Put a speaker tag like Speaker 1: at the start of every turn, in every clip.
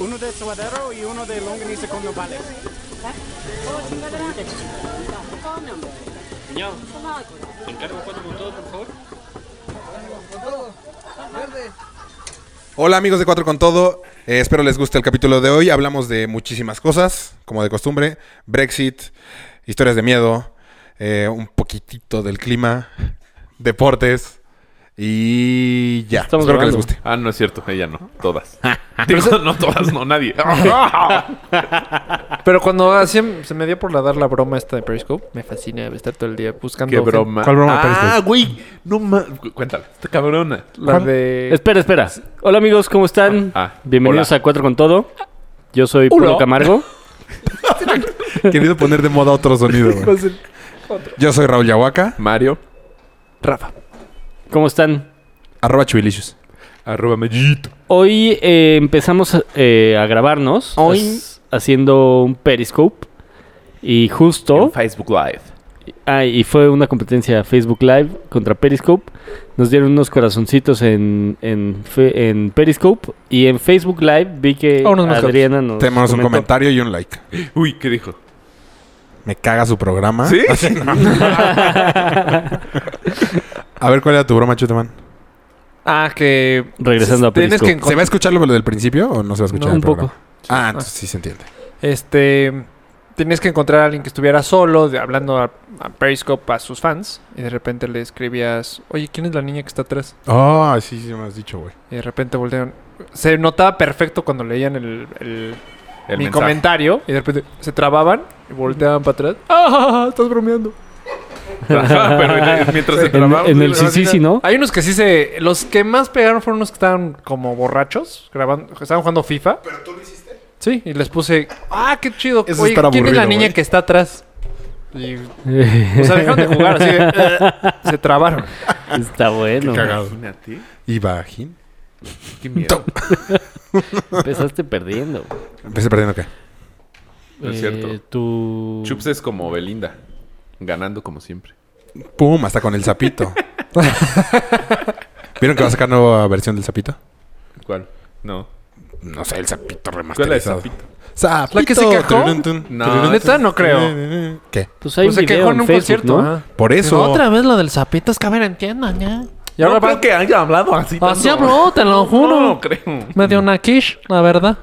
Speaker 1: Uno de suadero y uno de longaniza con nopales.
Speaker 2: Ya. Encargo cuatro con todo, por favor.
Speaker 3: Hola amigos de Cuatro con Todo, Eh, espero les guste el capítulo de hoy. Hablamos de muchísimas cosas, como de costumbre. Brexit, historias de miedo, eh, un poquitito del clima, deportes y ya.
Speaker 4: Estamos
Speaker 3: espero que
Speaker 4: grabando.
Speaker 3: les guste.
Speaker 5: Ah, no es cierto, ella no, todas.
Speaker 4: Ah,
Speaker 5: Digo, no todas, no, nadie.
Speaker 4: Pero cuando hacían, se me dio por la dar la broma esta de Periscope, me fascina estar todo el día buscando.
Speaker 5: Qué
Speaker 4: gente.
Speaker 5: broma.
Speaker 3: ¿Cuál broma,
Speaker 5: Ah,
Speaker 3: Periscope?
Speaker 5: güey, no más. Cuéntala, esta cabrona.
Speaker 4: La de.
Speaker 2: Espera, espera. Hola amigos, ¿cómo están?
Speaker 5: Ah, ah,
Speaker 2: Bienvenidos
Speaker 5: hola.
Speaker 2: a Cuatro con Todo. Yo soy Puro Camargo.
Speaker 3: Querido poner de moda otro sonido. güey. Yo soy Raúl Yahuaca,
Speaker 5: Mario,
Speaker 4: Rafa.
Speaker 2: ¿Cómo están?
Speaker 3: arroba chubilicious.
Speaker 5: arroba mellito.
Speaker 2: Hoy eh, empezamos eh, a grabarnos
Speaker 4: Hoy.
Speaker 2: as- haciendo un Periscope. Y
Speaker 5: En
Speaker 2: justo,
Speaker 5: Facebook Live.
Speaker 2: ah, y fue una competencia Facebook Live contra Periscope. Nos dieron unos corazoncitos en, en, fe- en Periscope. Y en Facebook Live vi que
Speaker 4: Ah, unos más
Speaker 2: Adriana nos
Speaker 3: Tenemos un
Speaker 2: comentó.
Speaker 3: comentario y un like.
Speaker 5: Uy, ¿qué dijo?
Speaker 3: Me caga su programa.
Speaker 5: ¿Sí?
Speaker 3: A ver cuál era tu broma, Chuteman.
Speaker 4: Ah, que.
Speaker 2: Regresando a
Speaker 4: Tienes
Speaker 2: Periscope.
Speaker 4: que
Speaker 3: ¿Se va a
Speaker 4: encontrar.
Speaker 3: escuchar lo del principio o no se va a escuchar
Speaker 4: No,
Speaker 3: el
Speaker 4: un poco.
Speaker 3: programa? Ah, entonces sí se entiende.
Speaker 4: Este. Tenías que encontrar a alguien que estuviera solo, de- hablando a, a Periscope, a sus fans. Y de repente le escribías, oye, ¿quién es la niña que está atrás?
Speaker 3: Ah, sí, sí me has dicho, güey.
Speaker 4: Y de repente voltearon. Se notaba perfecto cuando leían el, el-
Speaker 5: El
Speaker 4: mi
Speaker 5: mensaje.
Speaker 4: comentario. Y de repente se trababan y volteaban para atrás. ¡Ah! Estás bromeando.
Speaker 5: Ajá, Pero en- mientras se
Speaker 2: En,
Speaker 5: trababa.
Speaker 2: en el Sisisi, ¿no?
Speaker 4: Hay unos que sí se. Los que más pegaron fueron unos que estaban como borrachos, grabando, estaban jugando FIFA. ¿Pero tú lo hiciste? Sí, y les puse, ah, qué chido.
Speaker 3: Eso
Speaker 4: Oye,
Speaker 3: está
Speaker 4: ¿quién es la
Speaker 3: aburrido,
Speaker 4: niña
Speaker 3: güey.
Speaker 4: que está atrás? Y, o sea, dejaron de jugar, así de, "Eh", se trabaron.
Speaker 2: Está bueno.
Speaker 5: Imagínate.
Speaker 3: Y bajín.
Speaker 5: Qué miedo.
Speaker 2: Empezaste perdiendo. Eh,
Speaker 3: Empecé perdiendo qué.
Speaker 5: No es cierto.
Speaker 2: Tu...
Speaker 5: Chups es como Belinda, ganando como siempre.
Speaker 3: Pum, hasta con el sapito. ¿Vieron que va a sacar nueva versión del sapito?
Speaker 5: ¿Cuál? No.
Speaker 3: No sé, el sapito
Speaker 5: ¿Cuál es
Speaker 3: remasterizado.
Speaker 5: Zapito?
Speaker 3: Sapito.
Speaker 4: ¿La que se quejó?
Speaker 3: Tururun, tun,
Speaker 5: No,
Speaker 3: tururun,
Speaker 4: Neta, no creo.
Speaker 3: tun. ¿Qué?
Speaker 2: Pues hay
Speaker 4: Pues se
Speaker 2: un video
Speaker 4: quejó en un
Speaker 2: Facebook,
Speaker 4: concierto.
Speaker 2: ¿no?
Speaker 4: ajá.
Speaker 3: Por eso.
Speaker 4: vez lo del sapito, es que a ver, entiendan ya. Y
Speaker 5: No
Speaker 4: ahora
Speaker 5: creo
Speaker 4: va,
Speaker 5: que haya hablado así.
Speaker 4: así
Speaker 5: tanto.
Speaker 4: habló, te lo juro.
Speaker 5: No, creo.
Speaker 4: Medio una quiche, la verdad.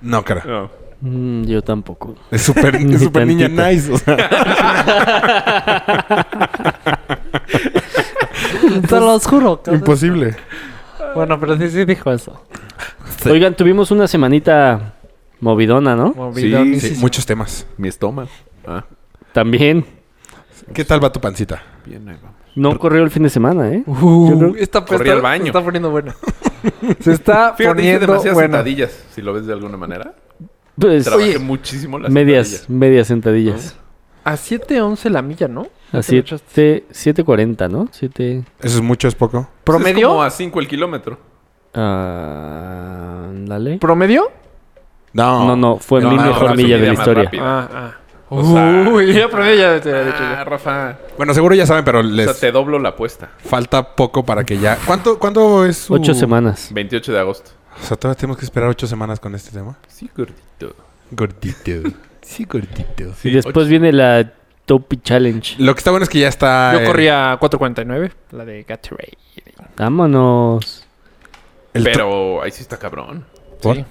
Speaker 3: No, cara.
Speaker 5: No.
Speaker 2: Mm, yo tampoco.
Speaker 3: Es súper
Speaker 2: Ni
Speaker 3: es súper niña
Speaker 2: tantito.
Speaker 3: nice. O sea,
Speaker 4: Te lo juro.
Speaker 3: imposible.
Speaker 4: Bueno, pero sí, sí dijo eso.
Speaker 2: Oigan, tuvimos una semanita movidona, ¿no?
Speaker 4: Movidón,
Speaker 3: Sí,
Speaker 4: sí, sí.
Speaker 3: muchos temas.
Speaker 5: Mi estómago. Ah,
Speaker 2: También.
Speaker 3: ¿Qué tal va tu pancita?
Speaker 5: bien, ahí vamos.
Speaker 2: No corrió el fin de semana, ¿eh?
Speaker 4: Uh, esta
Speaker 5: Corrí
Speaker 4: está-
Speaker 5: al baño.
Speaker 4: se está poniendo buena. Se está
Speaker 5: Fíjate, hice
Speaker 4: poniendo
Speaker 5: demasiadas
Speaker 4: buena.
Speaker 5: sentadillas, si lo ves de alguna manera.
Speaker 2: Pues,
Speaker 5: Trabajé muchísimo las
Speaker 2: medias,
Speaker 5: sentadillas.
Speaker 2: medias sentadillas.
Speaker 4: A 7.11 la milla, ¿no?
Speaker 2: A siete- 7.40, ¿no? 7...
Speaker 3: ¿Eso es mucho, es poco?
Speaker 5: Entonces, Es como
Speaker 4: ¿Promedio?
Speaker 5: a 5 el kilómetro.
Speaker 2: Ah, dale.
Speaker 4: ¿Promedio?
Speaker 3: No.
Speaker 2: No, no, fue
Speaker 3: No,
Speaker 2: mi
Speaker 3: no,
Speaker 2: mejor
Speaker 3: no,
Speaker 2: milla
Speaker 5: sí,
Speaker 2: de
Speaker 5: ya
Speaker 2: la
Speaker 5: más
Speaker 2: historia.
Speaker 5: rápido.
Speaker 4: Ah, ah.
Speaker 5: O sea-
Speaker 4: Uy, ya promedio ya. ya, ya, ya.
Speaker 5: Ah, Rafa.
Speaker 3: Bueno, seguro ya saben, pero
Speaker 5: O
Speaker 3: les
Speaker 5: sea, te doblo la apuesta.
Speaker 3: falta poco para que ya... ¿Cuánto, cuánto es su...?
Speaker 2: Ocho
Speaker 5: Uh.
Speaker 2: semanas.
Speaker 5: 28 de agosto.
Speaker 3: O sea, todavía tenemos que esperar ocho semanas con este tema.
Speaker 5: Sí, gordito.
Speaker 3: Gordito. sí, gordito.
Speaker 2: y después viene la Topi Challenge.
Speaker 3: Lo que está bueno es que ya está...
Speaker 4: Yo
Speaker 3: el-
Speaker 4: corría 4.49, la de Gatorade.
Speaker 2: Vámonos.
Speaker 3: el tro-
Speaker 5: Pero ahí sí está cabrón.
Speaker 3: ¿Por?
Speaker 5: O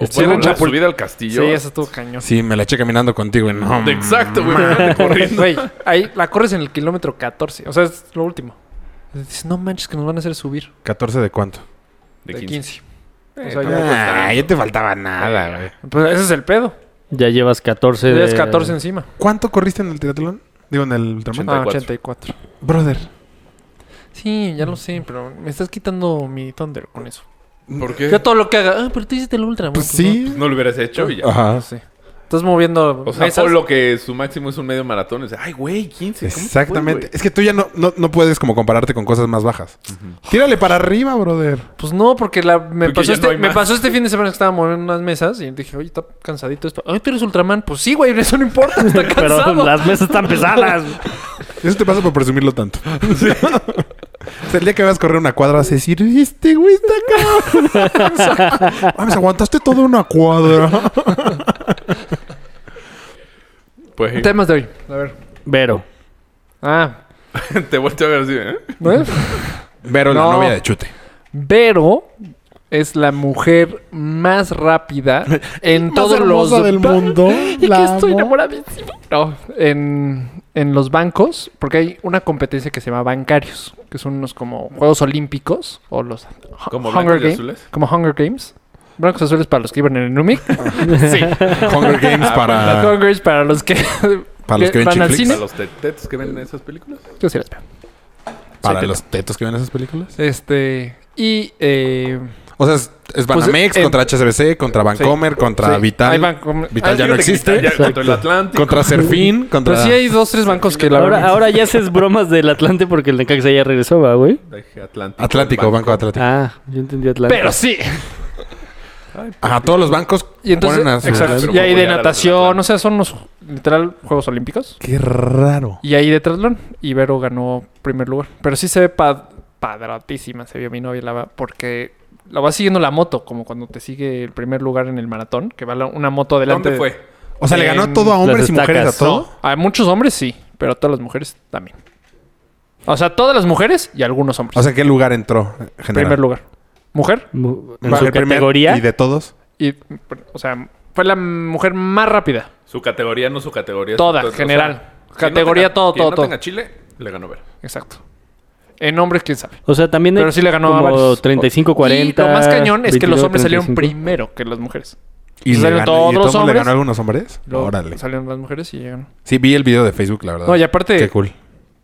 Speaker 2: Estuvo
Speaker 5: bueno,
Speaker 2: en
Speaker 5: la
Speaker 2: Chapul-
Speaker 5: subida al castillo.
Speaker 4: Sí, eso estuvo cañón.
Speaker 3: Sí, me la eché caminando contigo y no.
Speaker 5: Exacto, güey. imagínate corriendo.
Speaker 4: Güey, ahí la corres en el kilómetro 14. O sea, es lo último. Dices, no manches, que nos van a hacer subir.
Speaker 3: ¿14 de cuánto?
Speaker 4: De Eh, 15. O sea, ya-
Speaker 3: Ah, ya te faltaba nada, güey.
Speaker 4: Pues ese es el pedo.
Speaker 2: Ya llevas 14
Speaker 4: Ya
Speaker 2: de...
Speaker 4: es 14 encima.
Speaker 3: ¿Cuánto corriste en el triatlón? Digo, en el Ultraman.
Speaker 4: Ah,
Speaker 5: 84.
Speaker 4: 84.
Speaker 3: Brother.
Speaker 4: Sí, ya lo sé, pero me estás quitando mi Thunder con eso.
Speaker 5: ¿Por qué?
Speaker 4: Yo todo lo que haga, ah, pero tú hiciste el ultra.
Speaker 3: Pues
Speaker 4: man, no.
Speaker 3: sí.
Speaker 5: No lo hubieras hecho y ya.
Speaker 3: Ajá.
Speaker 4: No sé. Estás moviendo
Speaker 5: O sea,
Speaker 4: Ah. mesas.
Speaker 5: por lo que su máximo es un medio maratón. Es, ay, güey, 15. ¿cómo
Speaker 3: Exactamente.
Speaker 5: fue,
Speaker 3: Es que tú ya no, no, no puedes como compararte con cosas más bajas. Tírale para arriba, brother.
Speaker 4: Pues no, porque la, me,
Speaker 5: Porque
Speaker 4: pasó
Speaker 5: ya no
Speaker 4: este,
Speaker 5: hay
Speaker 4: me
Speaker 5: más.
Speaker 4: pasó este fin de semana que estaba moviendo unas mesas y dije, oye, está cansadito esto. Ay, tú eres Ultraman. Pues sí, güey, eso no importa, está
Speaker 2: Pero
Speaker 4: cansado.
Speaker 2: las mesas están pesadas.
Speaker 3: Eso te pasa por presumirlo tanto. O sea, el día que vas a correr una cuadra vas a decir, este güey está cabrón. Mames, "Ah, aguantaste toda una cuadra.
Speaker 5: Pues sí.
Speaker 4: Temas de hoy. A ver.
Speaker 2: Vero.
Speaker 4: Ah,
Speaker 5: te volteo a ver así, ¿eh?
Speaker 4: ¿no es?
Speaker 3: Vero,
Speaker 4: No.
Speaker 3: la novia de Chute.
Speaker 4: Vero es la mujer más rápida en todos
Speaker 3: hermosa
Speaker 4: los
Speaker 3: del mundo.
Speaker 4: Y que estoy enamoradísima. No, en, en los bancos, porque hay una competencia que se llama bancarios, que son unos como Juegos Olímpicos o los Hu-
Speaker 5: Como
Speaker 4: Hunger
Speaker 5: blancos y
Speaker 4: Games.
Speaker 5: azules.
Speaker 4: Como Hunger Games. Blancos azules para los que iban en el NUMIC. sí.
Speaker 3: Hunger Games
Speaker 5: Ah.
Speaker 4: Las
Speaker 3: para,
Speaker 4: Hunger Games para los que.
Speaker 3: para los que ven
Speaker 4: van al
Speaker 3: chick flicks.
Speaker 5: Para
Speaker 4: cine.
Speaker 5: los tetetos que ven en esas películas.
Speaker 4: Yo sí las veo.
Speaker 3: Para
Speaker 4: Sí,
Speaker 3: los tetos que ven esas películas.
Speaker 4: Este. Y. Eh,
Speaker 3: O sea, es, es Banamex
Speaker 4: eh,
Speaker 3: contra HSBC, contra Bancomer, contra
Speaker 4: sí,
Speaker 3: Vital,
Speaker 4: hay banco-
Speaker 3: Vital
Speaker 4: Ah,
Speaker 3: ya no
Speaker 5: Fíjate que
Speaker 3: existe.
Speaker 5: está ya Contra el
Speaker 2: Exacto.
Speaker 5: Atlántico.
Speaker 3: contra Serfín, contra...
Speaker 4: Pero Pues sí hay dos, tres bancos que la
Speaker 2: Ahora,
Speaker 4: verdad-
Speaker 2: ahora ya haces bromas del Atlante porque el Necaxa ya regresó, ¿va, güey?
Speaker 5: Dije Atlántico.
Speaker 3: Atlántico, Banco, Atlántico.
Speaker 2: Ah, yo entendí Atlante.
Speaker 4: Pero sí.
Speaker 3: Ajá, todos los bancos
Speaker 4: Y entonces.
Speaker 3: ponen a su-
Speaker 4: exacto.
Speaker 5: Pero
Speaker 4: Y hay
Speaker 5: voy a
Speaker 4: de
Speaker 5: la
Speaker 4: natación.
Speaker 5: Atlántico.
Speaker 4: O sea, son los literal Juegos Olímpicos.
Speaker 3: Qué raro.
Speaker 4: Y ahí de traslón. Y Vero ganó primer lugar. Pero sí se ve pa- padratísima. Se vio mi novia la va- porque la va siguiendo la moto, como cuando te sigue el primer lugar en el maratón, que va la- una moto
Speaker 5: ¿Dónde
Speaker 4: delante. de-
Speaker 5: fue?
Speaker 3: O sea, le ganó
Speaker 4: En
Speaker 3: todo a hombres
Speaker 2: las
Speaker 3: y mujeres a
Speaker 2: estacas,
Speaker 3: todo.
Speaker 4: A muchos hombres sí, pero a todas las mujeres también. O sea, todas las mujeres y algunos hombres.
Speaker 3: O sea, ¿qué lugar entró en general?
Speaker 4: primer lugar. Mujer.
Speaker 2: Mu-
Speaker 3: En
Speaker 2: En su
Speaker 3: el primer-
Speaker 2: categoría.
Speaker 3: ¿Y de todos?
Speaker 4: Y, o sea, fue la mujer más rápida.
Speaker 5: Su categoría, no su categoría.
Speaker 4: Toda,
Speaker 5: su- o sea,
Speaker 4: general.
Speaker 5: quien no
Speaker 4: Categoría,
Speaker 5: tenga-
Speaker 4: todo,
Speaker 5: quien
Speaker 4: todo,
Speaker 5: no
Speaker 4: todo.
Speaker 5: tenga Chile, le ganó ver.
Speaker 4: Exacto. En hombres, quién sabe.
Speaker 2: O sea, también
Speaker 4: Pero
Speaker 2: hay
Speaker 4: sí le ganó a
Speaker 2: como
Speaker 4: varios.
Speaker 2: 35, 40.
Speaker 4: Y lo más cañón es que los
Speaker 2: 22,
Speaker 4: hombres salieron
Speaker 2: 35.
Speaker 4: primero que las mujeres.
Speaker 3: ¿Y,
Speaker 4: Salieron
Speaker 3: ganó-
Speaker 4: Pues todos
Speaker 3: y todo
Speaker 4: los
Speaker 3: mundo le
Speaker 4: hombres.
Speaker 3: ganó a algunos hombres?
Speaker 4: Luego
Speaker 3: Órale.
Speaker 4: Salieron las mujeres y llegaron.
Speaker 3: Sí, vi el video de Facebook, la verdad.
Speaker 4: No, y aparte-
Speaker 3: Qué cool.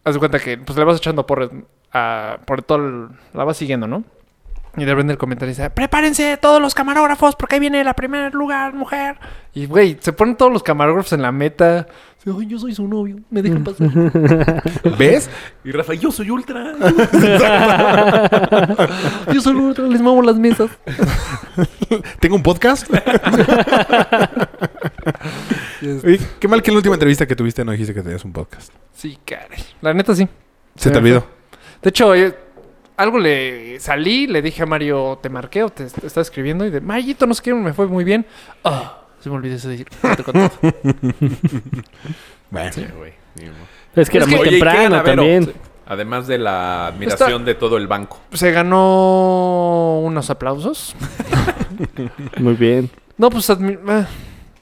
Speaker 4: Haz de cuenta que pues le vas echando por, a- por todo el- la vas siguiendo, ¿no? Y de repente el comentario dice, prepárense todos los camarógrafos porque ahí viene la primer lugar, mujer. Y güey, se ponen todos los camarógrafos en la meta. Ay, yo soy su novio, me dejan pasar.
Speaker 3: ¿Ves?
Speaker 5: Y Rafa, yo soy ultra.
Speaker 4: yo soy ultra, les muevo las mesas.
Speaker 3: ¿Tengo un podcast? Oye, qué mal que en la última entrevista que tuviste no dijiste que tenías un podcast.
Speaker 4: Sí, caray. La neta sí.
Speaker 3: Se te
Speaker 4: me
Speaker 3: olvidó.
Speaker 4: De hecho, eh, algo le salí, le dije a Mario, te marqué o te est- estaba escribiendo y de Mayito, no sé qué, me fue muy bien. Ah, se me olvidó eso de decir. no te conté.
Speaker 3: Bueno.
Speaker 5: Güey, ni modo.
Speaker 2: Es que era
Speaker 4: Es que-
Speaker 2: muy
Speaker 5: Oye, ¿y qué gana
Speaker 2: temprano
Speaker 5: Vero?
Speaker 2: también.
Speaker 5: Además de la admiración de todo el banco.
Speaker 4: se ganó unos aplausos.
Speaker 2: Muy bien.
Speaker 4: No, pues admi- eh,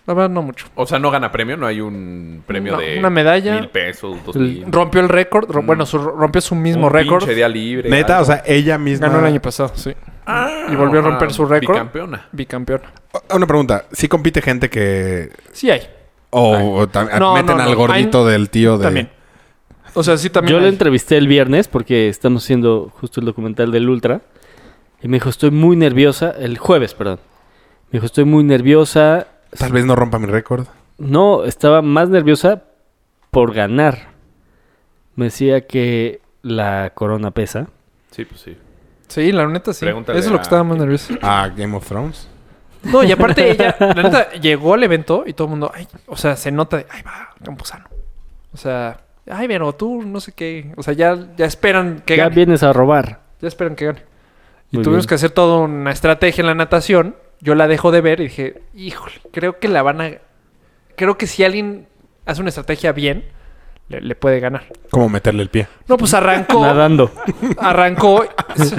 Speaker 4: la verdad no mucho.
Speaker 5: O sea, no gana premio, no hay un premio
Speaker 4: No,
Speaker 5: de.
Speaker 4: una medalla.
Speaker 5: Mil pesos, dos
Speaker 2: El-
Speaker 5: mil. Mm.
Speaker 4: Rompió el récord, ro- bueno, su- rompió su mismo
Speaker 5: un
Speaker 4: récord.
Speaker 5: pinche día libre.
Speaker 3: Neta,
Speaker 5: algo.
Speaker 3: o sea, ella misma...
Speaker 4: Ganó el año pasado, sí. y volvió a
Speaker 5: Ah,
Speaker 4: romper su récord.
Speaker 5: Bicampeona.
Speaker 4: Bicampeona.
Speaker 3: Una pregunta. ¿Sí compite gente que...
Speaker 4: Sí hay,
Speaker 3: O o tam-
Speaker 4: No,
Speaker 3: meten
Speaker 4: no,
Speaker 3: al
Speaker 4: no.
Speaker 3: gordito del tío de...
Speaker 4: también. O sea, sí también
Speaker 2: Yo le
Speaker 4: hay.
Speaker 2: entrevisté el viernes porque estamos haciendo justo el documental del Ultra. Y me dijo, estoy muy nerviosa. El jueves, perdón. Me dijo, estoy muy nerviosa.
Speaker 3: Tal vez no rompa mi récord.
Speaker 2: No, estaba más nerviosa por ganar. Me decía que la corona pesa.
Speaker 5: Sí, pues sí.
Speaker 4: Sí, la neta sí.
Speaker 5: Pregúntale
Speaker 4: Eso es lo
Speaker 5: a-
Speaker 4: que estaba más nervioso.
Speaker 3: Ah, Game of Thrones.
Speaker 4: No, y aparte ella, la neta, llegó al evento y todo el mundo, ay, o sea, se nota, de, ay, va, Campuzano. O sea, ay, pero tú, no sé qué. O sea, ya, ya esperan que
Speaker 2: ya
Speaker 4: gane.
Speaker 2: vienes a robar.
Speaker 4: Ya esperan que gane. Y
Speaker 2: Muy
Speaker 4: tuvimos
Speaker 2: bien.
Speaker 4: que hacer toda una estrategia en la natación. Yo la dejo de ver y dije, híjole, creo que la van a... Creo que si alguien hace una estrategia bien, le, le puede ganar.
Speaker 3: Como meterle el pie.
Speaker 4: No, pues arrancó.
Speaker 2: Nadando.
Speaker 4: Arrancó. sí.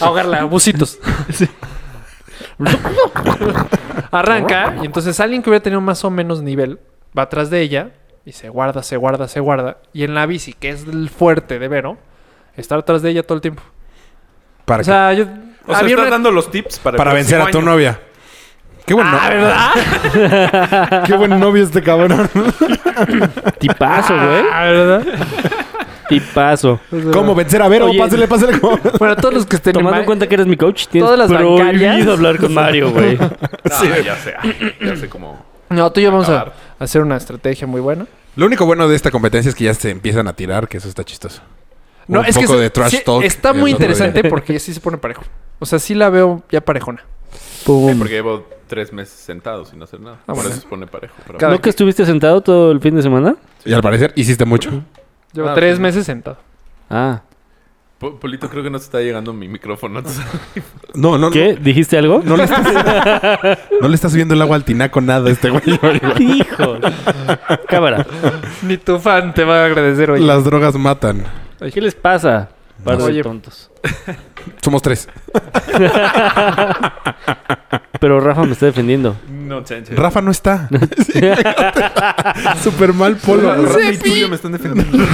Speaker 4: Ahogarla, bucitos. Arranca, y entonces alguien que hubiera tenido más o menos nivel va atrás de ella y se guarda, se guarda, se guarda. Y en la bici, que es el fuerte de Vero, estar atrás de ella todo el tiempo.
Speaker 3: Para
Speaker 4: O sea, yo.
Speaker 5: O sea,
Speaker 4: había
Speaker 5: estás
Speaker 4: una-
Speaker 5: dando los tips para. el
Speaker 3: Para
Speaker 5: próximo
Speaker 3: vencer a tu
Speaker 5: año.
Speaker 3: novia. Qué buen,
Speaker 4: Ah,
Speaker 3: novio.
Speaker 4: ¿verdad?
Speaker 3: Qué buen novio este cabrón.
Speaker 2: Tipazo, güey.
Speaker 4: Ah, ¿verdad?
Speaker 2: Tipazo.
Speaker 3: ¿Cómo vencer a Vero?
Speaker 2: Oye.
Speaker 3: Pásale, pásale. ¿cómo?
Speaker 4: Bueno, todos los que estén
Speaker 2: Tomando
Speaker 4: ma-
Speaker 2: en cuenta que eres mi coach, tienes
Speaker 4: Todas las
Speaker 2: prohibido
Speaker 4: bancarias.
Speaker 2: hablar con Mario, güey.
Speaker 5: Ah, ya sé. ah, Ya sé cómo.
Speaker 4: No, tú y yo vamos a
Speaker 5: Acabar.
Speaker 4: hacer una estrategia muy buena.
Speaker 3: Lo único bueno de esta competencia es que ya se empiezan a tirar, que eso está chistoso.
Speaker 4: No,
Speaker 3: Un
Speaker 4: es
Speaker 3: poco
Speaker 4: que se-
Speaker 3: de trash
Speaker 4: sí,
Speaker 3: talk
Speaker 4: Está
Speaker 3: el
Speaker 4: muy
Speaker 3: otro día.
Speaker 4: interesante porque sí se pone parejo. O sea, sí la veo ya parejona.
Speaker 5: Sí,
Speaker 2: Pum.
Speaker 5: porque llevo tres meses sentado sin hacer nada. Por
Speaker 4: bueno.
Speaker 5: eso se pone parejo. pero-
Speaker 4: Cada-
Speaker 2: ¿No que estuviste sentado todo el fin de semana?
Speaker 3: Y al parecer hiciste mucho.
Speaker 4: Llevo
Speaker 5: Ah,
Speaker 4: tres
Speaker 5: sí.
Speaker 4: meses sentado.
Speaker 2: Ah.
Speaker 5: Po- Polito, creo que no te está llegando mi micrófono.
Speaker 3: No, no,
Speaker 2: ¿Qué? ¿Dijiste algo?
Speaker 3: no. No le, estás, no le estás subiendo el agua al tinaco nada a este güey.
Speaker 2: Hijo. Cámara.
Speaker 4: Ni tu fan te va a agradecer hoy.
Speaker 3: Las drogas matan.
Speaker 2: ¿Qué les pasa? Par de
Speaker 4: Oye.
Speaker 2: tontos.
Speaker 3: Somos tres.
Speaker 2: Pero Rafa me está defendiendo.
Speaker 5: no, chanche.
Speaker 3: Rafa no está. Sí, Super mal polo.
Speaker 5: Rafa y tuyo me están defendiendo.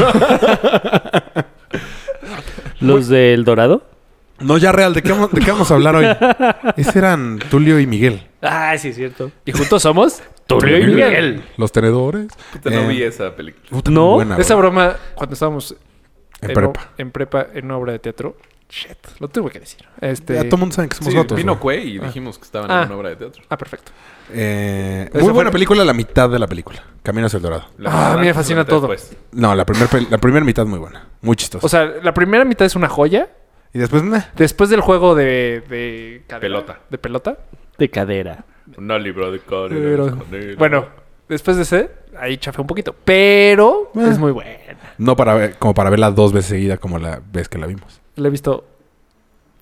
Speaker 2: ¿Los del Dorado?
Speaker 3: No, ya real, ¿de qué, vamos, de qué vamos a hablar hoy? Ese eran Tulio y Miguel.
Speaker 2: Ah, sí, es cierto. ¿Y juntos somos? Tulio y Miguel.
Speaker 3: Los tenedores.
Speaker 5: Puta, no
Speaker 3: Eh,
Speaker 5: vi esa película.
Speaker 3: puta,
Speaker 2: No.
Speaker 3: muy buena,
Speaker 4: Esa
Speaker 3: bro.
Speaker 4: broma, cuando estábamos
Speaker 3: En
Speaker 4: o-
Speaker 3: prepa.
Speaker 4: en prepa, en una obra de teatro. Shit, lo tuve que decir. Este...
Speaker 3: Ya todo el mundo sabe que somos
Speaker 5: Sí,
Speaker 3: gatos.
Speaker 5: vino
Speaker 3: güey.
Speaker 5: Cuey y dijimos que estaban
Speaker 4: Ah.
Speaker 5: en una obra de teatro.
Speaker 4: Ah, perfecto.
Speaker 3: Eh,
Speaker 4: Esa
Speaker 3: muy
Speaker 4: fue-
Speaker 3: buena película, la mitad de la película. Camino hacia el Dorado.
Speaker 5: La
Speaker 4: Ah,
Speaker 5: verdad,
Speaker 4: a mí me fascina
Speaker 5: durante
Speaker 4: todo.
Speaker 5: después.
Speaker 3: No, la primera la primer mitad muy buena. Muy chistosa.
Speaker 4: O sea, la primera mitad es una joya.
Speaker 3: y después, meh.
Speaker 4: Después del juego de... de cadera-
Speaker 5: Pelota.
Speaker 4: De pelota.
Speaker 2: De cadera.
Speaker 5: No libro de core.
Speaker 4: Pero- Bueno, después de ese, ahí chafé un poquito. Pero
Speaker 3: Eh.
Speaker 4: es muy buena.
Speaker 3: no para ver, como para verla dos veces seguida como la vez que la vimos.
Speaker 4: La he visto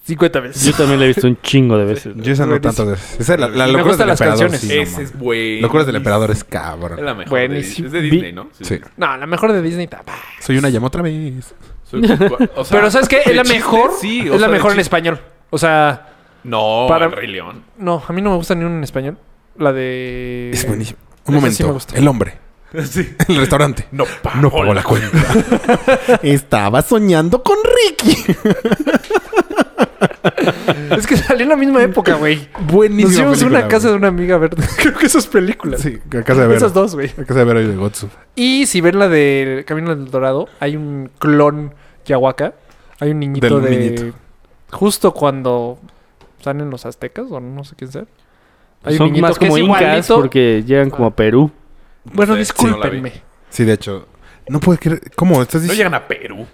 Speaker 4: 50 veces.
Speaker 2: Yo también la he visto un chingo de veces.
Speaker 3: Yo esa no
Speaker 4: Buenísimo.
Speaker 3: tantas veces. Esa, la, la
Speaker 4: Me
Speaker 3: locura
Speaker 4: gustan
Speaker 3: del
Speaker 4: las
Speaker 3: emperador.
Speaker 4: canciones.
Speaker 3: sí, no
Speaker 5: Ese es
Speaker 3: mames.
Speaker 5: güey.
Speaker 3: Locuras del emperador es cabrón.
Speaker 5: Es la mejor.
Speaker 4: Buenísimo.
Speaker 5: Buenísimo. Es de Disney, ¿no?
Speaker 3: Sí.
Speaker 4: No, la mejor de Disney está.
Speaker 3: Soy una llama otra vez.
Speaker 5: Soy cua- o sea,
Speaker 4: Pero ¿sabes qué?
Speaker 5: de
Speaker 4: Es la
Speaker 5: chiste,
Speaker 4: mejor.
Speaker 5: Sí, o
Speaker 4: es la
Speaker 5: sea, de
Speaker 4: mejor en
Speaker 5: chiste-
Speaker 4: español. O sea,
Speaker 5: No,
Speaker 4: Para-
Speaker 5: el Rey León.
Speaker 4: no, a mí no me gusta ni una en español. La de...
Speaker 3: es buenísimo. Un
Speaker 4: esa sí me
Speaker 3: momento.
Speaker 4: gusta.
Speaker 3: el hombre.
Speaker 5: Sí.
Speaker 3: El restaurante.
Speaker 5: No pago,
Speaker 3: No pagó la cuenta. Estaba soñando con Ricky.
Speaker 4: Es que salió en la misma época, güey. Nos
Speaker 3: Buenísimo.
Speaker 4: íbamos a una casa de una amiga a ver. Creo que esas películas.
Speaker 3: Sí, a casa de Vero.
Speaker 4: Esas dos, güey.
Speaker 3: A casa de Vero y de Gotsu.
Speaker 4: Y si ven la del Camino del Dorado, hay un clon Yahuaca. Hay un niñito
Speaker 3: Del
Speaker 4: de.
Speaker 3: niñito.
Speaker 4: Justo cuando salen los aztecas, o no sé quién sea. Hay un
Speaker 2: Son
Speaker 4: niñito
Speaker 2: más
Speaker 4: que es
Speaker 2: como incas
Speaker 4: igualito.
Speaker 2: porque llegan como a Perú.
Speaker 4: Bueno,
Speaker 5: Sí, sí, no la vi.
Speaker 4: discúlpenme.
Speaker 3: Sí, de hecho. No puedo creer. ¿Cómo? ¿Estás
Speaker 5: No
Speaker 3: diciendo?
Speaker 5: llegan a Perú.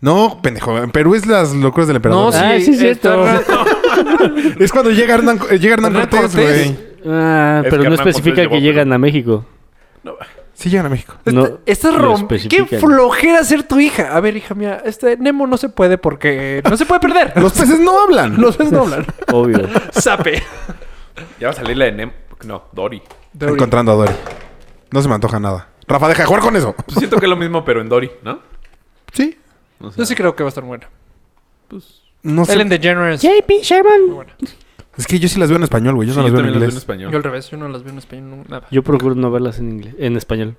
Speaker 3: No, pendejo. En Perú es las locuras del
Speaker 4: No,
Speaker 3: emperador.
Speaker 4: sí,
Speaker 2: Ah, sí,
Speaker 4: es
Speaker 2: cierto.
Speaker 4: cierto.
Speaker 3: Es cuando llega Hernán, eh, llega Hernán
Speaker 4: Hernán
Speaker 3: Cortés,
Speaker 4: Cortés.
Speaker 3: güey.
Speaker 2: Ah,
Speaker 5: Es
Speaker 2: pero
Speaker 5: que
Speaker 2: no
Speaker 5: Hernán Cortés
Speaker 2: especifica
Speaker 5: llegó a
Speaker 2: que llegan a México.
Speaker 3: Sí, llegan a México.
Speaker 2: No,
Speaker 4: Esta Este es
Speaker 2: lo
Speaker 4: rom... Qué
Speaker 2: especifican.
Speaker 4: flojera ser tu hija. A ver, hija mía, este Nemo no se puede porque no se puede perder.
Speaker 3: Los peces no hablan.
Speaker 4: Los ves no hablan.
Speaker 2: Obvio.
Speaker 4: Sape.
Speaker 5: Ya va a salir la de Nem. No, Dory. Pues
Speaker 3: Encontrando a Dory. No se me antoja nada. Rafa, deja de jugar con eso.
Speaker 5: Pues siento que es lo mismo, pero en Dory, ¿no?
Speaker 3: Sí.
Speaker 5: O sea,
Speaker 4: Yo sí creo que va a estar buena.
Speaker 3: No sé.
Speaker 4: Ellen DeGeneres.
Speaker 2: JP Sherman.
Speaker 4: Muy buena.
Speaker 3: Es que yo sí las veo en español, güey. Yo
Speaker 5: sí,
Speaker 3: no las
Speaker 5: yo
Speaker 3: veo en
Speaker 5: también las veo en
Speaker 3: inglés.
Speaker 5: español.
Speaker 4: Yo al revés, yo no las veo en español, no- nada.
Speaker 2: Yo procuro no verlas en inglés, en español.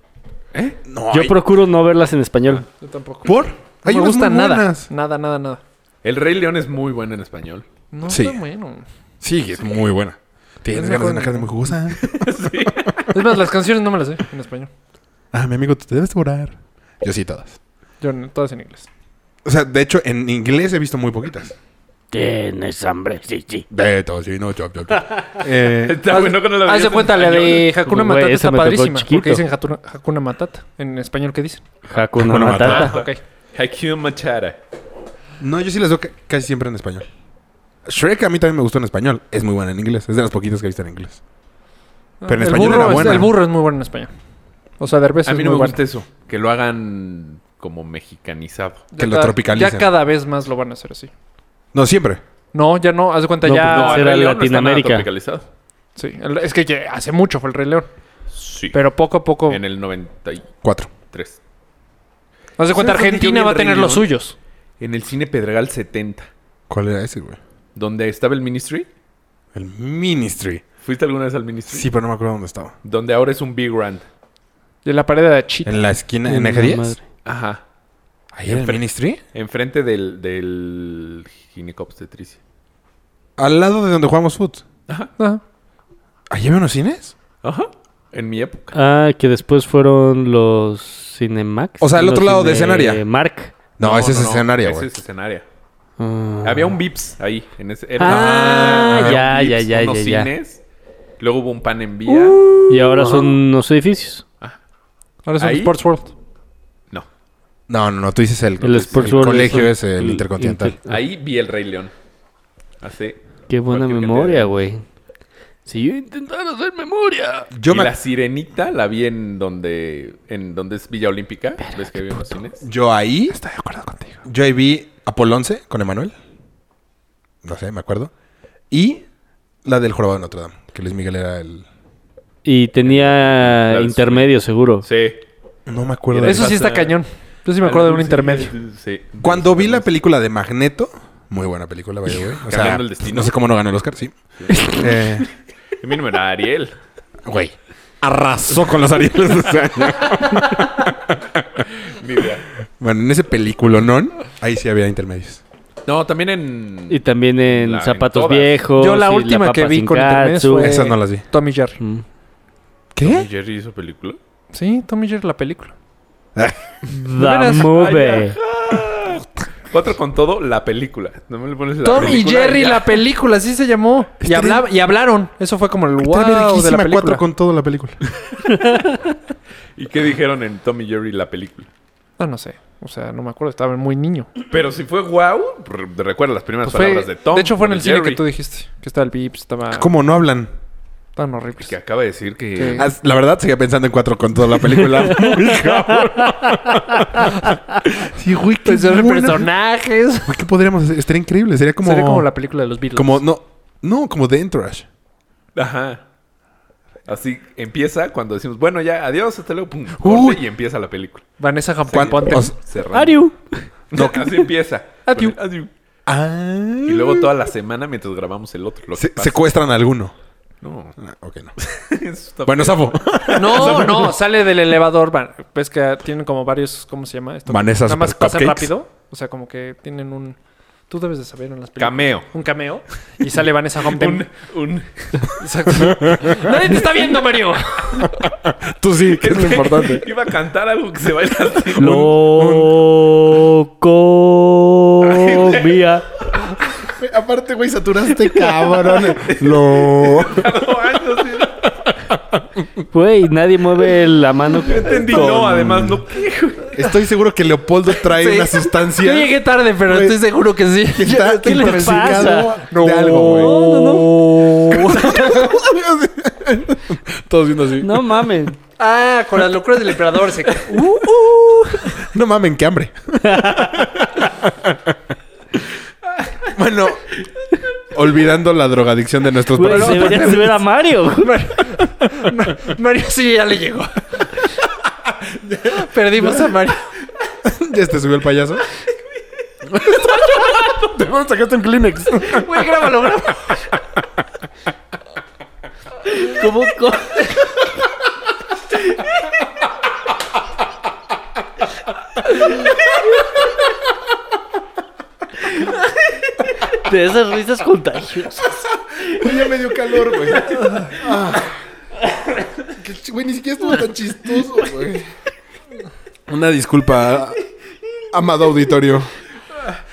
Speaker 3: ¿Eh? No.
Speaker 2: Yo
Speaker 3: ay,
Speaker 2: procuro no verlas en español.
Speaker 4: Yo tampoco.
Speaker 3: ¿Por?
Speaker 4: No
Speaker 3: Hay
Speaker 4: me
Speaker 3: unas
Speaker 4: gusta
Speaker 3: muy
Speaker 4: nada.
Speaker 3: buenas.
Speaker 4: Nada, nada, nada.
Speaker 5: El Rey León es muy bueno en español.
Speaker 4: No
Speaker 3: Sí.
Speaker 4: está bueno.
Speaker 3: Sí, es muy buena. Tienes
Speaker 4: Es
Speaker 3: ganas de
Speaker 4: mejor
Speaker 3: una
Speaker 4: en-
Speaker 3: carne muy jugosa.
Speaker 4: Es más, las canciones no me las sé en español.
Speaker 3: Ah, mi amigo, te debes devorar. Yo sí, todas.
Speaker 4: Yo en- todas en inglés.
Speaker 3: O sea, de hecho, en inglés he visto muy poquitas.
Speaker 2: Tienes hambre, sí, sí.
Speaker 3: De tocino, chop, chop, chop. Eh,
Speaker 5: Está Ah, bueno que no la
Speaker 4: Haz
Speaker 5: veías
Speaker 4: de
Speaker 5: en
Speaker 4: Ah, cuenta, la
Speaker 5: español.
Speaker 4: de Hakuna
Speaker 2: Güey,
Speaker 4: Matata
Speaker 2: esa
Speaker 4: está
Speaker 2: me tocó
Speaker 4: padrísimo.
Speaker 2: chiquito.
Speaker 4: Porque dicen Hakuna, Hakuna Matata. En español, ¿qué dicen?
Speaker 2: Hakuna
Speaker 3: Hakuna
Speaker 2: Matata.
Speaker 4: Ah, ok.
Speaker 5: Hakuna Matata.
Speaker 3: no, yo sí las veo ca- casi siempre en español. Shrek a mí también me gustó en español. Es muy buena en inglés. Es de las poquitas que he visto en inglés. Pero en
Speaker 4: El
Speaker 3: español
Speaker 4: burro
Speaker 3: era
Speaker 4: es-
Speaker 3: buena.
Speaker 4: El burro es muy bueno en español. O sea, Derbez
Speaker 5: A
Speaker 4: es
Speaker 5: mí
Speaker 4: muy
Speaker 5: no me
Speaker 4: bueno.
Speaker 5: gusta eso. Que lo hagan como mexicanizado.
Speaker 4: Ya
Speaker 3: que lo
Speaker 4: cada-
Speaker 3: tropicalicen.
Speaker 4: Ya cada vez más lo van a hacer así.
Speaker 3: No, siempre.
Speaker 4: No, ya no. Haz de cuenta,
Speaker 2: No,
Speaker 5: No,
Speaker 4: ya...
Speaker 2: pues,
Speaker 5: el
Speaker 2: era
Speaker 5: Rey León no está nada
Speaker 2: Latinoamérica.
Speaker 5: tropicalizado.
Speaker 4: Sí. El- Es que ya hace mucho fue el Rey León.
Speaker 5: Sí.
Speaker 4: Pero poco a poco...
Speaker 5: En el 93.
Speaker 3: Cuatro.
Speaker 4: Haz de cuenta,
Speaker 5: ¿Sabes dónde yo
Speaker 4: Argentina
Speaker 5: vi
Speaker 4: va a
Speaker 5: el Rey
Speaker 4: tener los
Speaker 5: León?
Speaker 4: suyos.
Speaker 5: En el cine Pedregal 70.
Speaker 3: ¿Cuál era ese, güey?
Speaker 5: Donde estaba el Ministry.
Speaker 3: El Ministry.
Speaker 5: ¿Fuiste alguna vez al Ministry?
Speaker 3: Sí, pero no me acuerdo dónde estaba.
Speaker 5: Donde ahora es un Big Grand.
Speaker 4: De la pared de Chita.
Speaker 3: En la esquina, en
Speaker 2: Una
Speaker 3: Eje 10.
Speaker 2: madre.
Speaker 5: Ajá.
Speaker 3: ¿Ahí era el Ministry?
Speaker 5: Enfrente del, del ginecobstetricia.
Speaker 3: Al lado de donde jugamos foot.
Speaker 4: Ajá.
Speaker 3: ¿Ahí había unos cines?
Speaker 5: Ajá. En mi época.
Speaker 2: Ah, que después fueron los Cinemax.
Speaker 3: O sea, al
Speaker 2: Los
Speaker 3: otro lado de
Speaker 2: Cine-
Speaker 3: escenaria.
Speaker 2: Mark.
Speaker 3: No, ese es escenario,
Speaker 5: Ese
Speaker 3: güey.
Speaker 5: es escenario.
Speaker 2: Ah.
Speaker 5: Había un Vips ahí. En ese,
Speaker 2: Ah,
Speaker 5: Ajá.
Speaker 2: ya,
Speaker 5: Había un
Speaker 2: ya,
Speaker 5: Vips,
Speaker 2: ya,
Speaker 5: unos
Speaker 2: ya, Uh. ya.
Speaker 5: cines. Luego hubo un pan en vía.
Speaker 2: Y ahora son unos edificios.
Speaker 4: Ahora es un
Speaker 5: Ahí-
Speaker 4: Sports World.
Speaker 5: No.
Speaker 3: No, no, no. Tú dices el,
Speaker 2: El Sports World
Speaker 3: colegio
Speaker 2: es
Speaker 3: es el
Speaker 2: el
Speaker 3: Intercontinental.
Speaker 2: Inter-
Speaker 5: Ahí vi el Rey León. Hace.
Speaker 2: Qué buena
Speaker 5: Cualquier
Speaker 2: memoria,
Speaker 5: cantidad.
Speaker 2: güey. Si yo intentara hacer memoria.
Speaker 3: Yo
Speaker 5: y
Speaker 3: me...
Speaker 5: la sirenita la vi en donde. en donde es Villa Olímpica. ¿Ves que había unos cines?
Speaker 3: Yo ahí...
Speaker 4: Estoy de acuerdo contigo.
Speaker 3: Yo ahí vi Apol 11 con Emanuel. No sé, me acuerdo. Y la del Jorobado de Notre Dame, que Luis Miguel era el.
Speaker 2: Y tenía
Speaker 5: Claro, sí.
Speaker 2: intermedio, seguro.
Speaker 5: Sí.
Speaker 3: No me acuerdo.
Speaker 5: Era
Speaker 4: Eso sí está
Speaker 5: Pasa-
Speaker 4: cañón. Yo sí me acuerdo de un intermedio.
Speaker 5: Sí.
Speaker 3: Cuando vi la película de Magneto, muy buena película, vaya, güey. O sea,
Speaker 5: Cambiando el destino.
Speaker 3: no sé cómo no ganó el Oscar, sí. Eh,
Speaker 5: Y mi número era Ariel.
Speaker 3: Güey. Arrasó con los Arieles de ese año.
Speaker 5: Ni idea.
Speaker 3: Bueno, en ese película, ¿no? Ahí sí había intermedios.
Speaker 5: No, también en.
Speaker 2: Y también en
Speaker 5: La- en
Speaker 2: zapatos
Speaker 5: todas.
Speaker 2: viejos.
Speaker 4: Yo la
Speaker 2: y
Speaker 4: última que
Speaker 2: papa
Speaker 4: vi
Speaker 2: sin
Speaker 4: con intermedios
Speaker 2: katsu.
Speaker 4: fue-
Speaker 3: Esas no las vi.
Speaker 4: Tommy Jerry.
Speaker 2: Mm.
Speaker 5: ¿Qué? Jerry hizo película.
Speaker 4: Sí, Tommy Jerry la película.
Speaker 2: The
Speaker 4: veras?
Speaker 2: Movie.
Speaker 5: Otro con todo, la película. No me le pones la
Speaker 4: Tommy y
Speaker 5: película
Speaker 4: Jerry
Speaker 5: ya.
Speaker 4: la película, así se llamó. Y,
Speaker 3: Está
Speaker 4: hablaba- y hablaron. Eso fue como el wow de la película.
Speaker 3: con todo la película.
Speaker 5: ¿Y qué dijeron en Tommy Jerry la película?
Speaker 4: Ah, No, no sé. O sea, no me acuerdo. Estaba muy niño.
Speaker 5: Pero si fue wow, re- recuerda las primeras
Speaker 4: Pues fue-
Speaker 5: palabras de Tom.
Speaker 4: de hecho, fue en
Speaker 5: Tommy
Speaker 4: el cine
Speaker 5: Jerry,
Speaker 4: que tú dijiste. Que estaba el Vips, estaba
Speaker 3: ¿Cómo no hablan?
Speaker 4: tan horrible.
Speaker 5: Que acaba de decir que.
Speaker 4: Sí.
Speaker 3: Ah, La verdad, seguía pensando en cuatro con toda la película. Muy cabrón. sí, güey, qué buena-
Speaker 4: Pues, personajes.
Speaker 3: Güey, ¿Qué podríamos hacer? Estaría increíble. Sería como...
Speaker 4: Sería como la película de los Beatles.
Speaker 3: Como, no... No, como The Entourage.
Speaker 5: Ajá. Así empieza cuando decimos, bueno, ya, adiós, hasta luego, pum,
Speaker 3: Uy.
Speaker 5: corte y empieza la película.
Speaker 4: Vanessa
Speaker 3: Cuan-
Speaker 4: Hampton Ponte.
Speaker 3: o sea,
Speaker 5: Cerramos.
Speaker 2: Ariu.
Speaker 5: No, así empieza.
Speaker 4: Adiós.
Speaker 5: Con el adiós.
Speaker 3: ah,
Speaker 5: Y luego toda la semana mientras grabamos el otro. Lo que
Speaker 3: se-
Speaker 5: pasa.
Speaker 3: secuestran a alguno.
Speaker 5: No.
Speaker 3: Ah, ok, no.
Speaker 5: Eso está
Speaker 3: Bueno, Safo.
Speaker 4: No, no, sale del elevador. van- Ves que tienen como varios, ¿cómo se llama esto?
Speaker 3: Vanessa
Speaker 4: Nada más
Speaker 3: Super
Speaker 4: pasa
Speaker 3: Cupcakes.
Speaker 4: rápido. O sea, como que tienen un. Tú debes de saber en las películas.
Speaker 5: Cameo.
Speaker 4: Un cameo. Y sale Vanessa
Speaker 5: Un,
Speaker 4: Hampton.
Speaker 5: un-
Speaker 4: Exacto. Nadie te está viendo, Mario.
Speaker 3: Tú sí, que es lo importante.
Speaker 5: Iba a cantar algo que se baila así.
Speaker 2: Loco. Mía.
Speaker 3: Aparte, güey, saturaste cabrón. Lo...
Speaker 5: No, ay, no sé.
Speaker 2: Güey, nadie mueve la mano.
Speaker 5: Entendí,
Speaker 2: con-
Speaker 5: no, además, no. ¿qué?
Speaker 3: Estoy seguro que Leopoldo trae
Speaker 4: Sí. ¿eh?
Speaker 3: una sustancia
Speaker 4: Yo llegué tarde, pero
Speaker 3: Güey.
Speaker 4: estoy seguro que sí.
Speaker 3: que está
Speaker 2: ¿Qué le
Speaker 3: intoxicado
Speaker 2: pasa?
Speaker 3: de algo,
Speaker 2: No, no, no.
Speaker 3: güey. Todos viendo así.
Speaker 2: No mames.
Speaker 4: Ah, con las locuras del emperador. Se...
Speaker 3: No mamen, qué hambre. bueno, olvidando la drogadicción de nuestros
Speaker 2: Güey,
Speaker 3: padres.
Speaker 2: deberías de ver a Mario.
Speaker 4: Mario sí ya le llegó. Perdimos a Mario.
Speaker 3: Ya te subió el payaso. Te vamos a sacarte un Kleenex.
Speaker 4: Güey, grábalo, grábalo.
Speaker 2: ¿Cómo co- De esas risas contagiosas.
Speaker 3: Ya me dio calor, güey. Ah. Qué ch- Güey, ni siquiera estuvo tan chistoso, güey. Una disculpa, amado auditorio.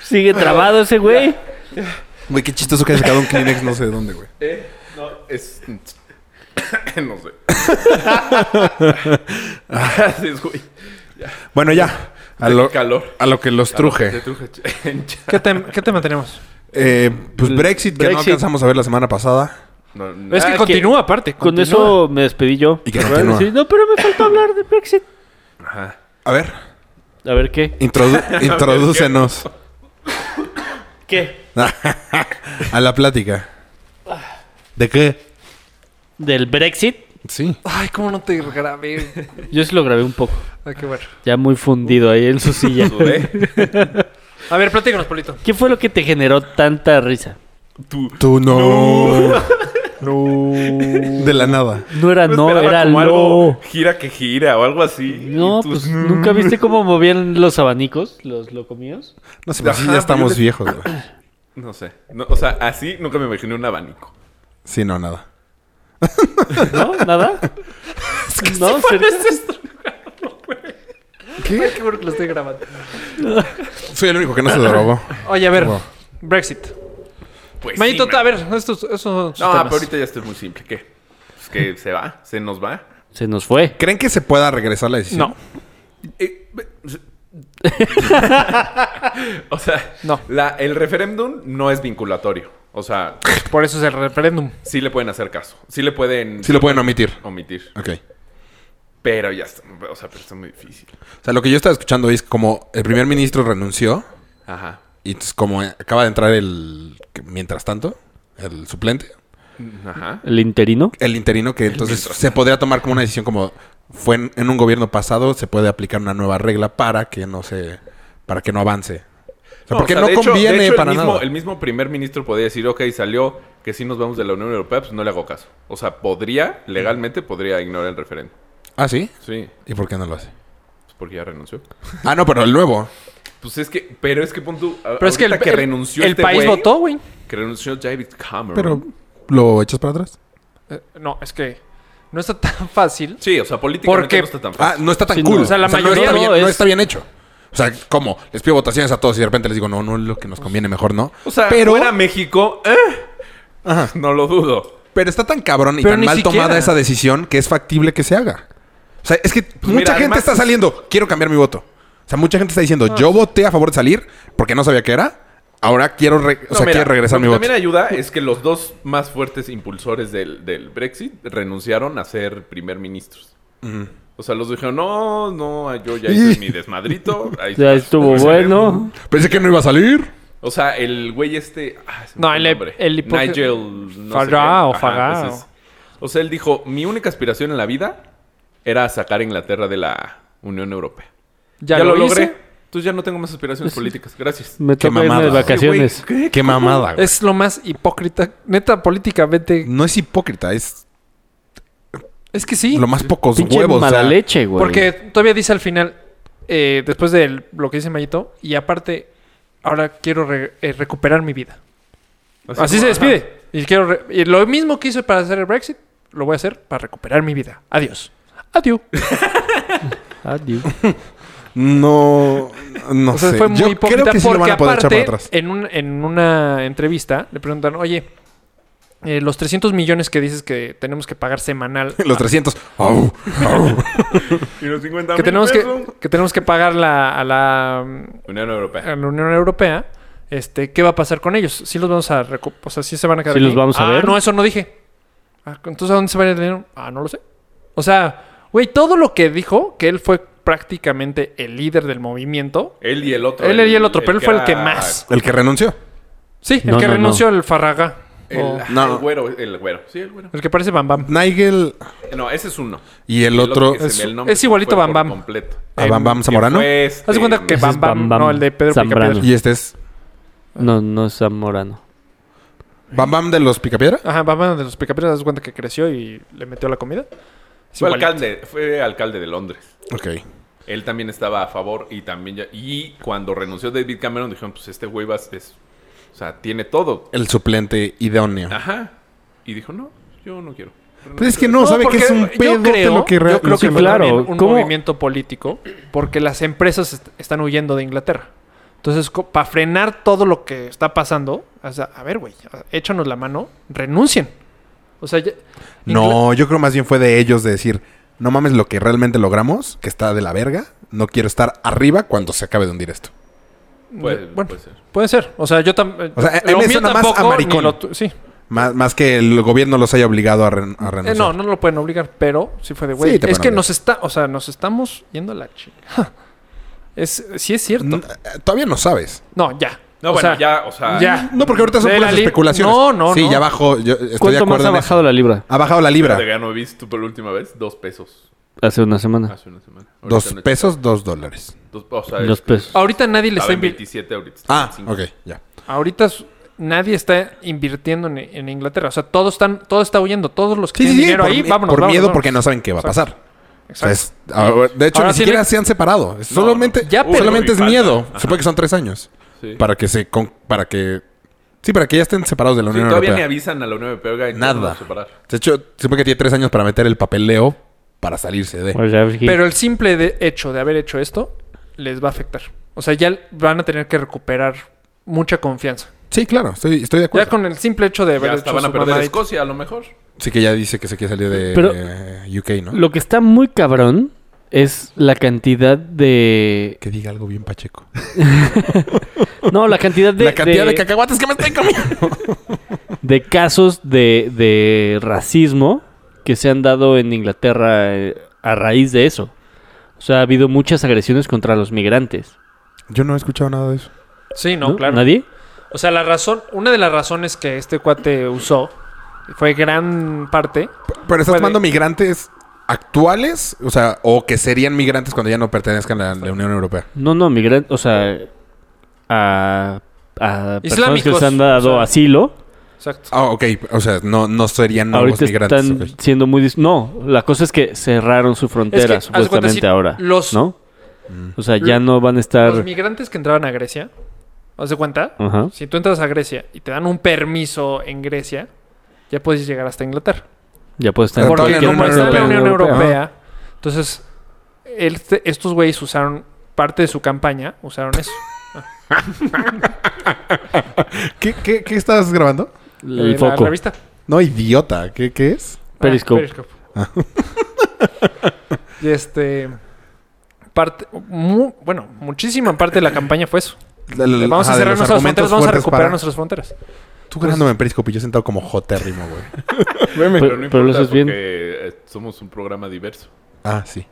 Speaker 2: Sigue trabado ese güey.
Speaker 3: Güey, qué chistoso que haya sacado un Kleenex, no sé de dónde, güey.
Speaker 5: Eh, no, es. no sé. Así es, güey.
Speaker 3: Bueno, ya. A lo,
Speaker 5: Calor.
Speaker 3: a lo que los
Speaker 5: Te
Speaker 3: truje.
Speaker 5: truje. Ch-
Speaker 4: ¿Qué, tem- qué tema tenemos?
Speaker 3: Eh, pues Brexit, que no
Speaker 2: Brexit.
Speaker 3: alcanzamos a ver la semana pasada.
Speaker 5: No, no.
Speaker 4: Es
Speaker 2: Ah,
Speaker 4: que
Speaker 2: que-
Speaker 4: continúa, aparte.
Speaker 2: Con
Speaker 4: continúa.
Speaker 2: eso me despedí yo.
Speaker 3: Y que continúa.
Speaker 2: Sí, no, pero me faltó hablar de Brexit.
Speaker 5: Ajá.
Speaker 3: A ver,
Speaker 2: A ver, ¿qué?
Speaker 3: introdu- introdúcenos
Speaker 2: ¿Qué?
Speaker 3: a la plática. ¿De qué?
Speaker 2: ¿Del Brexit?
Speaker 3: Sí.
Speaker 4: Ay, cómo no te grabé.
Speaker 2: Yo sí lo grabé un poco.
Speaker 4: Ay, qué bueno.
Speaker 2: Ya muy fundido ahí en su silla.
Speaker 5: Sudé.
Speaker 4: A ver, platícanos, Polito.
Speaker 2: ¿Qué fue lo que te generó tanta risa?
Speaker 5: Tú.
Speaker 3: Tú no. No. De la nada.
Speaker 2: No era no,
Speaker 5: esperaba
Speaker 2: era no.
Speaker 5: como algo gira que gira o algo así.
Speaker 2: No,
Speaker 5: Y tú-
Speaker 2: pues nunca viste cómo movían los abanicos, los locomíos.
Speaker 3: No sé, pues sí,
Speaker 5: Ajá,
Speaker 3: ya estamos
Speaker 5: pero-
Speaker 3: viejos, güey.
Speaker 5: No sé. No, o sea, así nunca me imaginé un abanico.
Speaker 3: Sí, no, nada.
Speaker 2: ¿No? ¿Nada? no, serio?
Speaker 4: ¿Qué? Qué bueno que lo estoy grabando.
Speaker 3: Soy el único que no se drogó.
Speaker 4: Oye, a ver.
Speaker 3: Wow.
Speaker 4: Brexit.
Speaker 5: Pues
Speaker 4: Manito,
Speaker 5: sí, man.
Speaker 4: a ver, estos, esos son sus
Speaker 5: No,
Speaker 4: temas.
Speaker 5: pero ahorita ya estoy muy simple. ¿Qué? Pues que se va, se nos va.
Speaker 2: Se nos fue.
Speaker 3: ¿Creen que se pueda regresar la decisión?
Speaker 4: No.
Speaker 5: Eh, be- o sea,
Speaker 4: No.
Speaker 5: la- el referéndum no es vinculatorio. O sea,
Speaker 4: Por eso es el referéndum.
Speaker 5: sí le pueden hacer caso. Sí le pueden
Speaker 3: Sí lo pueden omitir.
Speaker 5: omitir.
Speaker 3: Ok.
Speaker 5: Pero ya está. O sea, pero está muy difícil.
Speaker 3: O sea, lo que yo estaba escuchando es como el primer ministro renunció
Speaker 5: Ajá.
Speaker 3: Y entonces, como acaba de entrar el. Mientras tanto, el suplente,
Speaker 5: Ajá.
Speaker 2: El interino.
Speaker 3: el interino, que entonces se podría tomar como una decisión como. Fue en, en un gobierno pasado, se puede aplicar una nueva regla para que no se. Para que no avance. O sea, porque
Speaker 5: o sea,
Speaker 3: no
Speaker 5: de hecho- de
Speaker 3: conviene
Speaker 5: hecho, el
Speaker 3: para
Speaker 5: mismo-
Speaker 3: nada.
Speaker 5: El mismo primer ministro podía decir, ok, salió que si nos vamos de la Unión Europea, pues no le hago caso. O sea, podría, legalmente, podría ignorar el referéndum.
Speaker 3: Ah, sí.
Speaker 5: Sí,
Speaker 3: ¿Y por qué no lo hace?
Speaker 5: pues porque ya renunció.
Speaker 3: Ah, no, pero el nuevo.
Speaker 5: Pues es que, pero es que pon tú, a-
Speaker 4: Pero es que el,
Speaker 5: ahorita
Speaker 4: el-
Speaker 5: renunció
Speaker 4: el
Speaker 5: este
Speaker 4: país
Speaker 5: güey,
Speaker 4: votó, güey.
Speaker 5: Que renunció David Cameron.
Speaker 3: Pero lo echas para atrás.
Speaker 4: Eh, no, es que no está tan fácil.
Speaker 5: Sí, o sea, políticamente
Speaker 4: Porque-
Speaker 5: no está tan
Speaker 3: Ah,
Speaker 5: fácil.
Speaker 3: no está tan
Speaker 2: Sí, no.
Speaker 3: cool.
Speaker 2: O sea,
Speaker 4: la mayoría
Speaker 3: no, está
Speaker 4: no,
Speaker 3: bien, no
Speaker 2: es-
Speaker 3: está bien hecho. O sea, ¿cómo? Les pido votaciones a todos y de repente les digo, no, no es lo que nos conviene, mejor no.
Speaker 5: o sea,
Speaker 3: pero,
Speaker 5: fuera México, eh,
Speaker 3: Ajá.
Speaker 5: no lo dudo.
Speaker 3: pero está tan cabrón y
Speaker 4: Pero
Speaker 3: tan
Speaker 4: ni
Speaker 3: mal tomada
Speaker 4: siquiera.
Speaker 3: esa decisión que es factible que se haga. O sea, es que mucha
Speaker 5: mira,
Speaker 3: gente
Speaker 5: además-
Speaker 3: está saliendo, quiero cambiar mi voto. O sea, mucha gente está diciendo, yo voté a favor de salir porque no sabía qué era. Ahora quiero, re- o
Speaker 5: No,
Speaker 3: sea,
Speaker 5: mira,
Speaker 3: quiero regresar
Speaker 5: lo
Speaker 3: mi
Speaker 5: que
Speaker 3: voto.
Speaker 5: También ayuda es que los dos más fuertes impulsores del, del Brexit renunciaron a ser primer ministros. O sea, los dijeron, no, no, yo ya hice mi desmadrito. Ahí
Speaker 2: Ya
Speaker 5: está".
Speaker 2: estuvo bueno.
Speaker 3: Pensé que no iba a salir.
Speaker 5: O sea, el güey este... ah, se me
Speaker 4: No,
Speaker 5: fue
Speaker 4: el-
Speaker 5: nombre.
Speaker 4: el hipócrita-
Speaker 5: Nigel... no
Speaker 4: Farage
Speaker 5: sé qué.
Speaker 4: o
Speaker 5: Ajá,
Speaker 4: Farage.
Speaker 5: entonces, O sea, él dijo, mi única aspiración en la vida era sacar a Inglaterra de la Unión Europea.
Speaker 4: Ya, lo, logré.
Speaker 5: Entonces ya no tengo más aspiraciones políticas. Gracias.
Speaker 2: Me
Speaker 3: Qué
Speaker 2: toca irme
Speaker 3: mamada.
Speaker 2: de
Speaker 3: Sí, güey.
Speaker 2: vacaciones.
Speaker 5: Sí, güey, ¿qué?
Speaker 3: Qué mamada. güey.
Speaker 4: Es lo más hipócrita. Neta, políticamente.
Speaker 3: No es hipócrita, es
Speaker 4: Es que sí.
Speaker 3: lo más pocos
Speaker 2: Pinche
Speaker 3: huevos. o sea,
Speaker 2: mala leche, güey.
Speaker 4: Porque todavía dice al final, eh, después de lo que dice Mayito, y aparte, ahora quiero re- eh, recuperar mi vida. Así,
Speaker 5: como,
Speaker 4: se despide. Y, quiero re- y lo mismo que hice para hacer el Brexit, lo voy a hacer para recuperar mi vida. Adiós. Adiós.
Speaker 2: Adiós.
Speaker 3: No, no
Speaker 4: O sea,
Speaker 3: sé.
Speaker 4: fue muy
Speaker 3: Yo
Speaker 4: hipócrita
Speaker 3: creo que sí lo van
Speaker 4: porque
Speaker 3: a poder echar para
Speaker 4: aparte,
Speaker 3: atrás.
Speaker 4: en, un- en una entrevista le preguntan, oye, eh, los 300 millones que dices que tenemos que pagar semanal, ah,
Speaker 3: Los 300. Au, au.
Speaker 5: Y los 50
Speaker 4: que
Speaker 5: mil
Speaker 4: tenemos que,
Speaker 5: pesos.
Speaker 4: que tenemos que pagar la- a la
Speaker 5: Unión Europea.
Speaker 4: a la Unión Europea, este, ¿qué va a pasar con ellos? ¿Sí los vamos a recu- O sea, ¿sí se van a quedar
Speaker 2: ¿Sí
Speaker 4: aquí?
Speaker 2: los vamos a
Speaker 4: Ah,
Speaker 2: ver?
Speaker 4: no, eso no dije. Ah, Entonces, ¿a dónde se va a ir el dinero? Ah, no lo sé. O sea, güey, todo lo que dijo, que él fue prácticamente el líder del movimiento.
Speaker 5: Él y el otro.
Speaker 4: Él y el otro, pero él fue el
Speaker 5: era-
Speaker 4: que más.
Speaker 3: El que renunció.
Speaker 4: Sí, el
Speaker 2: No,
Speaker 4: que
Speaker 2: no,
Speaker 4: renunció, el Farraga.
Speaker 5: El,
Speaker 4: o
Speaker 5: ah,
Speaker 3: No.
Speaker 5: el güero, el güero. Sí, el güero.
Speaker 4: el que parece Bam Bam.
Speaker 3: Nigel
Speaker 5: No, ese es uno.
Speaker 3: y el otro.
Speaker 5: que se
Speaker 4: es-
Speaker 5: me- el nombre
Speaker 4: es
Speaker 5: se
Speaker 4: igualito
Speaker 5: fue
Speaker 4: Bam
Speaker 5: por
Speaker 4: Bam.
Speaker 5: Completo. Eh,
Speaker 3: A Bam Bam Zamorano.
Speaker 5: Que fue,
Speaker 4: Haz de cuenta que
Speaker 5: este,
Speaker 2: Ese es
Speaker 4: Bam Bam,
Speaker 2: Bam Bam
Speaker 4: no, el de Pedro
Speaker 2: Zambrano.
Speaker 4: Picapiedra.
Speaker 3: Y este es.
Speaker 2: No, no es Zamorano.
Speaker 3: Bam Bam de los Picapiedra.
Speaker 4: Ajá, Bam Bam de los Picapiedras, haz de cuenta que creció y le metió la comida. Es
Speaker 5: Fue
Speaker 4: igualito.
Speaker 5: alcalde, fue alcalde de Londres.
Speaker 3: Ok.
Speaker 5: Él también estaba a favor y también ya... Y cuando renunció David Cameron dijeron, pues este güey va a... es- o sea, tiene todo.
Speaker 3: El suplente idóneo.
Speaker 4: Ah.
Speaker 5: Ajá. Y dijo, no, yo no quiero.
Speaker 3: Pero es que no, sabe que
Speaker 4: porque
Speaker 3: es un
Speaker 4: yo
Speaker 3: pedo de
Speaker 4: creo-
Speaker 3: lo que
Speaker 4: Yo creo que
Speaker 2: sí,
Speaker 4: fue
Speaker 2: claro,
Speaker 4: también un
Speaker 2: ¿cómo?
Speaker 4: movimiento político porque las empresas est- están huyendo de Inglaterra. Entonces, para frenar todo lo que está pasando, o sea, a ver, güey, échanos la mano, renuncien. O sea, ya- Ingl-
Speaker 3: No, yo creo más bien fue de ellos de decir. No mames lo que realmente logramos, que está de la verga. No quiero estar arriba cuando se acabe de hundir esto.
Speaker 5: Puede,
Speaker 4: bueno,
Speaker 5: puede ser.
Speaker 4: puede ser. O sea, yo también.
Speaker 3: O sea, a mí me suena más a maricón.
Speaker 4: sí.
Speaker 3: Más, más que el gobierno los haya obligado a, ren- a
Speaker 4: Eh,
Speaker 3: renunciar.
Speaker 4: no, no lo pueden obligar, pero sí fue de güey.
Speaker 3: Sí, te
Speaker 4: es
Speaker 3: pueden
Speaker 4: que
Speaker 3: obligar.
Speaker 4: nos está, o sea, nos estamos yendo a la chingada. Es, sí es cierto.
Speaker 3: N- eh, Todavía no sabes.
Speaker 4: No, ya.
Speaker 5: No,
Speaker 4: O
Speaker 5: bueno,
Speaker 4: sea,
Speaker 5: ya, o sea...
Speaker 4: ya.
Speaker 3: No, porque ahorita son
Speaker 4: De la
Speaker 3: puras
Speaker 4: li-
Speaker 3: especulaciones.
Speaker 4: No, no,
Speaker 3: Sí,
Speaker 4: no.
Speaker 3: ya bajó. Yo estoy de
Speaker 2: ¿Cuánto más
Speaker 3: acuerdo
Speaker 2: ha
Speaker 3: en eso.
Speaker 2: bajado la libra?
Speaker 3: Ha bajado la libra.
Speaker 5: De no viste tú por la última vez, dos pesos
Speaker 2: Hace una semana.
Speaker 5: hace una semana. Ahorita
Speaker 3: Dos
Speaker 5: no-
Speaker 3: pesos, dos dólares.
Speaker 5: Dos, o sea, este,
Speaker 2: Dos
Speaker 5: es-
Speaker 2: pesos.
Speaker 4: Ahorita nadie le
Speaker 5: estaba
Speaker 4: está
Speaker 5: en
Speaker 4: invirtiendo.
Speaker 5: 27 ahorita. está en
Speaker 3: Ah,
Speaker 5: cinco.
Speaker 3: ok, ya.
Speaker 4: Ahorita s- nadie está invirtiendo en, en Inglaterra. O sea, todos están, todo está huyendo. Todos los que
Speaker 3: Sí, sí,
Speaker 4: tienen
Speaker 3: sí.
Speaker 4: dinero
Speaker 3: por
Speaker 4: ahí,
Speaker 3: mi-
Speaker 4: vámonos.
Speaker 3: por
Speaker 4: vámonos,
Speaker 3: miedo,
Speaker 4: vámonos.
Speaker 3: porque no saben qué va a pasar. O sea,
Speaker 4: Exacto.
Speaker 3: es- ahora- de hecho,
Speaker 4: Ahora
Speaker 3: ni
Speaker 4: sí
Speaker 3: siquiera
Speaker 4: le-
Speaker 3: se han separado. Es solamente,
Speaker 4: Ya, pero-
Speaker 3: solamente es
Speaker 5: Falta.
Speaker 3: miedo.
Speaker 5: Ajá.
Speaker 3: Supongo que son tres años.
Speaker 5: Sí.
Speaker 3: Para que se... con- para que... Sí, para que ya estén separados de la
Speaker 5: Sí,
Speaker 3: Unión
Speaker 5: todavía ni
Speaker 3: Europea.
Speaker 5: avisan a la Unión Europea. oiga, ¿y
Speaker 3: Nada.
Speaker 5: cómo nos vamos a separar?
Speaker 3: De hecho, supongo que tiene tres años para meter el papeleo para salirse de...
Speaker 2: Bueno, ya vi.
Speaker 4: Pero el simple de- hecho de haber hecho esto les va a afectar. O sea, ya van a tener que recuperar mucha confianza.
Speaker 3: Sí, claro. Estoy, estoy de
Speaker 4: Ya
Speaker 3: acuerdo.
Speaker 4: con el simple hecho de haber
Speaker 5: Ya
Speaker 4: hecho
Speaker 5: hasta van
Speaker 4: su
Speaker 5: a perder
Speaker 4: mamadita.
Speaker 5: Escocia, a lo mejor.
Speaker 3: Sí que ya dice que se quiere salir de
Speaker 2: Pero-
Speaker 3: eh, UK, ¿no?
Speaker 2: Lo que está muy cabrón es la cantidad de...
Speaker 3: Que diga algo bien pacheco.
Speaker 2: No, la cantidad de...
Speaker 3: la cantidad de...
Speaker 2: de-
Speaker 3: cacahuates que me estoy comiendo.
Speaker 2: de casos de, de racismo que se han dado en Inglaterra eh, a raíz de eso. O sea, ha habido muchas agresiones contra los migrantes.
Speaker 3: Yo no he escuchado nada de eso.
Speaker 4: Sí, no, claro.
Speaker 2: ¿Nadie?
Speaker 4: O sea, la razón, una de las razones que este cuate usó fue gran parte.
Speaker 3: Pero estás
Speaker 4: Puede.
Speaker 3: tomando migrantes actuales, o sea, o que serían migrantes cuando ya no pertenezcan a la Unión Europea.
Speaker 2: No, no, migrantes, o sea, a, a personas que
Speaker 4: Islámicos,
Speaker 2: les han dado
Speaker 4: o sea.
Speaker 2: asilo,
Speaker 4: Exacto.
Speaker 3: Ah, ok. O sea, no, no serían nuevos
Speaker 2: ahorita
Speaker 3: migrantes.
Speaker 2: están
Speaker 3: ok.
Speaker 2: siendo muy... dis- No, la cosa es que cerraron su
Speaker 4: haz
Speaker 2: frontera
Speaker 4: de cuenta,
Speaker 2: supuestamente
Speaker 4: si
Speaker 2: ahora,
Speaker 4: los-
Speaker 2: ¿no?
Speaker 3: Mm.
Speaker 2: O sea, ya no van a
Speaker 4: Los
Speaker 2: estar...
Speaker 4: migrantes que entraban a Grecia, ¿haz de cuenta?
Speaker 2: Ajá.
Speaker 4: Si tú entras a Grecia y te dan un permiso en Grecia, ya puedes llegar hasta Inglaterra.
Speaker 2: Ya puede estar... en
Speaker 3: Pero
Speaker 4: Porque
Speaker 3: todavía
Speaker 2: cualquier
Speaker 3: no
Speaker 4: como está en la
Speaker 2: parte de
Speaker 4: Unión Europea,
Speaker 2: Ajá.
Speaker 4: entonces este- estos güeyes usaron parte de su campaña, usaron eso.
Speaker 3: ¿Qué, qué, qué estás grabando?
Speaker 4: eh,
Speaker 2: El
Speaker 4: la
Speaker 2: foco.
Speaker 4: revista.
Speaker 3: No, idiota. ¿Qué, qué es?
Speaker 4: Ah,
Speaker 2: Periscope.
Speaker 4: y este parte mu- bueno, muchísima parte de la campaña fue eso.
Speaker 3: La- la-
Speaker 4: Vamos
Speaker 3: ajá,
Speaker 4: a
Speaker 3: de
Speaker 4: cerrar
Speaker 3: los
Speaker 4: nuestras
Speaker 3: argumentos
Speaker 4: fronteras, vamos a
Speaker 3: fuertes
Speaker 4: recuperar
Speaker 3: para-
Speaker 4: nuestras fronteras.
Speaker 3: Tú grabándome en Periscope y yo sentado como jotérrimo, güey.
Speaker 2: Pero-
Speaker 5: Pero no
Speaker 2: pero lo
Speaker 5: importa
Speaker 2: haces bien.
Speaker 5: porque eh, somos un programa diverso.
Speaker 3: Ah, sí.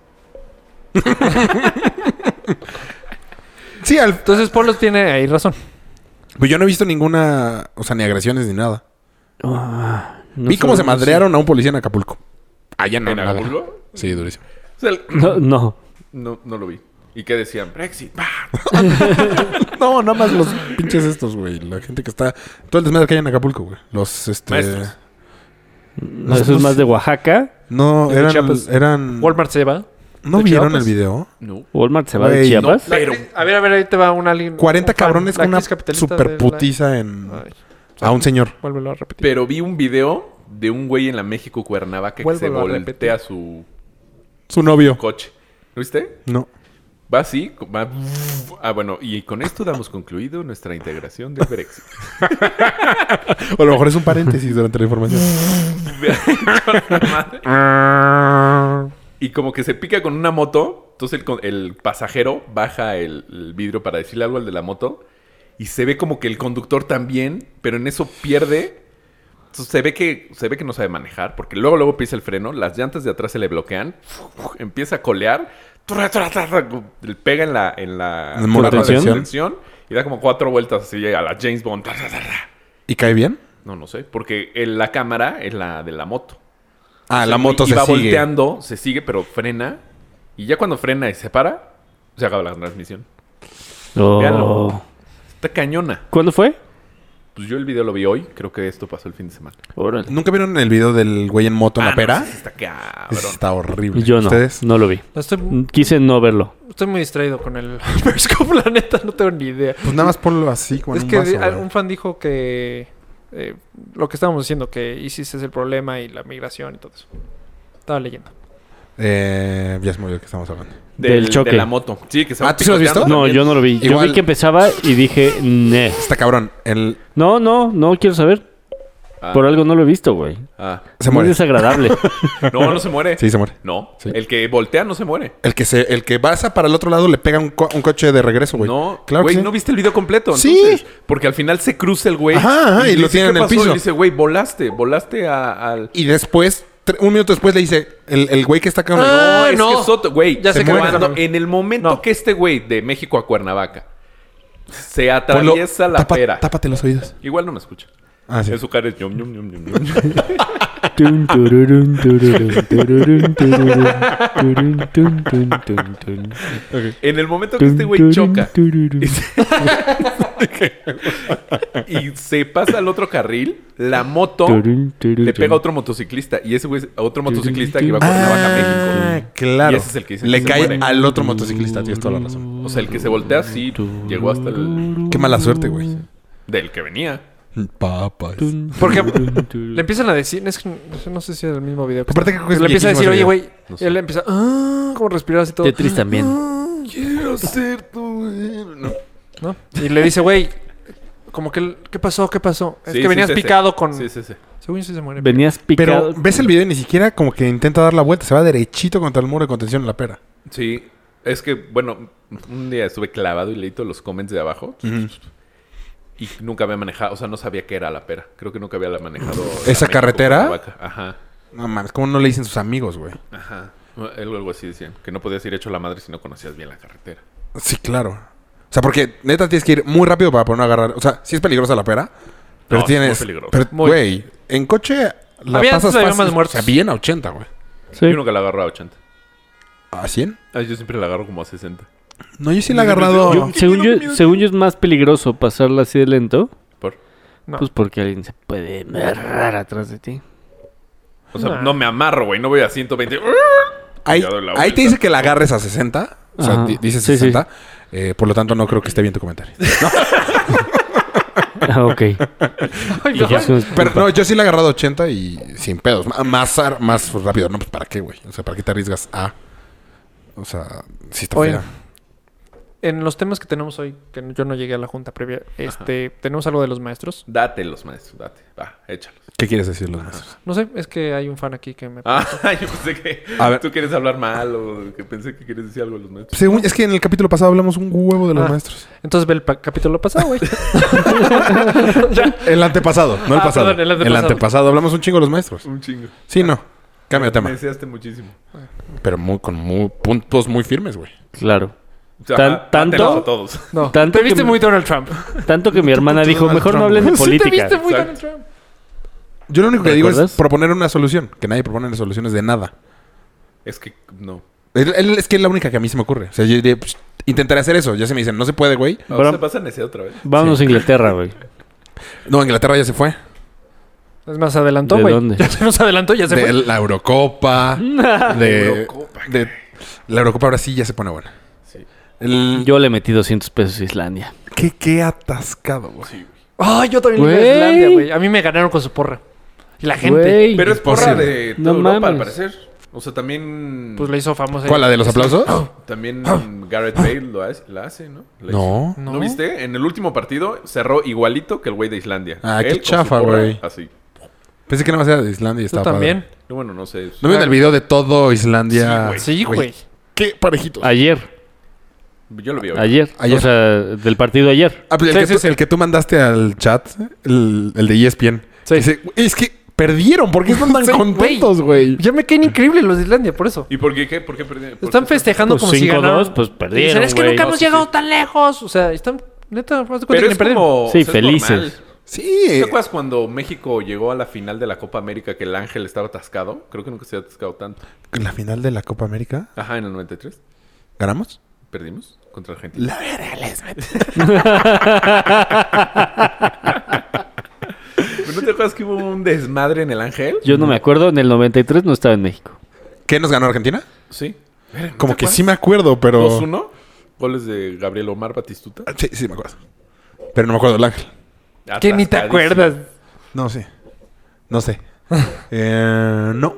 Speaker 3: sí, al...
Speaker 4: Entonces Polo tiene ahí razón.
Speaker 3: pues yo no he visto ninguna, o sea, ni agresiones ni nada.
Speaker 2: Ah, no
Speaker 3: Vi cómo se
Speaker 2: sabemos.
Speaker 3: madrearon a un policía en Acapulco. Allá no.
Speaker 5: ¿En
Speaker 3: nada.
Speaker 5: Acapulco?
Speaker 3: Sí, durísimo.
Speaker 5: O sea, el-
Speaker 2: No, no.
Speaker 5: no, no lo vi. ¿Y qué decían? Brexit. bah.
Speaker 3: No, nada más los pinches estos, güey. La gente que está. Todo el desmadre que hay en Acapulco, güey. Los, este.
Speaker 5: Maestros.
Speaker 2: No, eso es
Speaker 3: Nosotros-
Speaker 2: más de Oaxaca.
Speaker 3: No,
Speaker 4: De
Speaker 3: eran.
Speaker 4: Chiapas.
Speaker 3: eran...
Speaker 4: Walmart se va.
Speaker 3: ¿No
Speaker 4: de
Speaker 3: vieron
Speaker 4: Chiapas.
Speaker 3: el video?
Speaker 5: No.
Speaker 2: Walmart se va de
Speaker 3: Güey,
Speaker 2: Chiapas.
Speaker 5: no. Pero-
Speaker 4: La actriz- a ver, a ver, ahí te va una línea.
Speaker 3: 40
Speaker 4: un fan,
Speaker 3: cabrones
Speaker 4: Ah, la
Speaker 3: con una
Speaker 4: actriz capitalista de
Speaker 3: super
Speaker 4: la-
Speaker 3: putiza en.
Speaker 4: Ay,
Speaker 3: A un señor.
Speaker 4: Vuélvelo a repetir.
Speaker 5: Pero vi un video de un güey en la México Cuernavaca que se
Speaker 4: Vuélvelo a
Speaker 5: voltea su
Speaker 3: Su novio.
Speaker 5: coche. ¿Lo viste?
Speaker 3: No.
Speaker 5: Va así, va... Ah, bueno, y con esto damos concluido nuestra integración del Brexit.
Speaker 3: O a lo mejor es un paréntesis durante la información.
Speaker 5: y como que se pica con una moto, entonces el, con- el pasajero baja el, el vidrio para decirle algo al de la moto y se ve como que el conductor también, pero en eso pierde. Entonces se ve que se ve que no sabe manejar porque luego luego pisa el freno, las llantas de atrás se le bloquean, empieza a colear, tra, tra, tra, tra, le pega en la en la
Speaker 3: En la
Speaker 5: barra de
Speaker 3: contención.
Speaker 5: contención y da como cuatro vueltas así a la James Bond. tra, tra, tra, tra.
Speaker 3: ¿Y cae bien?
Speaker 5: No, no sé, porque en la cámara es la de la moto.
Speaker 3: Ah, la
Speaker 5: Y-
Speaker 3: moto
Speaker 5: y
Speaker 3: se
Speaker 5: va
Speaker 3: sigue.
Speaker 5: volteando, se sigue, pero frena. Y ya cuando frena y se para, se acaba la transmisión.
Speaker 2: Oh.
Speaker 5: Véanlo. Está cañona.
Speaker 2: ¿Cuándo fue?
Speaker 5: Pues yo el video lo vi hoy, creo que esto pasó el fin de semana.
Speaker 2: Órale.
Speaker 3: ¿Nunca vieron el video del güey en moto en
Speaker 5: Ah,
Speaker 3: la pera?
Speaker 5: no, sí, está
Speaker 3: Ese
Speaker 5: cabrón.
Speaker 3: está horrible.
Speaker 2: Yo no.
Speaker 3: ¿Ustedes?
Speaker 2: No lo vi.
Speaker 4: No, estoy,
Speaker 2: Quise no verlo.
Speaker 4: estoy muy distraído con el Periscope, la neta, no tengo ni idea.
Speaker 3: Pues nada más ponlo así, como
Speaker 4: es
Speaker 3: en un
Speaker 4: que
Speaker 3: vaso,
Speaker 4: di-
Speaker 3: güey.
Speaker 4: un fan dijo que eh, lo que estábamos diciendo, que ISIS es el problema y la migración y todo eso. Estaba leyendo.
Speaker 3: Eh, ya se me olvidó que estamos hablando.
Speaker 2: Del choque.
Speaker 5: De la moto. Sí, que se van
Speaker 3: Ah, ¿tú sí lo has visto?
Speaker 5: picoteando
Speaker 2: No,
Speaker 5: también.
Speaker 2: yo no lo vi. Yo
Speaker 3: Igual-
Speaker 2: vi que empezaba y dije, "Ne".
Speaker 3: Está cabrón. El...
Speaker 2: No, no, no quiero saber.
Speaker 5: Ah,
Speaker 2: Por algo no lo he visto, güey.
Speaker 5: ah.
Speaker 3: Se
Speaker 2: Muy
Speaker 3: muere.
Speaker 2: desagradable.
Speaker 5: No, no se muere.
Speaker 3: Sí, se muere.
Speaker 5: No,
Speaker 3: Sí.
Speaker 5: el que voltea no se muere.
Speaker 3: El que, se, el que pasa para el otro lado le pega un, co- un coche de regreso, güey.
Speaker 5: No,
Speaker 3: claro
Speaker 5: güey,
Speaker 3: que sí.
Speaker 5: no viste el video completo.
Speaker 3: Sí.
Speaker 5: Entonces, porque al final se cruza el güey.
Speaker 3: Ajá, ajá, y
Speaker 5: le
Speaker 3: lo tiene
Speaker 5: dice, "¿Qué
Speaker 3: en el
Speaker 5: pasó?"
Speaker 3: piso.
Speaker 5: Y le dice, güey, volaste, volaste a- al.
Speaker 3: Y después, tre- un minuto después le dice, el, el güey que está acá...
Speaker 4: Ah,
Speaker 5: es
Speaker 4: no.
Speaker 5: que Soto, güey,
Speaker 4: Ya
Speaker 5: se
Speaker 4: sé que
Speaker 5: muere.
Speaker 4: van a-
Speaker 5: Cuando- en el momento
Speaker 4: No.
Speaker 5: que este güey de México a Cuernavaca se
Speaker 3: Ponlo-
Speaker 5: atraviesa la
Speaker 3: tapa-
Speaker 5: pera.
Speaker 3: Tápate los oídos.
Speaker 5: Igual no me escucha.
Speaker 3: Ah, sí.
Speaker 5: En su cara es ñom, ñom, ñom, ñom, ñom.
Speaker 2: Tun, tururun, tururun, tururun, tururun, turun, tun, tun, tun, tun.
Speaker 5: En el momento que este güey
Speaker 2: Tun,
Speaker 5: choca
Speaker 2: turun, tururun.
Speaker 5: y se pasa al otro carril, la moto
Speaker 2: Turun, turun,
Speaker 5: le pega a
Speaker 2: turun.
Speaker 5: otro motociclista. Y ese güey es a otro motociclista que
Speaker 2: Turun,
Speaker 5: va a
Speaker 2: turun.
Speaker 5: Cuernavaca, México.
Speaker 3: Ah, claro.
Speaker 5: Y ese es el que dice
Speaker 3: le
Speaker 5: que se
Speaker 3: cae
Speaker 5: muere.
Speaker 3: al otro motociclista, tienes toda la razón.
Speaker 5: O sea, el que se voltea sí llegó hasta el
Speaker 3: Qué mala suerte, güey.
Speaker 5: del que venía.
Speaker 3: Papas.
Speaker 2: Tun,
Speaker 4: Porque
Speaker 2: turun, turun.
Speaker 4: le empiezan a decir, es que no sé si es el mismo video. que
Speaker 3: Aparte
Speaker 4: está-
Speaker 3: que es
Speaker 4: le empieza a decir, oye,
Speaker 3: viejísimo
Speaker 4: güey, y él empieza, ah, como respirar así todo.
Speaker 2: Tetris también.
Speaker 4: "Ah",
Speaker 5: Quiero ser tu héroe.
Speaker 4: ¿no? Y le dice, güey, como que, él, ¿qué pasó? ¿Qué pasó? Es
Speaker 5: Sí,
Speaker 4: que
Speaker 5: sí,
Speaker 4: venías
Speaker 5: sí, sí.
Speaker 4: picado con...
Speaker 5: Sí, sí, sí.
Speaker 4: Según yo sí se muere.
Speaker 2: Venías picado.
Speaker 3: Pero ves el video y ni siquiera como que intenta dar la vuelta. Se va derechito contra el muro de contención en la pera.
Speaker 5: Sí, es que, bueno, un día estuve clavado y leí todos los comments de abajo. Y nunca había manejado, o sea, no sabía qué era la pera. Creo que nunca había la manejado. la
Speaker 3: ¿Esa
Speaker 5: México
Speaker 3: carretera?
Speaker 5: Cuernavaca. Ajá,
Speaker 3: No mames, ¿cómo no le dicen sus amigos, güey?
Speaker 5: ajá. Algo, algo así decían, que no podías ir hecho la madre si no conocías bien la carretera.
Speaker 3: Sí, claro. O sea, porque neta tienes que ir muy rápido para poder no agarrar. O sea, sí es peligrosa la pera, pero
Speaker 5: No, sí es muy
Speaker 3: tienes.
Speaker 5: peligrosa.
Speaker 3: pero,
Speaker 4: Muy.
Speaker 3: güey, en coche la
Speaker 4: Había-
Speaker 3: pasas
Speaker 4: antes había
Speaker 3: fácil.
Speaker 4: más muertos.
Speaker 3: O sea, bien a 80, güey.
Speaker 2: Sí.
Speaker 5: Yo nunca la agarro a 80.
Speaker 3: ¿A 100?
Speaker 5: Ah, yo siempre la agarro como a 60.
Speaker 3: No, yo sí la he agarrado.
Speaker 5: Yo-
Speaker 2: Según yo, según yo es más peligroso pasarla así de lento,
Speaker 5: Por.
Speaker 4: No.
Speaker 2: pues porque alguien se puede amarrar atrás de ti.
Speaker 5: O sea,
Speaker 4: Nah.
Speaker 5: no me amarro, güey. No voy a 120.
Speaker 3: ahí,
Speaker 5: ya doy la
Speaker 3: ahí te
Speaker 5: vuelta.
Speaker 3: dice que la agarres a 60. O sea,
Speaker 2: Ajá.
Speaker 3: di- dices
Speaker 2: Sí, sí.
Speaker 3: 60. eh, por lo tanto, no creo que esté bien tu comentario.
Speaker 2: Ah, ok.
Speaker 4: Ay,
Speaker 2: Y
Speaker 4: no.
Speaker 2: ya es una
Speaker 3: Pero
Speaker 2: disculpa.
Speaker 3: no, yo sí la he agarrado a 80 y sin pedos. Ma- Más, ar- más rápido. No, pues para qué, güey. O sea, ¿para qué te arriesgas a. O sea, sí está
Speaker 4: Oye.
Speaker 3: fea.
Speaker 4: En los temas que tenemos hoy, que no- yo no llegué a la junta previa, este, tenemos algo de los maestros.
Speaker 5: Date los maestros, date. Va, échalos.
Speaker 3: ¿Qué quieres decir los maestros?
Speaker 4: No sé, es que hay un fan aquí que me...
Speaker 5: Ah, yo pensé que
Speaker 3: A ver.
Speaker 5: tú quieres hablar mal o que pensé que quieres decir algo a los maestros.
Speaker 3: Según, es que en el capítulo pasado hablamos un huevo de los
Speaker 4: Ah.
Speaker 3: maestros.
Speaker 4: Entonces ve el pa- capítulo pasado, güey.
Speaker 3: El antepasado, no el
Speaker 4: Ah,
Speaker 3: pasado.
Speaker 4: perdón, el
Speaker 3: el, antepasado.
Speaker 4: antepasado.
Speaker 3: hablamos un chingo de los maestros.
Speaker 5: Un chingo.
Speaker 3: Sí, no. Cambia de
Speaker 5: Me
Speaker 3: tema.
Speaker 5: deseaste muchísimo.
Speaker 3: Pero muy, con muy, puntos muy firmes, güey.
Speaker 2: Claro.
Speaker 5: O sea,
Speaker 2: Tan-
Speaker 5: dátelos
Speaker 2: tanto-
Speaker 5: a todos.
Speaker 4: No,
Speaker 2: Tanto
Speaker 4: te
Speaker 2: que
Speaker 4: viste
Speaker 2: me-
Speaker 4: muy Donald Trump.
Speaker 2: Tanto que mi hermana dijo,
Speaker 3: Donald
Speaker 2: mejor no
Speaker 3: Trump,
Speaker 2: hablen de
Speaker 3: güey.
Speaker 4: Sí, te
Speaker 2: política.
Speaker 4: viste muy
Speaker 5: Exacto.
Speaker 4: Donald Trump.
Speaker 3: Yo lo único que digo es
Speaker 2: ¿Recuerdas?
Speaker 3: proponer una solución. Que nadie propone soluciones de nada.
Speaker 5: Es que no.
Speaker 3: Es, él- es que es la única que a mí se me ocurre. O sea, yo diría, pues, intentaré hacer eso. Ya se me dicen, no se puede, güey.
Speaker 5: No,
Speaker 2: Bram-
Speaker 5: se pasa a necesidad otra vez.
Speaker 2: Vámonos a Inglaterra, güey.
Speaker 3: No, Inglaterra ya se fue.
Speaker 4: Es más, se adelantó,
Speaker 2: ¿De
Speaker 4: güey.
Speaker 2: dónde?
Speaker 4: Ya se nos adelantó, ya se
Speaker 3: de
Speaker 4: fue.
Speaker 3: la Eurocopa. de,
Speaker 5: Eurocopa,
Speaker 3: de- la Eurocopa ahora sí ya se pone buena.
Speaker 5: Sí.
Speaker 3: El-
Speaker 2: Yo le metí 200 pesos a Islandia.
Speaker 3: qué, qué atascado, güey.
Speaker 5: Sí, güey.
Speaker 4: Ay, yo también le iba a
Speaker 2: Güey.
Speaker 4: Islandia, güey. A mí me ganaron con su porra. Y la gente,
Speaker 2: Güey.
Speaker 5: Pero es porra
Speaker 3: Imposible.
Speaker 5: de toda
Speaker 2: No
Speaker 5: Europa, al
Speaker 2: mames.
Speaker 5: parecer. O sea, también.
Speaker 4: pues la hizo famosa.
Speaker 3: ¿Cuál, la de los aplausos?
Speaker 5: También Gareth Bale lo hace, la hace, ¿no? La
Speaker 3: No.
Speaker 5: hizo. no.
Speaker 4: No.
Speaker 5: viste? En el último partido cerró igualito que el güey de Islandia.
Speaker 3: Ah, qué
Speaker 5: Él con su
Speaker 3: chafa,
Speaker 5: porra,
Speaker 3: güey.
Speaker 5: Así.
Speaker 3: Pensé que nada más era de Islandia y
Speaker 4: Tú
Speaker 3: estaba padre.
Speaker 4: también. Ah.
Speaker 5: No, bueno, no sé. Ah,
Speaker 3: ¿No vieron el video de todo Islandia?
Speaker 4: Sí, güey.
Speaker 3: Qué parejito.
Speaker 2: Ayer,
Speaker 5: Yo lo vi hoy.
Speaker 2: ayer,
Speaker 3: Ayer.
Speaker 2: O sea, del partido ayer.
Speaker 3: Ah, pero el,
Speaker 4: Sí,
Speaker 3: que
Speaker 4: sí,
Speaker 3: tú,
Speaker 4: sí.
Speaker 3: el que tú mandaste al chat, el, el de E ESPN.
Speaker 4: Sí.
Speaker 3: Dice, es que perdieron. ¿Por qué están tan
Speaker 4: Sí,
Speaker 3: contentos, güey?
Speaker 4: Ya me caen increíble los de Islandia, por eso.
Speaker 5: ¿Y por qué? ¿Qué? ¿Por qué perdieron? ¿Por
Speaker 4: Están
Speaker 5: qué están-
Speaker 4: festejando
Speaker 2: Pues
Speaker 4: como si ganaron.
Speaker 2: 5-2, pues perdieron,
Speaker 4: Dicen, es que
Speaker 2: güey.
Speaker 4: nunca
Speaker 2: No,
Speaker 4: hemos
Speaker 5: sí,
Speaker 4: llegado
Speaker 5: sí.
Speaker 4: tan lejos. O sea, están... Neta, haz de cuenta
Speaker 5: Pero
Speaker 4: que
Speaker 5: es
Speaker 4: perdieron.
Speaker 5: como...
Speaker 2: Sí,
Speaker 5: o sea, es
Speaker 2: felices.
Speaker 5: normal.
Speaker 3: Sí.
Speaker 5: ¿Te acuerdas cuando México llegó a la final de la Copa América que el Ángel estaba atascado? Creo que nunca se había atascado tanto.
Speaker 3: La final de la Copa América.
Speaker 5: Ajá, en el 93.
Speaker 3: ¿Ganamos?
Speaker 5: Perdimos contra Argentina.
Speaker 3: La verga les
Speaker 5: ¿Pero ¿No te acuerdas que hubo un desmadre en el Ángel?
Speaker 2: Yo no me acuerdo, en el 93 no estaba en México.
Speaker 3: ¿Qué nos ganó Argentina?
Speaker 5: Sí.
Speaker 3: Como que sí me acuerdo, pero...
Speaker 5: 2-1. Goles de Gabriel Omar Batistuta.
Speaker 3: Sí, sí me acuerdo. Pero no me acuerdo del ángel.
Speaker 4: Que ni te acuerdas.
Speaker 3: No, sí. No sé. Eh, no.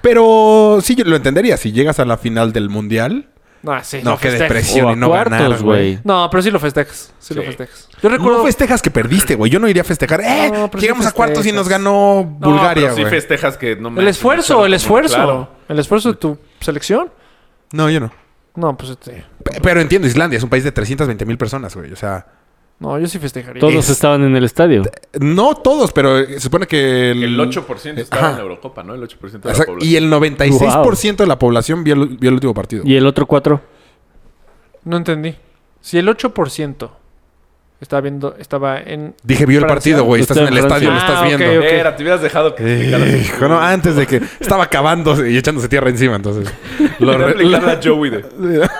Speaker 3: Pero sí, yo lo entendería. Si llegas a la final del mundial.
Speaker 4: No, sí.
Speaker 3: No,
Speaker 4: lo
Speaker 3: qué
Speaker 4: festejas.
Speaker 3: depresión
Speaker 2: O a
Speaker 3: y no
Speaker 2: cuartos,
Speaker 3: ganar,
Speaker 4: Ah,
Speaker 3: güey.
Speaker 2: Pues, güey.
Speaker 4: No, pero sí lo festejas. Sí, lo
Speaker 5: Sí.
Speaker 4: festejas. Yo recuerdo...
Speaker 3: No festejas que perdiste, güey. Yo no iría a festejar. ¡Eh!
Speaker 4: No, pero sí
Speaker 3: llegamos a
Speaker 4: festejas.
Speaker 3: cuartos y nos ganó Bulgaria,
Speaker 5: pero sí
Speaker 3: güey.
Speaker 5: festejas que no
Speaker 4: el
Speaker 5: manches,
Speaker 4: esfuerzo,
Speaker 5: no
Speaker 4: el
Speaker 5: está como-
Speaker 4: esfuerzo.
Speaker 5: Claro.
Speaker 4: El esfuerzo de tu selección.
Speaker 3: no, yo no.
Speaker 4: No, pues este...
Speaker 3: P- Pero entiendo, Islandia es un país de 320 mil personas, güey. O sea,
Speaker 4: No, yo sí festejaría.
Speaker 2: Todos estaban en el estadio.
Speaker 3: no todos, pero eh, se supone que el, eh,
Speaker 5: El 8% estaba
Speaker 3: Ajá.
Speaker 5: en la Eurocopa, ¿no? El 8% de la
Speaker 3: Exacto.
Speaker 5: población.
Speaker 3: Y el 96% de la población vio, el- vio el último partido.
Speaker 2: Y el otro 4,
Speaker 4: Eh, No entendí. Si el 8% estaba viendo, estaba en.
Speaker 3: Dije, vio el
Speaker 4: Francia.
Speaker 3: partido, güey. Estás en el
Speaker 2: Está en
Speaker 3: estadio, lo
Speaker 4: Francia.
Speaker 3: estás
Speaker 4: Ah,
Speaker 3: viendo.
Speaker 4: ok, ok.
Speaker 5: Era, te hubieras dejado que
Speaker 3: Eh,
Speaker 5: explicara así.
Speaker 3: Hijo, no, antes de que estaba acabándose y echándose tierra encima, entonces.
Speaker 5: Lo replicara Joey de...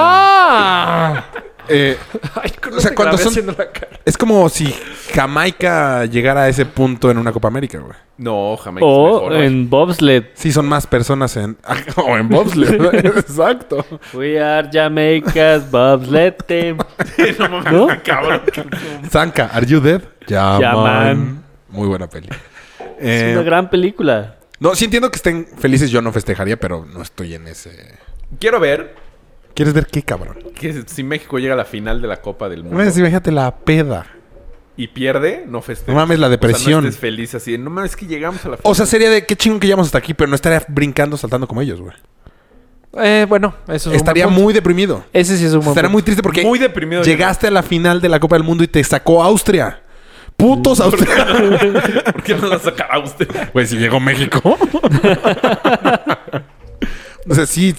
Speaker 4: ¡Ah!
Speaker 3: Eh,
Speaker 4: Ay, no
Speaker 3: O sea,
Speaker 4: te
Speaker 3: cuando
Speaker 4: grabé
Speaker 3: son-
Speaker 4: haciendo la cara.
Speaker 3: es como si Jamaica llegara a ese punto en una Copa América, güey.
Speaker 5: No, Jamaica es
Speaker 2: o
Speaker 5: mejor, güey.
Speaker 2: en bobsled.
Speaker 3: Sí, son más personas en. o en bobsled. ¿no? Exacto.
Speaker 2: We are Jamaica's bobsled team.
Speaker 5: no mames,
Speaker 2: ¿No?
Speaker 5: cabrón.
Speaker 3: Zanka, ¿are you dead? Ya,
Speaker 2: Ya,
Speaker 3: man.
Speaker 2: man.
Speaker 3: Muy buena peli.
Speaker 2: Es una
Speaker 3: Eh,
Speaker 2: gran película.
Speaker 3: no, sí entiendo que estén felices, yo no festejaría, pero no estoy en ese.
Speaker 5: Quiero ver
Speaker 3: ¿Quieres ver qué, cabrón?
Speaker 5: que si México llega a la final de la Copa del
Speaker 3: No
Speaker 5: Mundo
Speaker 3: mames, imagínate la peda.
Speaker 5: y pierde, no festeja.
Speaker 3: No mames, la
Speaker 5: O sea,
Speaker 3: depresión. Oh,
Speaker 5: no estés feliz así. de, No mames, que llegamos a la final.
Speaker 3: O sea, sería de qué chingo que llegamos hasta aquí, pero no estaría brincando, saltando como ellos, güey.
Speaker 4: Eh, bueno, eso es
Speaker 3: Estaría
Speaker 4: un buen punto.
Speaker 3: muy deprimido.
Speaker 4: Ese sí es un buen
Speaker 3: Estará
Speaker 4: punto.
Speaker 3: muy triste porque
Speaker 5: Muy deprimido.
Speaker 3: llegaste a la final de la Copa del Mundo y te sacó Austria. Putos Austria.
Speaker 5: ¿Por qué no la sacará usted?
Speaker 3: Güey, si llegó México. o sea, sí,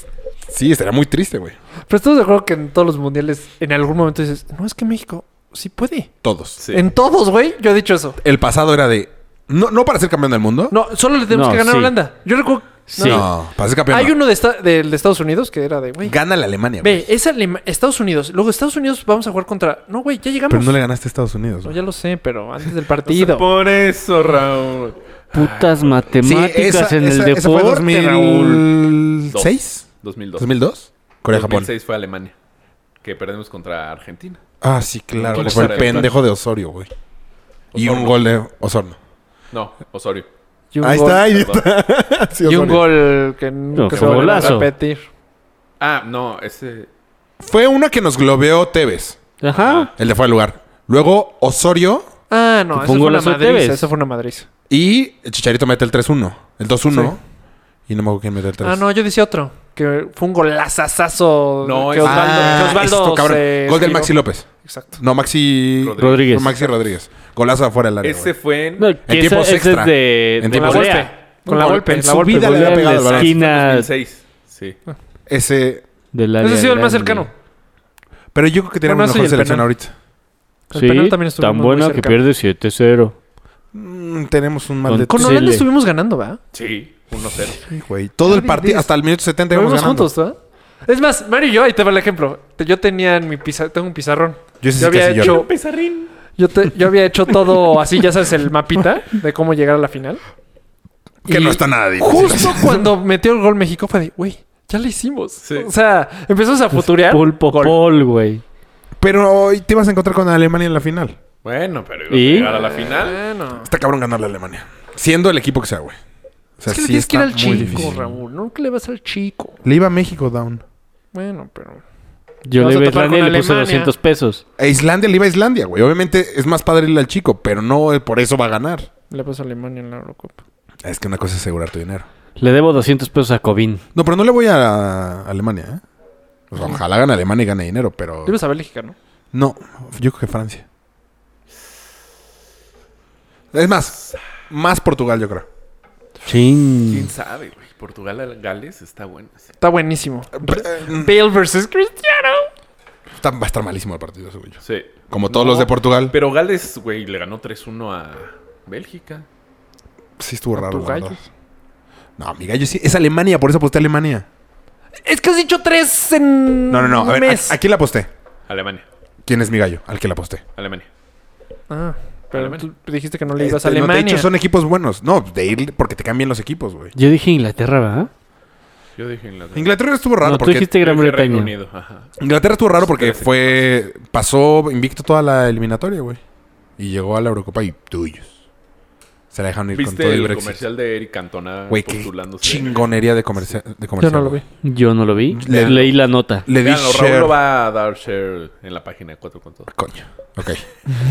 Speaker 3: Sí, estaría muy triste, güey.
Speaker 4: Pero estamos de acuerdo que en todos los mundiales, en algún momento dices, no, es que México sí puede.
Speaker 3: Todos.
Speaker 5: Sí.
Speaker 4: En todos, güey, yo he dicho eso.
Speaker 3: El pasado era de. No, no para ser campeón del mundo.
Speaker 4: No, solo le tenemos
Speaker 2: No,
Speaker 4: que ganar
Speaker 2: sí.
Speaker 4: a Holanda. Yo recuerdo.
Speaker 2: Sí.
Speaker 3: No, para ser campeón.
Speaker 4: Hay
Speaker 3: no.
Speaker 4: uno de, esta- del de Estados Unidos que era de, güey.
Speaker 3: Gana la Alemania, güey.
Speaker 4: Ve, es Alema- Estados Unidos. Luego Estados Unidos vamos a jugar contra. No, güey, ya llegamos.
Speaker 3: Pero no le ganaste a Estados Unidos.
Speaker 4: No,
Speaker 3: güey.
Speaker 4: ya lo sé, pero antes del
Speaker 5: O sea,
Speaker 4: partido.
Speaker 5: por eso, Raúl.
Speaker 2: Putas matemáticas en el deporte,
Speaker 3: esa fue
Speaker 2: Raúl.
Speaker 3: 2006.
Speaker 5: 2002.
Speaker 3: 2002. Corea-Japón.
Speaker 5: 2006 fue Alemania. Que perdimos contra Argentina.
Speaker 3: Ah, sí, claro.
Speaker 5: Goles
Speaker 3: Fue el
Speaker 5: para-
Speaker 3: pendejo de Osorio, güey. Y un
Speaker 5: Osorno.
Speaker 3: gol de Osorno.
Speaker 5: No, Osorio.
Speaker 4: Y un
Speaker 3: Ahí
Speaker 4: gol,
Speaker 3: está,
Speaker 5: Perdón.
Speaker 3: idiota. Sí,
Speaker 4: Y un
Speaker 3: Osorio.
Speaker 4: gol que nunca
Speaker 2: fue
Speaker 4: se volverá a
Speaker 2: golazo.
Speaker 4: repetir.
Speaker 5: Ah, no, ese. Ah,
Speaker 3: Fue una que nos globeó Tevez.
Speaker 2: Ajá.
Speaker 3: El de fue al lugar. Luego Osorio
Speaker 4: Ah, no,
Speaker 2: Que fue
Speaker 4: eso fue,
Speaker 2: un
Speaker 4: una
Speaker 2: golazo de Tevez.
Speaker 4: madriza. Eso fue una madriza.
Speaker 3: y el Chicharito mete el 3-1. El 2-1. Y no me acuerdo quién mete el 3.
Speaker 4: Ah, no, yo decía otro. Que fue un golazazazo.
Speaker 5: No,
Speaker 4: que
Speaker 5: es-
Speaker 4: Osvaldo,
Speaker 3: Ah,
Speaker 4: que Osvaldo
Speaker 3: esto, cabrón.
Speaker 4: se
Speaker 3: Gol del
Speaker 4: esquivó.
Speaker 3: Maxi López.
Speaker 4: Exacto.
Speaker 3: No, Maxi
Speaker 5: Rodríguez.
Speaker 2: Rodríguez.
Speaker 3: Maxi Rodríguez. Golazo afuera del área.
Speaker 5: Ese
Speaker 3: güey.
Speaker 5: fue en.
Speaker 2: No, que esa,
Speaker 3: tiempos
Speaker 2: esa
Speaker 3: extra.
Speaker 2: es de,
Speaker 3: En
Speaker 2: de
Speaker 3: tiempos
Speaker 2: volea.
Speaker 4: extra. Con la
Speaker 3: Un
Speaker 4: golpe,
Speaker 3: En
Speaker 4: la
Speaker 3: su
Speaker 4: golpe,
Speaker 3: vida le
Speaker 2: volea
Speaker 3: había
Speaker 2: en
Speaker 3: pegado
Speaker 2: la
Speaker 3: al balón.
Speaker 2: esquina
Speaker 5: 2006. Sí.
Speaker 3: Ese.
Speaker 2: del área
Speaker 4: Ese ha sido el más
Speaker 2: grande.
Speaker 4: cercano.
Speaker 3: Pero yo creo que tenemos
Speaker 4: Bueno, eso y
Speaker 3: mejor
Speaker 4: el
Speaker 3: selección
Speaker 4: penal.
Speaker 3: ahorita.
Speaker 4: El
Speaker 2: Sí,
Speaker 4: penal también estuvo
Speaker 2: tan
Speaker 4: muy, muy
Speaker 2: buena que
Speaker 4: cerca.
Speaker 2: pierde 7-0.
Speaker 3: Mm, tenemos un mal
Speaker 2: Con-
Speaker 3: de
Speaker 4: Con
Speaker 2: Sí,
Speaker 4: Holanda
Speaker 2: le-
Speaker 4: estuvimos ganando, ¿va?
Speaker 5: Sí, 1-0.
Speaker 3: Sí, güey. Todo el
Speaker 4: Nadie
Speaker 3: partido,
Speaker 4: dice-
Speaker 3: hasta el minuto 70
Speaker 4: Lo
Speaker 3: íbamos
Speaker 4: vimos
Speaker 3: ganando.
Speaker 4: juntos, ¿va? Es más, Mario y yo, ahí te va el ejemplo. Te- Yo tenía en mi pizarrón, tengo un pizarrón.
Speaker 3: Yo sí
Speaker 4: Yo había
Speaker 3: casi lloro.
Speaker 4: hecho,
Speaker 5: Pizarrín.
Speaker 4: yo, te- yo había hecho todo así, ya sabes, el mapita de cómo llegar a la final.
Speaker 3: Que
Speaker 4: Y
Speaker 3: no está nada difícil.
Speaker 4: Justo cuando metió el gol México fue de, güey, ya lo hicimos.
Speaker 5: Sí.
Speaker 4: O sea, empezamos
Speaker 3: Pues
Speaker 4: a futurear.
Speaker 2: Pulpo
Speaker 4: Gol.
Speaker 2: Pol, güey.
Speaker 3: Pero hoy te vas a encontrar con Alemania en la final.
Speaker 5: Bueno, pero iba
Speaker 2: ¿Y?
Speaker 5: a llegar a la final.
Speaker 4: Bueno.
Speaker 3: Está cabrón ganar la Alemania. Siendo el equipo que sea, güey. O sea,
Speaker 4: es que le
Speaker 3: sí
Speaker 4: tienes que
Speaker 3: está
Speaker 4: ir al
Speaker 3: muy
Speaker 4: chico,
Speaker 3: difícil.
Speaker 4: Raúl. No que le vas al chico.
Speaker 3: Le iba a México down.
Speaker 4: Bueno, pero.
Speaker 2: Yo
Speaker 4: Vas
Speaker 2: le
Speaker 4: a
Speaker 2: vi a
Speaker 4: topar
Speaker 2: Islandia y
Speaker 4: con
Speaker 2: le puse
Speaker 4: Alemania.
Speaker 2: 200 pesos.
Speaker 3: A Islandia le iba a Islandia, güey. Obviamente es más padre irle al chico, pero no eh, por eso va a ganar.
Speaker 4: Le pasa a Alemania en la Eurocopa.
Speaker 3: Es que una cosa es asegurar tu dinero.
Speaker 2: Le debo 200 pesos a Covin.
Speaker 3: No, pero no le voy a Alemania, ¿eh? O sea, ojalá gane Alemania y gane dinero, pero...
Speaker 4: Debes saber Bélgica, ¿no?
Speaker 3: No, yo creo que Francia. Es más, más Portugal, yo creo.
Speaker 2: Ching.
Speaker 5: ¿Quién sabe, güey? Portugal-Gales está bueno. sí.
Speaker 4: Está buenísimo.
Speaker 3: Eh,
Speaker 4: Bale versus Cristiano.
Speaker 3: está- va a estar malísimo el partido, según yo.
Speaker 5: Sí.
Speaker 3: Como todos
Speaker 5: No,
Speaker 3: los de Portugal.
Speaker 5: Pero Gales, güey, le ganó 3-1 a Bélgica.
Speaker 3: Sí, estuvo raro.
Speaker 4: tu
Speaker 3: la
Speaker 4: gallo.
Speaker 3: verdad. No, mi gallo sí. Es Alemania, por eso aposté a Alemania.
Speaker 4: Es que has dicho tres en.
Speaker 3: No, no, no. A ver,
Speaker 4: mes.
Speaker 3: ¿a, a quién la aposté?
Speaker 5: Alemania.
Speaker 3: ¿Quién es mi gallo? Al que la aposté.
Speaker 5: Alemania.
Speaker 4: Ah, pero
Speaker 5: Alemania.
Speaker 4: tú dijiste que no le ibas
Speaker 3: Este,
Speaker 4: a
Speaker 3: no, de
Speaker 4: Alemania.
Speaker 3: hecho, son equipos buenos. No, de ir porque te cambian los equipos, güey.
Speaker 2: Yo dije Inglaterra, ¿verdad?
Speaker 5: Yo dije Inglaterra.
Speaker 3: Pues, Inglaterra estuvo raro
Speaker 2: no, tú
Speaker 3: porque
Speaker 2: dijiste Gran
Speaker 5: Yo dije Reino
Speaker 2: Bretaña.
Speaker 5: Unido. Ajá.
Speaker 3: Inglaterra estuvo raro porque
Speaker 5: Espérate.
Speaker 3: fue pasó invicto toda la eliminatoria, güey. Y llegó a la Eurocopa y tuyos. Se la dejaron ir con todo
Speaker 5: ¿Viste
Speaker 3: el
Speaker 5: el
Speaker 3: Brexit.
Speaker 5: comercial de Eric Cantona
Speaker 3: Güey, qué
Speaker 5: postulándose?
Speaker 3: chingonería de, comercia- de
Speaker 4: Yo
Speaker 3: comercial.
Speaker 4: no lo vi.
Speaker 3: güey.
Speaker 2: Yo no lo vi.
Speaker 3: Le-
Speaker 2: Leí la nota.
Speaker 3: Le di
Speaker 5: Véanlo, Raúl
Speaker 3: share.
Speaker 5: lo va a dar share en la página 4 con todo.
Speaker 3: Coño. Ok.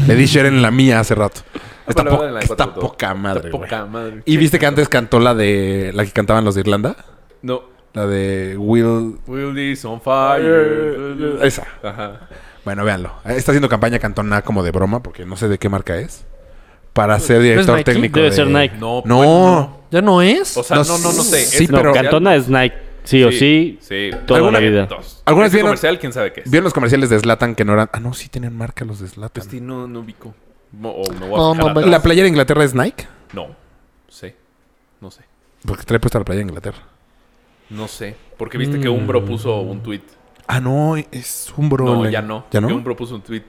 Speaker 3: Le di share en la mía hace rato. Está,
Speaker 5: Ah, Bueno,
Speaker 3: po-
Speaker 5: en la
Speaker 3: está
Speaker 5: cuatro, todo.
Speaker 3: poca madre, güey.
Speaker 5: Poca madre.
Speaker 3: ¿Y viste que antes cantó la de... La que cantaban los de Irlanda?
Speaker 5: No.
Speaker 3: La de Will...
Speaker 5: Will is on
Speaker 3: Eh,
Speaker 5: fire.
Speaker 3: Esa.
Speaker 5: Ajá.
Speaker 3: Bueno, véanlo. Está haciendo campaña cantona como de broma, porque no sé de qué marca es. Para ser
Speaker 4: ¿No
Speaker 3: director
Speaker 4: es Nike?
Speaker 3: técnico
Speaker 2: Debe
Speaker 3: de-
Speaker 2: ser Nike.
Speaker 5: No,
Speaker 3: No.
Speaker 5: bueno,
Speaker 4: ¿Ya no es?
Speaker 5: O sea, no, no, no, sé.
Speaker 3: Sí,
Speaker 5: Es
Speaker 2: no,
Speaker 3: pero-
Speaker 2: Cantona es Nike. Sí, o sí.
Speaker 5: Sí.
Speaker 2: toda
Speaker 5: Alguna-
Speaker 2: la vida.
Speaker 5: Dos.
Speaker 3: ¿Algunas
Speaker 5: Este
Speaker 3: vieron-
Speaker 5: comercial, quién sabe qué es.
Speaker 3: ¿Vieron los comerciales de Slatan que no eran... Ah, no, sí tienen marca los de Slatan.
Speaker 5: Este, no, no ubico. Mo- O me voy
Speaker 4: No,
Speaker 5: a fijar
Speaker 4: mamá.
Speaker 5: atrás.
Speaker 3: ¿La playera de Inglaterra es Nike?
Speaker 5: No. Sé. No sé.
Speaker 3: Porque trae puesta la playera de Inglaterra.
Speaker 5: No sé. Porque viste que Umbro puso un tweet.
Speaker 3: Ah, no, es un bro.
Speaker 5: No,
Speaker 3: le-
Speaker 5: ya no.
Speaker 3: ¿Ya no?
Speaker 5: Que Umbro puso un tweet.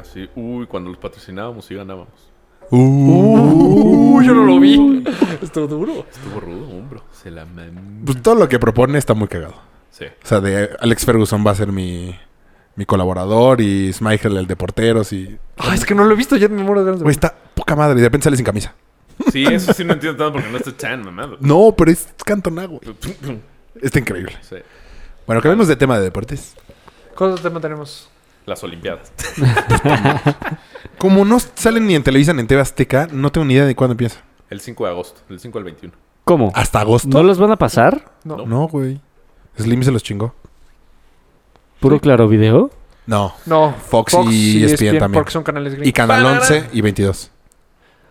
Speaker 5: Así, uy, cuando los patrocinábamos sí ganábamos.
Speaker 4: Uh, yo no lo vi. Estuvo duro.
Speaker 5: Estuvo rudo, Umbro. Se la mamó.
Speaker 3: Pues todo lo que propone está muy cagado.
Speaker 5: Sí.
Speaker 3: O sea, de Alex Ferguson va a ser mi, mi colaborador y es Michael el de porteros y...
Speaker 4: Ay, Ah, es que no lo he visto, ya me muero de ganas. de
Speaker 3: Güey,
Speaker 4: verlo.
Speaker 3: está poca madre. Y de repente sale sin camisa.
Speaker 5: Sí, eso sí no entiendo tanto porque no está tan mamado.
Speaker 3: No, pero es cantonado, güey. Está increíble.
Speaker 5: Sí.
Speaker 3: Bueno, cambiamos de tema de deportes.
Speaker 4: ¿Cuál otro tema tenemos?
Speaker 5: Las Olimpiadas.
Speaker 3: Como no salen ni en Televisa ni en TV Azteca, no tengo ni idea de cuándo empieza.
Speaker 5: El 5 de agosto. Del 5 al 21.
Speaker 2: ¿Cómo?
Speaker 3: Hasta agosto.
Speaker 2: ¿No los van a pasar?
Speaker 4: No.
Speaker 3: No, güey. Slim se los chingó.
Speaker 2: ¿Puro claro video?
Speaker 3: No.
Speaker 4: No. E
Speaker 3: Fox y E ESPN también.
Speaker 4: Porque son canales
Speaker 3: Y
Speaker 4: gringos.
Speaker 3: Canal 11 y 22.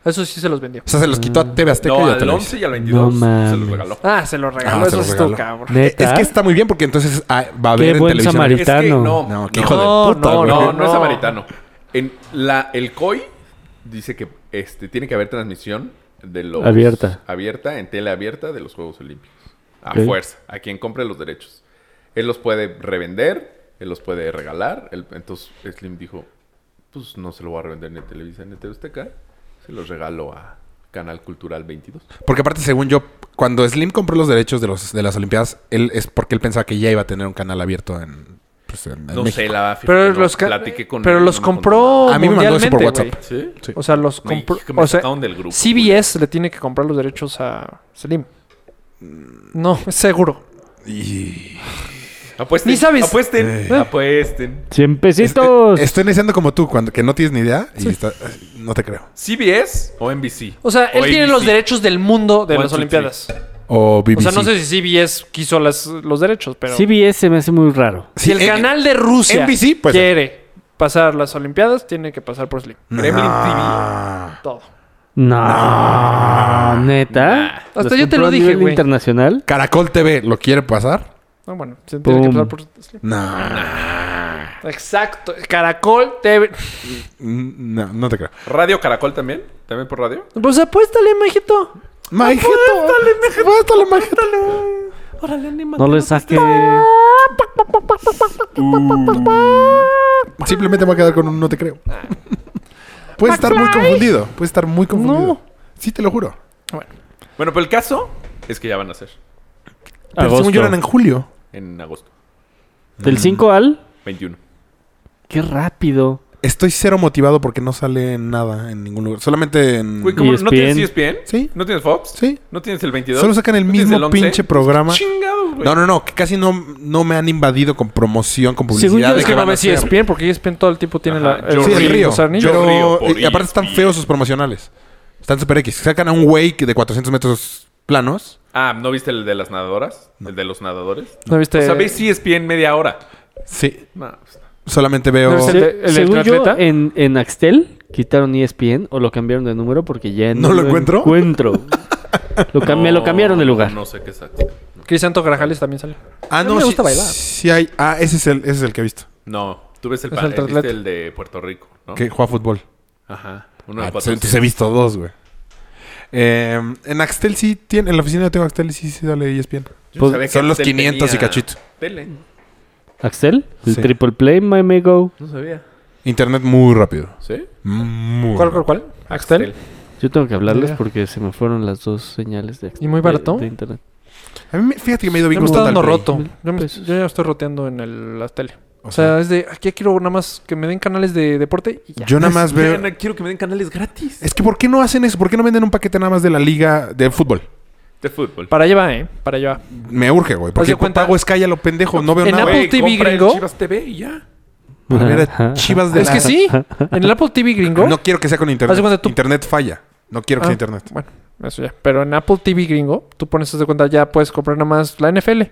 Speaker 4: Eso sí se los vendió.
Speaker 3: O sea, se los quitó a TV Azteca y
Speaker 5: No,
Speaker 3: a
Speaker 5: al
Speaker 3: Televisa.
Speaker 5: 11 y al 22
Speaker 2: No
Speaker 5: se los
Speaker 2: mames.
Speaker 5: regaló.
Speaker 4: Ah, se los regaló.
Speaker 3: Ah, se
Speaker 4: Eso
Speaker 3: los
Speaker 4: estuvo
Speaker 3: regaló.
Speaker 4: cabrón.
Speaker 3: Eh,
Speaker 2: Neta.
Speaker 3: Es que está muy bien porque entonces ah, va a
Speaker 2: Qué
Speaker 3: haber en
Speaker 2: buen
Speaker 3: televisión.
Speaker 2: samaritano.
Speaker 5: Es que no,
Speaker 3: No, qué hijo de puta,
Speaker 5: No,
Speaker 3: güey.
Speaker 5: no, no es
Speaker 4: no.
Speaker 5: samaritano. En la, el COI dice que este, tiene que haber transmisión de los...
Speaker 2: Abierta.
Speaker 5: Abierta, en tele abierta de los Juegos Olímpicos. A
Speaker 2: Ok.
Speaker 5: fuerza, a quien compre los derechos. Él los puede revender, él los puede regalar. él- entonces Slim dijo, pues no se lo voy a revender ni a Televisa ni a TV Azteca, Se los regalo a Canal Cultural 22.
Speaker 3: Porque aparte, según yo, cuando Slim compró los derechos de, los, de las Olimpiadas, él es porque él pensaba que ya iba a tener un canal abierto en, pues, en- en
Speaker 5: No
Speaker 3: México.
Speaker 5: sé, la
Speaker 4: Pero
Speaker 5: no,
Speaker 4: los, ca-
Speaker 5: platiqué con
Speaker 4: pero
Speaker 5: él,
Speaker 4: los
Speaker 5: no me contó.
Speaker 4: compró
Speaker 3: A mí me mandó eso por
Speaker 4: mundialmente,
Speaker 3: WhatsApp.
Speaker 5: ¿Sí?
Speaker 3: Sí.
Speaker 4: güey. O sea, los
Speaker 5: No, y
Speaker 4: compró.
Speaker 5: que me
Speaker 4: O sea,
Speaker 5: sacaron del grupo,
Speaker 4: CBS le tiene que comprar los derechos a Slim. No, es seguro.
Speaker 3: Y-
Speaker 5: Apuesten,
Speaker 4: Ni sabes.
Speaker 5: Apuesten,
Speaker 4: Eh.
Speaker 5: apuesten.
Speaker 2: 100
Speaker 5: Pues
Speaker 2: pesitos.
Speaker 3: Estoy iniciando como tú, cuando que no tienes ni idea y está- no te creo.
Speaker 5: ¿CBS o NBC?
Speaker 4: O sea, él
Speaker 5: O
Speaker 4: tiene
Speaker 5: ABC.
Speaker 4: los derechos del mundo de
Speaker 5: One,
Speaker 4: las
Speaker 5: two,
Speaker 4: Olimpiadas.
Speaker 3: O BBC.
Speaker 4: O sea, no sé si CBS quiso las- los derechos, pero.
Speaker 2: CBS se me hace muy raro.
Speaker 3: Sí,
Speaker 4: Si el
Speaker 3: eh,
Speaker 4: canal de Rusia
Speaker 3: NBC, pues,
Speaker 4: quiere pasar las Olimpiadas, tiene que pasar por Slim.
Speaker 5: Kremlin
Speaker 3: Ah.
Speaker 4: Todo.
Speaker 2: No, neta.
Speaker 4: Hasta
Speaker 2: ¿Los
Speaker 4: yo te
Speaker 2: compró
Speaker 4: lo
Speaker 2: a
Speaker 4: dije,
Speaker 2: nivel
Speaker 4: güey.
Speaker 2: internacional.
Speaker 3: Caracol TV, ¿lo quiere pasar?
Speaker 4: No, bueno, se tiene que
Speaker 2: Pum.
Speaker 4: pasar por Slim.
Speaker 3: No.
Speaker 4: Exacto. Caracol TV.
Speaker 3: No, no te creo.
Speaker 5: TV. ¿Radio Caracol también? ¿También por radio?
Speaker 4: Pues apuéstale, majito.
Speaker 3: Majeto. Apuéstale, Majeto.
Speaker 4: Órale, anímate.
Speaker 2: No le saque.
Speaker 3: Ah. Simplemente me voy a quedar con un no te creo. Puede estar muy confundido. Puede estar muy confundido.
Speaker 4: No.
Speaker 3: Sí, te lo juro.
Speaker 4: Bueno,
Speaker 5: Bueno, pero el caso es que ya van a ser
Speaker 3: Pero según yo eran en
Speaker 2: Agosto.
Speaker 3: julio.
Speaker 5: en agosto
Speaker 2: Del 5 al.
Speaker 5: 21.
Speaker 2: Qué rápido.
Speaker 3: Estoy cero motivado porque no sale nada en ningún lugar. Solamente en...
Speaker 5: Güey, ¿cómo no
Speaker 2: ESPN?
Speaker 5: tienes
Speaker 4: E
Speaker 5: E ESPN?
Speaker 3: Sí.
Speaker 5: ¿No tienes Fox?
Speaker 3: Sí.
Speaker 5: ¿No tienes el 22?
Speaker 3: Solo sacan el
Speaker 5: ¿No tienes
Speaker 3: mismo
Speaker 5: 11?
Speaker 3: pinche programa.
Speaker 5: Chingados, güey.
Speaker 3: No, no, no. Que casi no, no me han invadido con promoción, con publicidad.
Speaker 2: Según yo,
Speaker 3: de
Speaker 4: es
Speaker 2: es
Speaker 4: que
Speaker 3: qué
Speaker 4: no
Speaker 3: van a
Speaker 4: ves E si
Speaker 3: hacer.
Speaker 4: es bien, porque ESPN todo el tiempo tiene
Speaker 5: Ajá,
Speaker 4: la, el,
Speaker 5: Yo
Speaker 3: Sí, el
Speaker 5: Río,
Speaker 3: río.
Speaker 4: los
Speaker 5: Yo
Speaker 4: anillos.
Speaker 3: Pero,
Speaker 5: Río, por
Speaker 3: y aparte están
Speaker 5: ESPN.
Speaker 3: feos sus promocionales. Están super X. Sacan a un güey que de 400 metros planos.
Speaker 5: Ah, ¿no viste el de las nadadoras? ¿El de los nadadores?
Speaker 4: ¿No viste?
Speaker 5: O sea, ves E ESPN media hora.
Speaker 3: Sí.
Speaker 5: No, pues no.
Speaker 3: Solamente veo...
Speaker 4: No, ¿El
Speaker 2: Se-
Speaker 4: de- el del
Speaker 2: según yo,
Speaker 4: triatleta?
Speaker 2: en, en Axtel quitaron E ESPN o lo cambiaron de número porque ya
Speaker 3: ¿No lo encuentro?
Speaker 2: encuentro. lo, cambi- lo cambiaron de lugar.
Speaker 5: No sé qué exacto.
Speaker 4: Crisanto Grajales también sale.
Speaker 3: Ah,
Speaker 4: No
Speaker 3: no,
Speaker 4: me
Speaker 3: sí-
Speaker 4: gusta bailar.
Speaker 3: Sí hay... Ah, ese es el, ese es el que he visto.
Speaker 5: No, tú ves el,
Speaker 4: Es
Speaker 5: pa-
Speaker 4: el
Speaker 5: eh, viste
Speaker 4: triatleta.
Speaker 5: el de Puerto Rico, ¿no?
Speaker 3: Que juega fútbol.
Speaker 5: Ajá. Uno de
Speaker 3: Ah, pues,
Speaker 5: cuatro.
Speaker 3: entonces he visto dos, güey. Eh, en Axtel sí tiene... En la oficina de tengo Axtel y sí, sí sale E ESPN.
Speaker 5: Yo
Speaker 4: Pues,
Speaker 5: no sabía
Speaker 3: son
Speaker 5: que
Speaker 3: los
Speaker 5: Axtel
Speaker 3: 500 y
Speaker 5: tenía
Speaker 3: cachito.
Speaker 5: Tele.
Speaker 2: ¿Axel? El
Speaker 3: Sí.
Speaker 2: triple play, my mego.
Speaker 5: No sabía.
Speaker 3: Internet muy rápido.
Speaker 5: ¿Sí?
Speaker 3: Muy
Speaker 4: ¿Cuál, cuál,
Speaker 3: rápido.
Speaker 4: cuál? Axtel.
Speaker 2: Yo tengo que hablarles
Speaker 4: Mira.
Speaker 2: porque se me fueron las dos señales de Axtel.
Speaker 4: ¿Y muy barato?
Speaker 2: de- de internet.
Speaker 3: A mí me- fíjate que me he ido
Speaker 4: Yo
Speaker 3: bien
Speaker 4: me
Speaker 3: con
Speaker 4: está
Speaker 3: Total
Speaker 4: dando
Speaker 3: Play.
Speaker 4: roto. Yo, me-
Speaker 2: Pesos.
Speaker 4: yo ya estoy roteando en el, la tele.
Speaker 3: O
Speaker 4: O sea, es de aquí ya quiero nada más que me den canales de deporte y ya.
Speaker 3: Yo nada más veo...
Speaker 5: Quiero que me den canales gratis.
Speaker 3: Es que ¿por qué no hacen eso? ¿Por qué no venden un paquete nada más de la liga de fútbol?
Speaker 5: De fútbol.
Speaker 4: Para allá va, ¿eh? Para allá va.
Speaker 3: Me urge, güey.
Speaker 4: Haz de
Speaker 3: Porque
Speaker 4: cuenta-
Speaker 3: pago Sky a lo pendejo. No veo
Speaker 4: En
Speaker 3: nada.
Speaker 4: Apple
Speaker 5: Güey,
Speaker 4: TV
Speaker 5: compra el
Speaker 4: gringo.
Speaker 5: Chivas TV y ya.
Speaker 3: A ver a Ah, Chivas de
Speaker 4: Es
Speaker 3: la-
Speaker 4: que sí. En el Apple TV gringo.
Speaker 3: No quiero que sea con
Speaker 4: Haz de cuenta
Speaker 3: internet.
Speaker 4: tú-
Speaker 3: Internet falla. No quiero que
Speaker 4: Ah,
Speaker 3: sea internet.
Speaker 4: Bueno, eso ya. Pero en Apple TV gringo, tú pones haz de cuenta, ya puedes comprar nada más la NFL.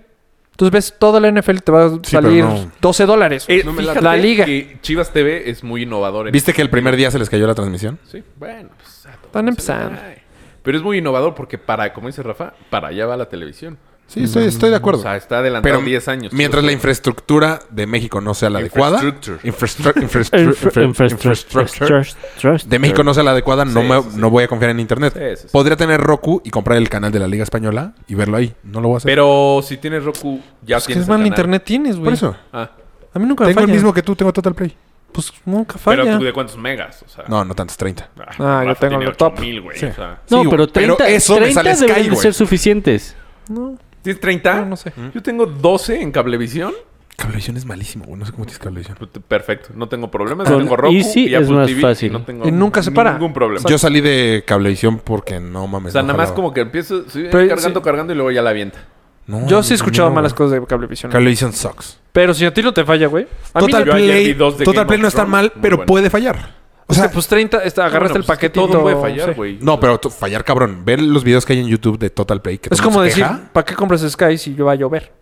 Speaker 4: Entonces ves toda la NFL, te va a
Speaker 3: pero
Speaker 4: salir
Speaker 3: no.
Speaker 4: 12 dólares.
Speaker 5: Eh,
Speaker 4: No me late.
Speaker 5: fíjate
Speaker 4: la liga.
Speaker 5: que Chivas TV es muy innovador. en-
Speaker 3: ¿Viste que el primer día se les cayó la transmisión?
Speaker 5: Sí, bueno. Pues, a todos
Speaker 4: Están
Speaker 5: se
Speaker 4: empezando.
Speaker 5: les cae. Pero es muy innovador porque para, como dice Rafa, para allá va la televisión.
Speaker 3: Sí, estoy, estoy de acuerdo.
Speaker 5: O sea, está adelantado
Speaker 3: pero
Speaker 5: 10 años.
Speaker 3: mientras la infraestructura de México no sea la adecuada,
Speaker 5: Infrastructure.
Speaker 3: infrastru- infrastru- infra- infrastructure
Speaker 2: Infrastructure.
Speaker 3: de México no sea la adecuada, no,
Speaker 5: Sí,
Speaker 3: me,
Speaker 5: sí, sí.
Speaker 3: no voy a confiar en internet.
Speaker 5: Sí, sí, sí.
Speaker 3: Podría tener Roku y comprar el canal de la Liga Española y verlo ahí. No lo voy a hacer.
Speaker 5: Pero si tienes Roku, ya
Speaker 4: Pues, ¿Qué
Speaker 5: tienes.
Speaker 4: es mal
Speaker 5: el canal.
Speaker 4: internet tienes, güey?
Speaker 3: Por eso.
Speaker 5: Ah,
Speaker 4: A mí nunca me
Speaker 3: Tengo el
Speaker 4: falla.
Speaker 3: mismo que tú, tengo Total Play.
Speaker 4: Pues nunca
Speaker 5: pero
Speaker 4: falla.
Speaker 5: tú de cuántos megas. O sea,
Speaker 3: No, no tantos, 30.
Speaker 4: Ah, yo tengo
Speaker 5: el
Speaker 4: el top.
Speaker 5: güey.
Speaker 3: Sí.
Speaker 5: o sea.
Speaker 2: No,
Speaker 3: Sí,
Speaker 2: pero
Speaker 3: pero
Speaker 2: 30,
Speaker 3: eso me
Speaker 2: 30
Speaker 3: sale Sky,
Speaker 2: deberían de
Speaker 3: güey.
Speaker 2: ser suficientes.
Speaker 4: No,
Speaker 5: ¿Tienes 30?
Speaker 4: no, no sé.
Speaker 5: Yo tengo 12 en cablevisión.
Speaker 3: Cablevisión es malísimo, güey. No sé cómo tienes cablevisión.
Speaker 5: P- Perfecto, no tengo problemas.
Speaker 4: Ah.
Speaker 2: Con
Speaker 5: tengo Roku
Speaker 2: Easy
Speaker 5: y
Speaker 2: es
Speaker 5: Apple
Speaker 2: más
Speaker 5: TV
Speaker 2: fácil.
Speaker 5: Y, no tengo
Speaker 4: Y nunca se para.
Speaker 5: Ningún problema.
Speaker 3: Yo salí de cablevisión porque no mames.
Speaker 5: o sea,
Speaker 3: no
Speaker 5: nada más
Speaker 3: jalaba.
Speaker 5: como que empiezo sí,
Speaker 4: Pero,
Speaker 5: cargando,
Speaker 4: sí.
Speaker 5: cargando y luego ya la avienta.
Speaker 3: No,
Speaker 4: Yo sí he escuchado
Speaker 3: a mí no,
Speaker 4: malas
Speaker 3: güey.
Speaker 4: cosas de cablevisión.
Speaker 3: Cablevisión sucks.
Speaker 4: pero si a ti no te falla, güey. A mí
Speaker 3: Total
Speaker 5: yo ayer vi
Speaker 3: Play,
Speaker 5: dos de Game
Speaker 3: Total
Speaker 5: of
Speaker 3: Play no está
Speaker 5: Thrones,
Speaker 3: mal,
Speaker 5: muy
Speaker 3: pero
Speaker 5: bueno.
Speaker 3: puede fallar. O sea,
Speaker 4: pues 30, está- agarraste
Speaker 5: Bueno,
Speaker 4: el
Speaker 5: pues es que
Speaker 4: paquetito.
Speaker 5: Todo puede
Speaker 4: sí.
Speaker 5: fallar, güey.
Speaker 3: no, pero tú- fallar cabrón. Ver los videos que hay en YouTube de Total Play que
Speaker 4: Es
Speaker 3: todo el
Speaker 4: como
Speaker 3: mundo se
Speaker 4: decir,
Speaker 3: queja.
Speaker 4: ¿para qué compras Sky si va a llover?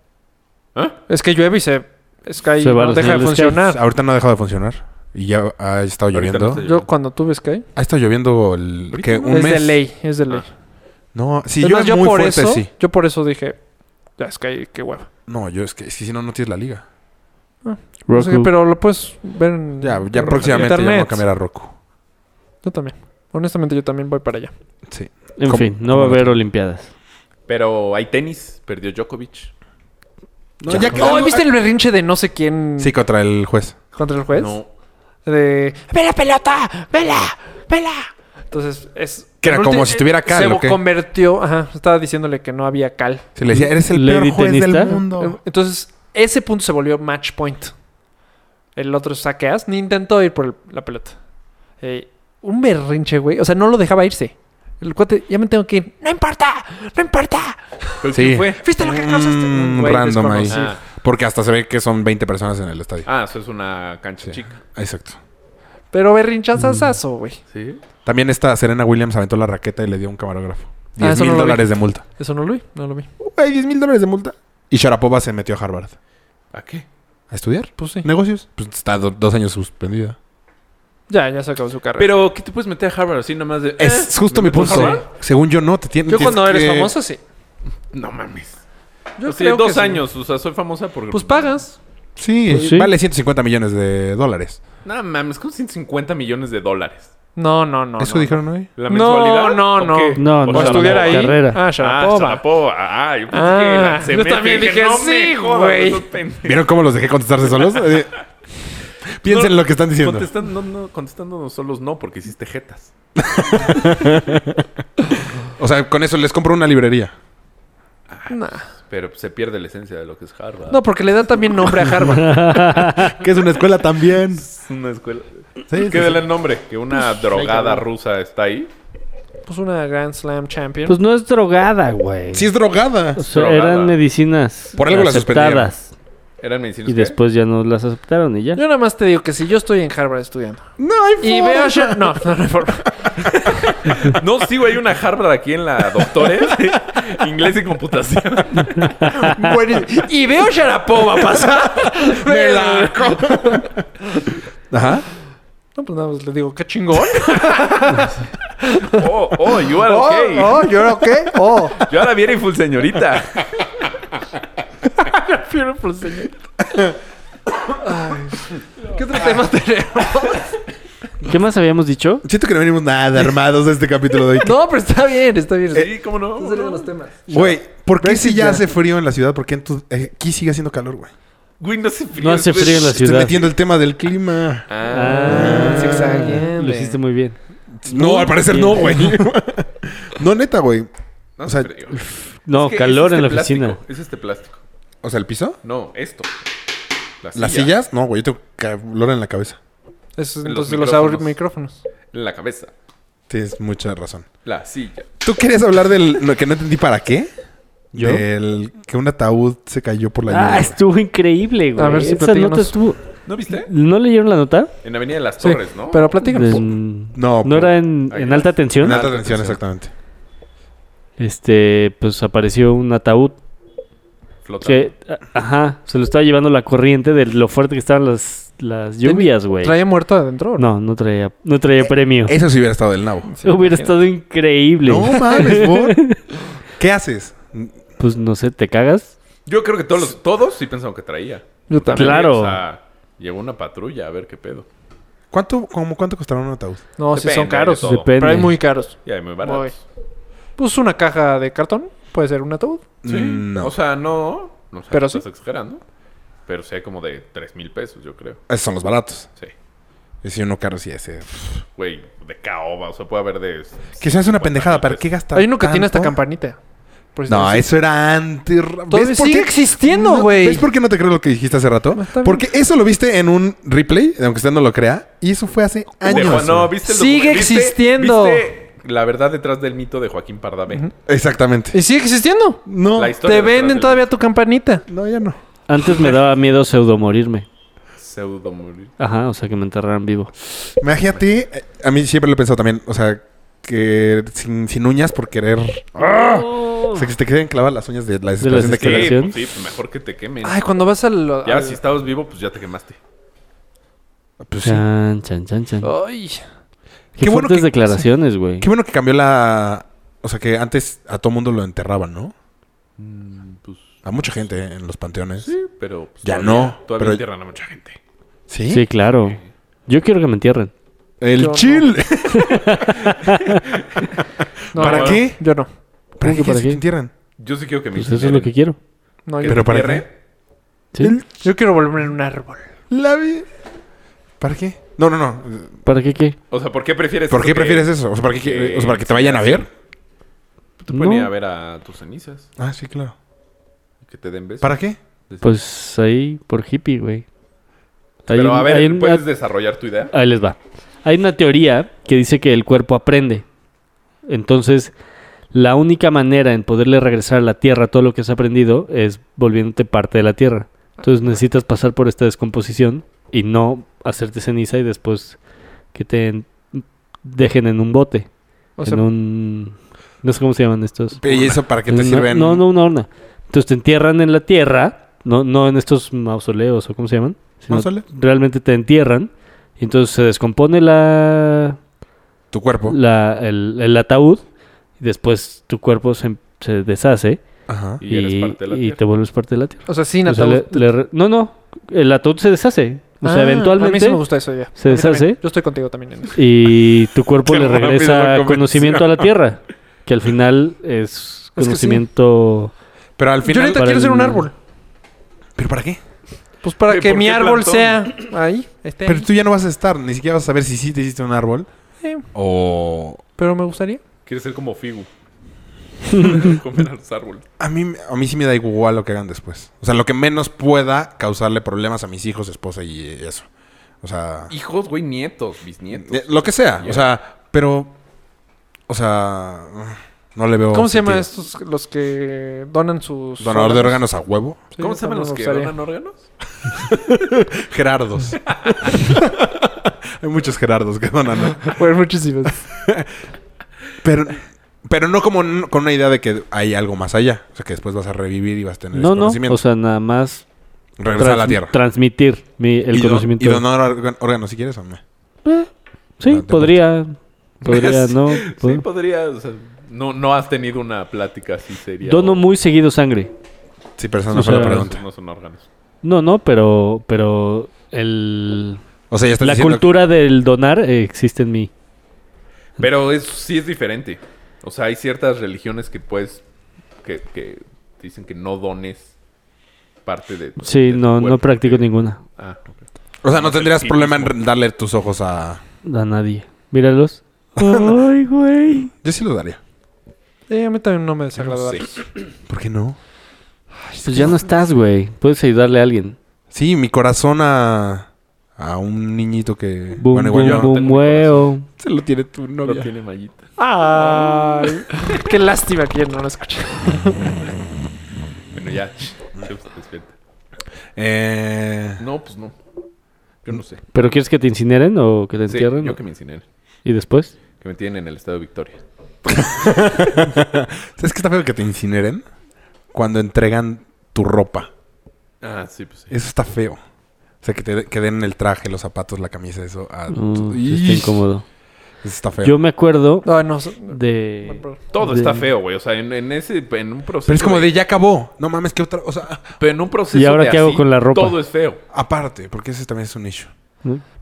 Speaker 5: ¿Ah?
Speaker 4: Es que llueve y se... Sky
Speaker 2: Se va
Speaker 4: no
Speaker 2: la
Speaker 4: deja de
Speaker 2: señal de Sky.
Speaker 4: funcionar.
Speaker 3: Ahorita no ha dejado de funcionar. Y ya ha estado
Speaker 5: Ahorita
Speaker 3: lloviendo.
Speaker 5: no está
Speaker 4: Yo cuando tuve Sky,
Speaker 3: Ha estado lloviendo el,
Speaker 5: Ahorita
Speaker 3: ¿qué?
Speaker 5: no.
Speaker 3: un
Speaker 4: es
Speaker 3: mes.
Speaker 4: de ley, es de ley.
Speaker 3: No, si
Speaker 4: Es
Speaker 3: yo
Speaker 4: más,
Speaker 3: muy
Speaker 4: por
Speaker 3: fuerte,
Speaker 4: eso,
Speaker 3: sí.
Speaker 4: yo por eso dije, ya Sky, qué hueva.
Speaker 3: No, yo es que es que si no, no tienes la liga.
Speaker 4: No sé qué,
Speaker 2: Roku.
Speaker 4: pero lo puedes ver en
Speaker 3: Ya, ya
Speaker 4: en
Speaker 3: próximamente ya me voy a
Speaker 4: internet.
Speaker 3: cambiar a Roku.
Speaker 4: Yo también. Honestamente, yo también voy para allá.
Speaker 3: Sí.
Speaker 2: En
Speaker 3: ¿Cómo-
Speaker 2: fin, no
Speaker 3: cómo
Speaker 2: va a
Speaker 3: no?
Speaker 2: haber Olimpiadas.
Speaker 5: Pero hay tenis. Perdió Djokovic.
Speaker 3: No,
Speaker 2: Ya.
Speaker 3: ya
Speaker 4: Oh, ¿viste el berrinche de no sé quién
Speaker 3: Sí, contra el juez.
Speaker 4: contra el juez?
Speaker 5: No.
Speaker 4: De, ¡Ve la pelota! ¡Vela! ¡Vela! Entonces, es...
Speaker 3: Que era
Speaker 4: el
Speaker 3: como
Speaker 4: ulti-
Speaker 3: si tuviera cal, ¿o
Speaker 4: Se
Speaker 3: qué?
Speaker 4: convirtió... Ajá, estaba diciéndole que no había cal.
Speaker 3: Se le decía, eres el
Speaker 2: Lady
Speaker 3: peor juez
Speaker 2: tenista.
Speaker 3: del mundo.
Speaker 4: Em, Entonces, ese punto se volvió match point. El otro saqueas ni intentó ir por el- la pelota. Eh, un berrinche, güey. O sea, no lo dejaba irse. El cuate, ya me tengo que ir. ¡No importa! ¡No importa!
Speaker 5: ¿Pero
Speaker 3: Sí.
Speaker 5: quién fue?
Speaker 4: ¡Fuiste lo que
Speaker 3: Mm,
Speaker 4: causaste!
Speaker 3: un
Speaker 4: Güey,
Speaker 3: random ahí.
Speaker 4: desconocido.
Speaker 5: Ah,
Speaker 3: Porque hasta se ve que son 20 personas en el estadio.
Speaker 5: ah, eso es una cancha
Speaker 3: Sí.
Speaker 5: chica.
Speaker 3: Exacto.
Speaker 4: Pero
Speaker 3: Mm.
Speaker 4: berrinchazazazo, güey.
Speaker 5: Sí.
Speaker 3: También esta Serena Williams aventó la raqueta y le dio un camarógrafo.
Speaker 4: Ah,
Speaker 3: 10
Speaker 4: eso
Speaker 3: mil
Speaker 4: no lo vi.
Speaker 3: dólares de multa.
Speaker 4: Eso no lo vi, no lo vi.
Speaker 3: Güey, 10 mil dólares de multa. Y Sharapova se metió a Harvard.
Speaker 5: ¿A qué?
Speaker 3: ¿A estudiar?
Speaker 4: Pues sí.
Speaker 3: ¿Negocios? Pues está do- dos años suspendida.
Speaker 4: Ya, ya se acabó su carrera.
Speaker 5: Pero, ¿qué te puedes meter a Harvard así nomás de...
Speaker 3: Es
Speaker 5: eh,
Speaker 3: justo
Speaker 5: ¿me
Speaker 3: mi
Speaker 5: meto a
Speaker 3: punto.
Speaker 5: Harvard?
Speaker 3: Según yo, no. Te tien-
Speaker 4: Yo
Speaker 3: tienes
Speaker 4: cuando eres
Speaker 3: que- pues
Speaker 4: famoso, sí.
Speaker 5: No mames.
Speaker 4: Yo
Speaker 5: O sea,
Speaker 4: creo que
Speaker 5: dos
Speaker 4: sí.
Speaker 5: años. O sea, soy famosa por...
Speaker 4: Pues pagas.
Speaker 3: Sí,
Speaker 2: Pues sí.
Speaker 3: vale 150 millones de dólares.
Speaker 5: No mames, con 150 millones de dólares.
Speaker 4: No, no, no.
Speaker 3: ¿Eso
Speaker 4: no,
Speaker 3: dijeron hoy?
Speaker 5: ¿La
Speaker 4: No,
Speaker 5: mensualidad?
Speaker 4: no,
Speaker 5: ¿O
Speaker 4: no.
Speaker 5: qué?
Speaker 2: No,
Speaker 5: O
Speaker 4: no.
Speaker 2: no,
Speaker 4: O
Speaker 5: sea,
Speaker 4: estudiar
Speaker 5: la
Speaker 4: ahí.
Speaker 2: carrera.
Speaker 4: Ah,
Speaker 5: Ah,
Speaker 4: Sharapova.
Speaker 5: Sharapova. Ah, yo pensé
Speaker 4: Ah,
Speaker 5: que la
Speaker 4: yo también dije, sí, güey".
Speaker 3: ¿Vieron cómo los dejé contestarse solos? Eh, Piensen en lo que están diciendo.
Speaker 5: Contestando, no, no, contestándonos solos no, porque hiciste jetas.
Speaker 3: O sea, con eso les compro una librería.
Speaker 4: Nah.
Speaker 5: Pero se pierde la esencia de lo que es Harvard.
Speaker 4: No, porque le dan también nombre a Harvard.
Speaker 3: Que es una escuela también.
Speaker 5: es una escuela.
Speaker 3: Sí,
Speaker 5: ¿Qué del nombre? Que una drogada
Speaker 2: cabrón.
Speaker 5: rusa está ahí.
Speaker 4: pues una Grand Slam Champion.
Speaker 2: Pues no es drogada, güey.
Speaker 3: Sí es drogada.
Speaker 2: O sea,
Speaker 5: drogada.
Speaker 2: eran medicinas
Speaker 3: Por algo la suspendieron.
Speaker 2: aceptadas.
Speaker 5: Eran medicinas.
Speaker 2: Y
Speaker 5: que-
Speaker 2: después ya no las aceptaron y ya.
Speaker 4: yo nada más te digo que si yo estoy en Harvard estudiando
Speaker 3: No hay
Speaker 4: y veo a Sha- No, no, no, hay forma.
Speaker 5: No, sí, güey, hay una Harvard aquí en la Doctores. Inglés y computación.
Speaker 4: Bueno, y veo a Sharapova pasar.
Speaker 3: Me la Ajá.
Speaker 4: No, pues nada más le digo, qué chingón.
Speaker 5: Oh, oh, you are okay.
Speaker 4: ¿yo era qué? Oh.
Speaker 5: You are a beautiful señorita.
Speaker 4: Beautiful señor. ¿Qué otro tema tenemos?
Speaker 2: ¿Qué más habíamos dicho?
Speaker 3: Siento que no venimos nada armados de este capítulo de hoy.
Speaker 4: No, pero está bien, está bien.
Speaker 5: Sí, ¿cómo no?
Speaker 4: Están saliendo los temas.
Speaker 3: Güey, ¿por qué si ya
Speaker 4: ya.
Speaker 3: hace frío en la ciudad? ¿Por qué en tu- eh, aquí sigue haciendo calor, güey?
Speaker 5: Güey, no hace frío.
Speaker 2: No hace
Speaker 5: güey.
Speaker 2: frío en la
Speaker 3: Estoy
Speaker 2: ciudad.
Speaker 3: metiendo el tema del clima.
Speaker 2: Ah,
Speaker 4: sí, está bien,
Speaker 2: lo
Speaker 4: güey.
Speaker 2: hiciste muy bien.
Speaker 3: No, al parecer no, güey. no, neta, güey.
Speaker 5: No
Speaker 3: O sea,
Speaker 5: hace frío.
Speaker 2: No,
Speaker 5: Es que
Speaker 2: calor
Speaker 5: es
Speaker 2: en la
Speaker 5: este plástico,
Speaker 2: oficina.
Speaker 5: Es este plástico.
Speaker 3: O sea, el piso.
Speaker 5: No, esto. La
Speaker 3: ¿Las sillas? No, güey, yo tengo calor en la cabeza.
Speaker 4: Es
Speaker 5: Los
Speaker 4: entonces los,
Speaker 5: micrófonos.
Speaker 4: aur- micrófonos.
Speaker 5: En la cabeza.
Speaker 3: Tienes mucha razón.
Speaker 5: La silla.
Speaker 3: ¿Tú querías hablar del lo que no entendí para qué?
Speaker 2: ¿Yo?
Speaker 3: Del que un ataúd se cayó por la lluvia.
Speaker 2: Ah, estuvo increíble, güey.
Speaker 4: A ver si
Speaker 2: Esa
Speaker 4: platícanos.
Speaker 2: nota estuvo...
Speaker 5: ¿No viste?
Speaker 2: ¿No leyeron la nota?
Speaker 5: En Avenida de las
Speaker 4: Sí,
Speaker 5: Torres, ¿no?
Speaker 4: Pero platícanos.
Speaker 2: Mm, ¿No
Speaker 3: No, por-
Speaker 2: era en, en alta tensión?
Speaker 3: en
Speaker 5: Nada.
Speaker 3: alta tensión, exactamente.
Speaker 2: Este, pues apareció un ataúd
Speaker 5: Flota.
Speaker 2: que, a- ajá, se lo estaba llevando la corriente de lo fuerte que estaban las, las lluvias, güey.
Speaker 4: ¿Traía muerto adentro? o
Speaker 2: No, no traía, no traía premio.
Speaker 3: Eso sí hubiera estado del nabo.
Speaker 2: Hubiera
Speaker 4: imagínate.
Speaker 2: estado increíble.
Speaker 3: eh, No mames, por. ¿Qué haces?
Speaker 2: Pues no sé, ¿te cagas?
Speaker 5: Yo creo que todos, los- todos sí pensaron que traía.
Speaker 4: Yo también.
Speaker 2: Claro.
Speaker 5: O sea, llegó una patrulla a ver qué pedo.
Speaker 3: ¿Cuánto, como, ¿Cuánto costará un ataúd?
Speaker 4: No, sí son
Speaker 5: Depende de
Speaker 4: caros.
Speaker 5: todo.
Speaker 2: Depende.
Speaker 4: Pero hay muy caros.
Speaker 5: Y ahí muy barato.
Speaker 4: Voy. Pues una caja de cartón puede ser un ataúd.
Speaker 5: Sí.
Speaker 3: No.
Speaker 5: O sea, no. No sé,
Speaker 4: Pero
Speaker 5: estás
Speaker 4: sí.
Speaker 5: exagerando. Pero sí hay como de 3 mil pesos, yo creo.
Speaker 3: Esos son los baratos.
Speaker 5: Sí.
Speaker 3: Y si uno caro, sí, ese.
Speaker 5: Güey, de caoba. O sea, puede haber de.
Speaker 3: Que se hace una
Speaker 5: 50,000
Speaker 3: pendejada. ¿Para
Speaker 5: pesos.
Speaker 3: qué gastar?
Speaker 4: Hay uno que tiene hasta
Speaker 3: tanto?
Speaker 4: campanita. Por si
Speaker 3: No,
Speaker 4: te-
Speaker 3: eso era antes.
Speaker 4: Todavía sigue existiendo,
Speaker 3: No,
Speaker 4: güey.
Speaker 3: ¿Ves por qué no te creo lo que dijiste hace rato?
Speaker 4: No, está bien.
Speaker 3: Porque eso lo viste en un replay, aunque usted no lo crea, y eso fue hace
Speaker 5: De
Speaker 3: años.
Speaker 5: Juan- no,
Speaker 3: güey.
Speaker 5: ¿viste el
Speaker 4: Sigue
Speaker 5: documental? ¿Viste-
Speaker 4: existiendo.
Speaker 5: ¿Viste la verdad detrás del mito de Joaquín Pardavé?
Speaker 3: Exactamente.
Speaker 4: Y sigue existiendo.
Speaker 3: No,
Speaker 5: La historia
Speaker 4: Te
Speaker 5: detrás
Speaker 4: venden
Speaker 5: del
Speaker 4: todavía tu campanita.
Speaker 3: no, ya no.
Speaker 2: Antes me daba miedo pseudo morirme.
Speaker 5: Pseudo morir.
Speaker 2: Ajá, o sea que me enterraran vivo.
Speaker 3: Imagínate, eh, a mí siempre lo he pensado también, o sea, que sin, sin uñas por querer. O sea, que se te queden clavadas las uñas de la desesperación de
Speaker 5: Sí,
Speaker 3: que.
Speaker 2: desesperación. ¿Operación?
Speaker 5: pues sí, mejor que te quemen.
Speaker 4: Ay, cuando vas al.
Speaker 5: ya,
Speaker 4: al-
Speaker 5: si estabas vivo, pues ya te quemaste.
Speaker 3: Pues sí.
Speaker 2: Chan, chan, chan, chan.
Speaker 4: Ay.
Speaker 2: Qué,
Speaker 3: qué bueno
Speaker 2: fuertes
Speaker 3: que-
Speaker 2: declaraciones, güey.
Speaker 3: Qué bueno que cambió la... O sea, que antes a todo mundo lo enterraban, ¿no?
Speaker 5: Mm, Pues
Speaker 3: A mucha gente en los panteones.
Speaker 5: sí, pero. pues,
Speaker 3: Ya
Speaker 5: todavía-
Speaker 3: no,
Speaker 5: Todavía
Speaker 3: pero-
Speaker 5: entierran a mucha gente.
Speaker 3: ¿Sí?
Speaker 2: Sí, claro. Yo quiero que me entierren.
Speaker 3: El
Speaker 4: Yo no.
Speaker 3: chill.
Speaker 4: No,
Speaker 3: ¿Para
Speaker 4: no,
Speaker 3: qué?
Speaker 4: Yo no.
Speaker 3: ¿Para qué
Speaker 2: que para
Speaker 3: quieres que
Speaker 2: qué?
Speaker 3: te entierren?
Speaker 5: Yo sí quiero que me
Speaker 2: Pues eso es lo que quiero.
Speaker 4: No, yo,
Speaker 3: Pero para
Speaker 5: entierren.
Speaker 3: qué?
Speaker 2: ¿Sí?
Speaker 4: yo quiero volverme en un árbol.
Speaker 3: La vi- ¿Para qué? No, no, no.
Speaker 2: ¿Para qué qué?
Speaker 5: O sea, ¿por qué prefieres
Speaker 3: ¿Por qué
Speaker 5: que-
Speaker 3: prefieres eso? O sea, ¿para qué,
Speaker 5: que-
Speaker 3: o sea, ¿para que te vayan a ver?
Speaker 5: Tú puedes ir
Speaker 2: No.
Speaker 5: a ver a tus cenizas.
Speaker 3: Ah, sí, claro.
Speaker 5: Que te den besos.
Speaker 3: ¿Para qué?
Speaker 2: Pues ahí por hippie, güey. Hay
Speaker 5: Pero
Speaker 2: un-
Speaker 5: a ver, pues,
Speaker 2: hay un-
Speaker 5: ¿puedes desarrollar tu idea?
Speaker 2: Ahí les va. Hay una teoría que dice que el cuerpo aprende. Entonces, la única manera en poderle regresar a la Tierra todo lo que has aprendido es volviéndote parte de la Tierra. Entonces necesitas pasar por esta descomposición y no hacerte ceniza y después que te en- dejen en un bote.
Speaker 4: O sea,
Speaker 2: en un... No sé cómo se llaman estos.
Speaker 3: ¿Y eso para qué te
Speaker 2: Una-
Speaker 3: sirven?
Speaker 2: No, no, una urna. Entonces te entierran en la tierra, no, no en estos mausoleos o cómo se llaman. sino
Speaker 3: ¿Mausole?
Speaker 2: Realmente te entierran y entonces se descompone la,
Speaker 3: Tu cuerpo.
Speaker 2: la- el, el ataúd y después tu cuerpo se, se deshace
Speaker 3: Ajá.
Speaker 5: Y eres parte de la
Speaker 2: y
Speaker 5: tierra.
Speaker 2: te vuelves parte de la tierra.
Speaker 4: o sea, sin
Speaker 2: O sea,
Speaker 4: ataúd.
Speaker 2: le- le re- no, no, el ataúd se deshace. O sea,
Speaker 4: Ah, A mí sí
Speaker 2: eventualmente
Speaker 4: me gusta eso ya.
Speaker 2: se
Speaker 4: A mí también.
Speaker 2: deshace.
Speaker 4: Yo estoy contigo también en eso.
Speaker 2: y tu cuerpo
Speaker 3: Qué
Speaker 2: le
Speaker 3: rápido la
Speaker 2: regresa
Speaker 3: convención.
Speaker 2: conocimiento a la tierra, que al final es
Speaker 4: que sí.
Speaker 2: conocimiento...
Speaker 3: Pero al
Speaker 4: yo
Speaker 3: final...
Speaker 4: ahorita
Speaker 2: para
Speaker 4: quiero ser un
Speaker 2: el-
Speaker 4: árbol.
Speaker 3: ¿Pero para qué?
Speaker 4: Pues para
Speaker 5: Oye,
Speaker 4: que
Speaker 5: ¿por
Speaker 4: mi
Speaker 5: qué
Speaker 4: árbol
Speaker 5: plantón?
Speaker 4: sea ahí. este, Esté
Speaker 3: Pero
Speaker 4: pero,
Speaker 3: tú ya no vas a estar. Ni siquiera vas a saber si sí te hiciste un árbol. O...
Speaker 4: eh, pero me gustaría.
Speaker 5: Quieres ser como Figu. Comer a los árboles.
Speaker 3: A mí, a mí sí me da igual lo que hagan después. O sea, lo que menos pueda causarle problemas a mis hijos, esposa y eso. O sea...
Speaker 5: Hijos, güey, nietos, bisnietos.
Speaker 3: eh, Lo que sea. O sea, pero... O sea... No le veo...
Speaker 4: ¿Cómo se llaman
Speaker 3: sentido.
Speaker 4: estos los que donan sus.
Speaker 3: Donador de órganos a huevo.
Speaker 4: Sí,
Speaker 5: ¿Cómo se llaman
Speaker 4: también
Speaker 5: los
Speaker 4: me
Speaker 5: que
Speaker 4: gustaría.
Speaker 5: donan órganos?
Speaker 3: Gerardos. Hay muchos Gerardos que donan. ¿no?
Speaker 4: Bueno, muchísimos.
Speaker 3: Pero, pero no como n- con una idea de que hay algo más allá. O sea, que después vas a revivir y vas a tener
Speaker 2: No,
Speaker 3: ese
Speaker 2: no,
Speaker 3: conocimiento.
Speaker 2: o sea, nada más
Speaker 3: Regresar a la
Speaker 2: trans-
Speaker 3: Tierra.
Speaker 2: transmitir mi- el
Speaker 3: y don-
Speaker 2: conocimiento.
Speaker 3: y donar órgan- órganos si quieres o no.
Speaker 2: sí,
Speaker 3: durante
Speaker 2: podría, podría, no.
Speaker 5: Sí,
Speaker 2: puedo.
Speaker 5: podría. o sea, no, no has tenido una plática así seria.
Speaker 2: Dono
Speaker 5: o-
Speaker 2: muy seguido sangre.
Speaker 3: Sí, pero esa
Speaker 2: O
Speaker 3: no fue la
Speaker 2: sea,
Speaker 3: pregunta.
Speaker 5: No son órganos.
Speaker 2: No, no, pero, pero el,
Speaker 3: O sea, ya estás
Speaker 2: la
Speaker 3: diciendo
Speaker 2: cultura del donar eh, existe en mí.
Speaker 5: Pero es, sí es diferente. O sea, hay ciertas religiones que puedes. que, que dicen que no dones parte de.
Speaker 2: Sí,
Speaker 5: de tu
Speaker 2: no, no
Speaker 5: cuerpo.
Speaker 2: practico ninguna
Speaker 5: Ah, ok.
Speaker 3: que- O sea, no tendrías problema en darle tus ojos a...
Speaker 2: a nadie. Míralos. Ay, güey.
Speaker 3: Yo sí lo daría.
Speaker 4: Eh, a mí también no me desagrada.
Speaker 5: No sé.
Speaker 3: ¿Por qué no?
Speaker 2: Pues ya no estás, güey. Puedes ayudarle a alguien.
Speaker 3: Sí, mi corazón a... A un niñito que...
Speaker 2: Boom,
Speaker 3: bueno, igual
Speaker 2: boom,
Speaker 3: yo no.
Speaker 5: no
Speaker 2: boom,
Speaker 5: tengo
Speaker 2: huevo.
Speaker 3: Se lo tiene tu novia.
Speaker 5: No tiene mallita.
Speaker 4: Ay, qué lástima que yo no lo escuché.
Speaker 5: Bueno, ya. Se despierta.
Speaker 3: Eh...
Speaker 5: No, pues no. Yo no sé.
Speaker 2: ¿Pero quieres que te incineren o que te
Speaker 5: Sí,
Speaker 2: entierren?
Speaker 5: yo que me incineren.
Speaker 2: ¿Y después?
Speaker 5: Que me tienen en el estado de Victoria.
Speaker 3: ¿Sabes qué está feo que te incineren? Cuando entregan tu ropa.
Speaker 5: Ah, sí, pues sí.
Speaker 3: Eso está feo. O sea, que te de- que den el traje, los zapatos, la camisa, eso. a-
Speaker 2: Mm, sí está
Speaker 3: Ah, Ish,
Speaker 2: incómodo.
Speaker 3: Eso está feo.
Speaker 2: Yo me acuerdo
Speaker 4: No, no. so-
Speaker 2: de...
Speaker 5: Todo
Speaker 2: de-
Speaker 5: está feo, güey. O sea, en, en ese, en un proceso.
Speaker 3: Pero es como
Speaker 5: de-
Speaker 3: de ya acabó. No mames, que otra. O sea,
Speaker 5: Pero en un proceso.
Speaker 2: ¿Y ahora
Speaker 5: de
Speaker 2: qué hago
Speaker 5: así,
Speaker 2: con la ropa?
Speaker 5: Todo es feo.
Speaker 3: aparte, porque ese también es un issue.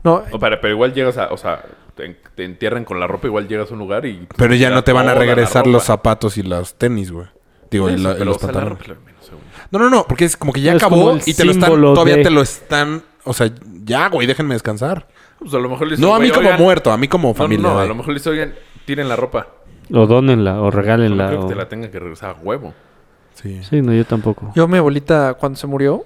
Speaker 4: No,
Speaker 5: O para, pero igual llegas a. O sea, te, en- te entierran con la ropa, igual llegas a un lugar y.
Speaker 3: Pero ya no te van a
Speaker 5: toda la
Speaker 3: regresar los
Speaker 5: ropa.
Speaker 3: zapatos y los tenis, güey. Digo, y
Speaker 5: Eso,
Speaker 3: la- y
Speaker 5: pero,
Speaker 3: los
Speaker 5: o sea, la
Speaker 3: pantalones.
Speaker 5: ropa, lo menos, según yo.
Speaker 3: No, no, no, porque es como que ya
Speaker 2: Es como
Speaker 3: acabó
Speaker 2: el
Speaker 3: y te lo están.
Speaker 2: símbolo
Speaker 3: Todavía
Speaker 2: de-
Speaker 3: te lo están. O sea, ya, güey, déjenme descansar.
Speaker 5: Pues a lo mejor le dicen,
Speaker 3: No a mí
Speaker 5: "Güey,
Speaker 3: como
Speaker 5: oigan,
Speaker 3: muerto, a mí como
Speaker 5: No, no,
Speaker 3: familia. eh".
Speaker 5: no, a
Speaker 3: güey.
Speaker 5: lo mejor le dicen, oigan, tiren la ropa.
Speaker 2: O dónenla, o
Speaker 5: No
Speaker 2: regálenla.
Speaker 5: creo
Speaker 2: o-
Speaker 5: que te la tengan que regresar a huevo.
Speaker 3: Sí.
Speaker 2: Sí, no, yo tampoco.
Speaker 4: yo mi abuelita cuando se murió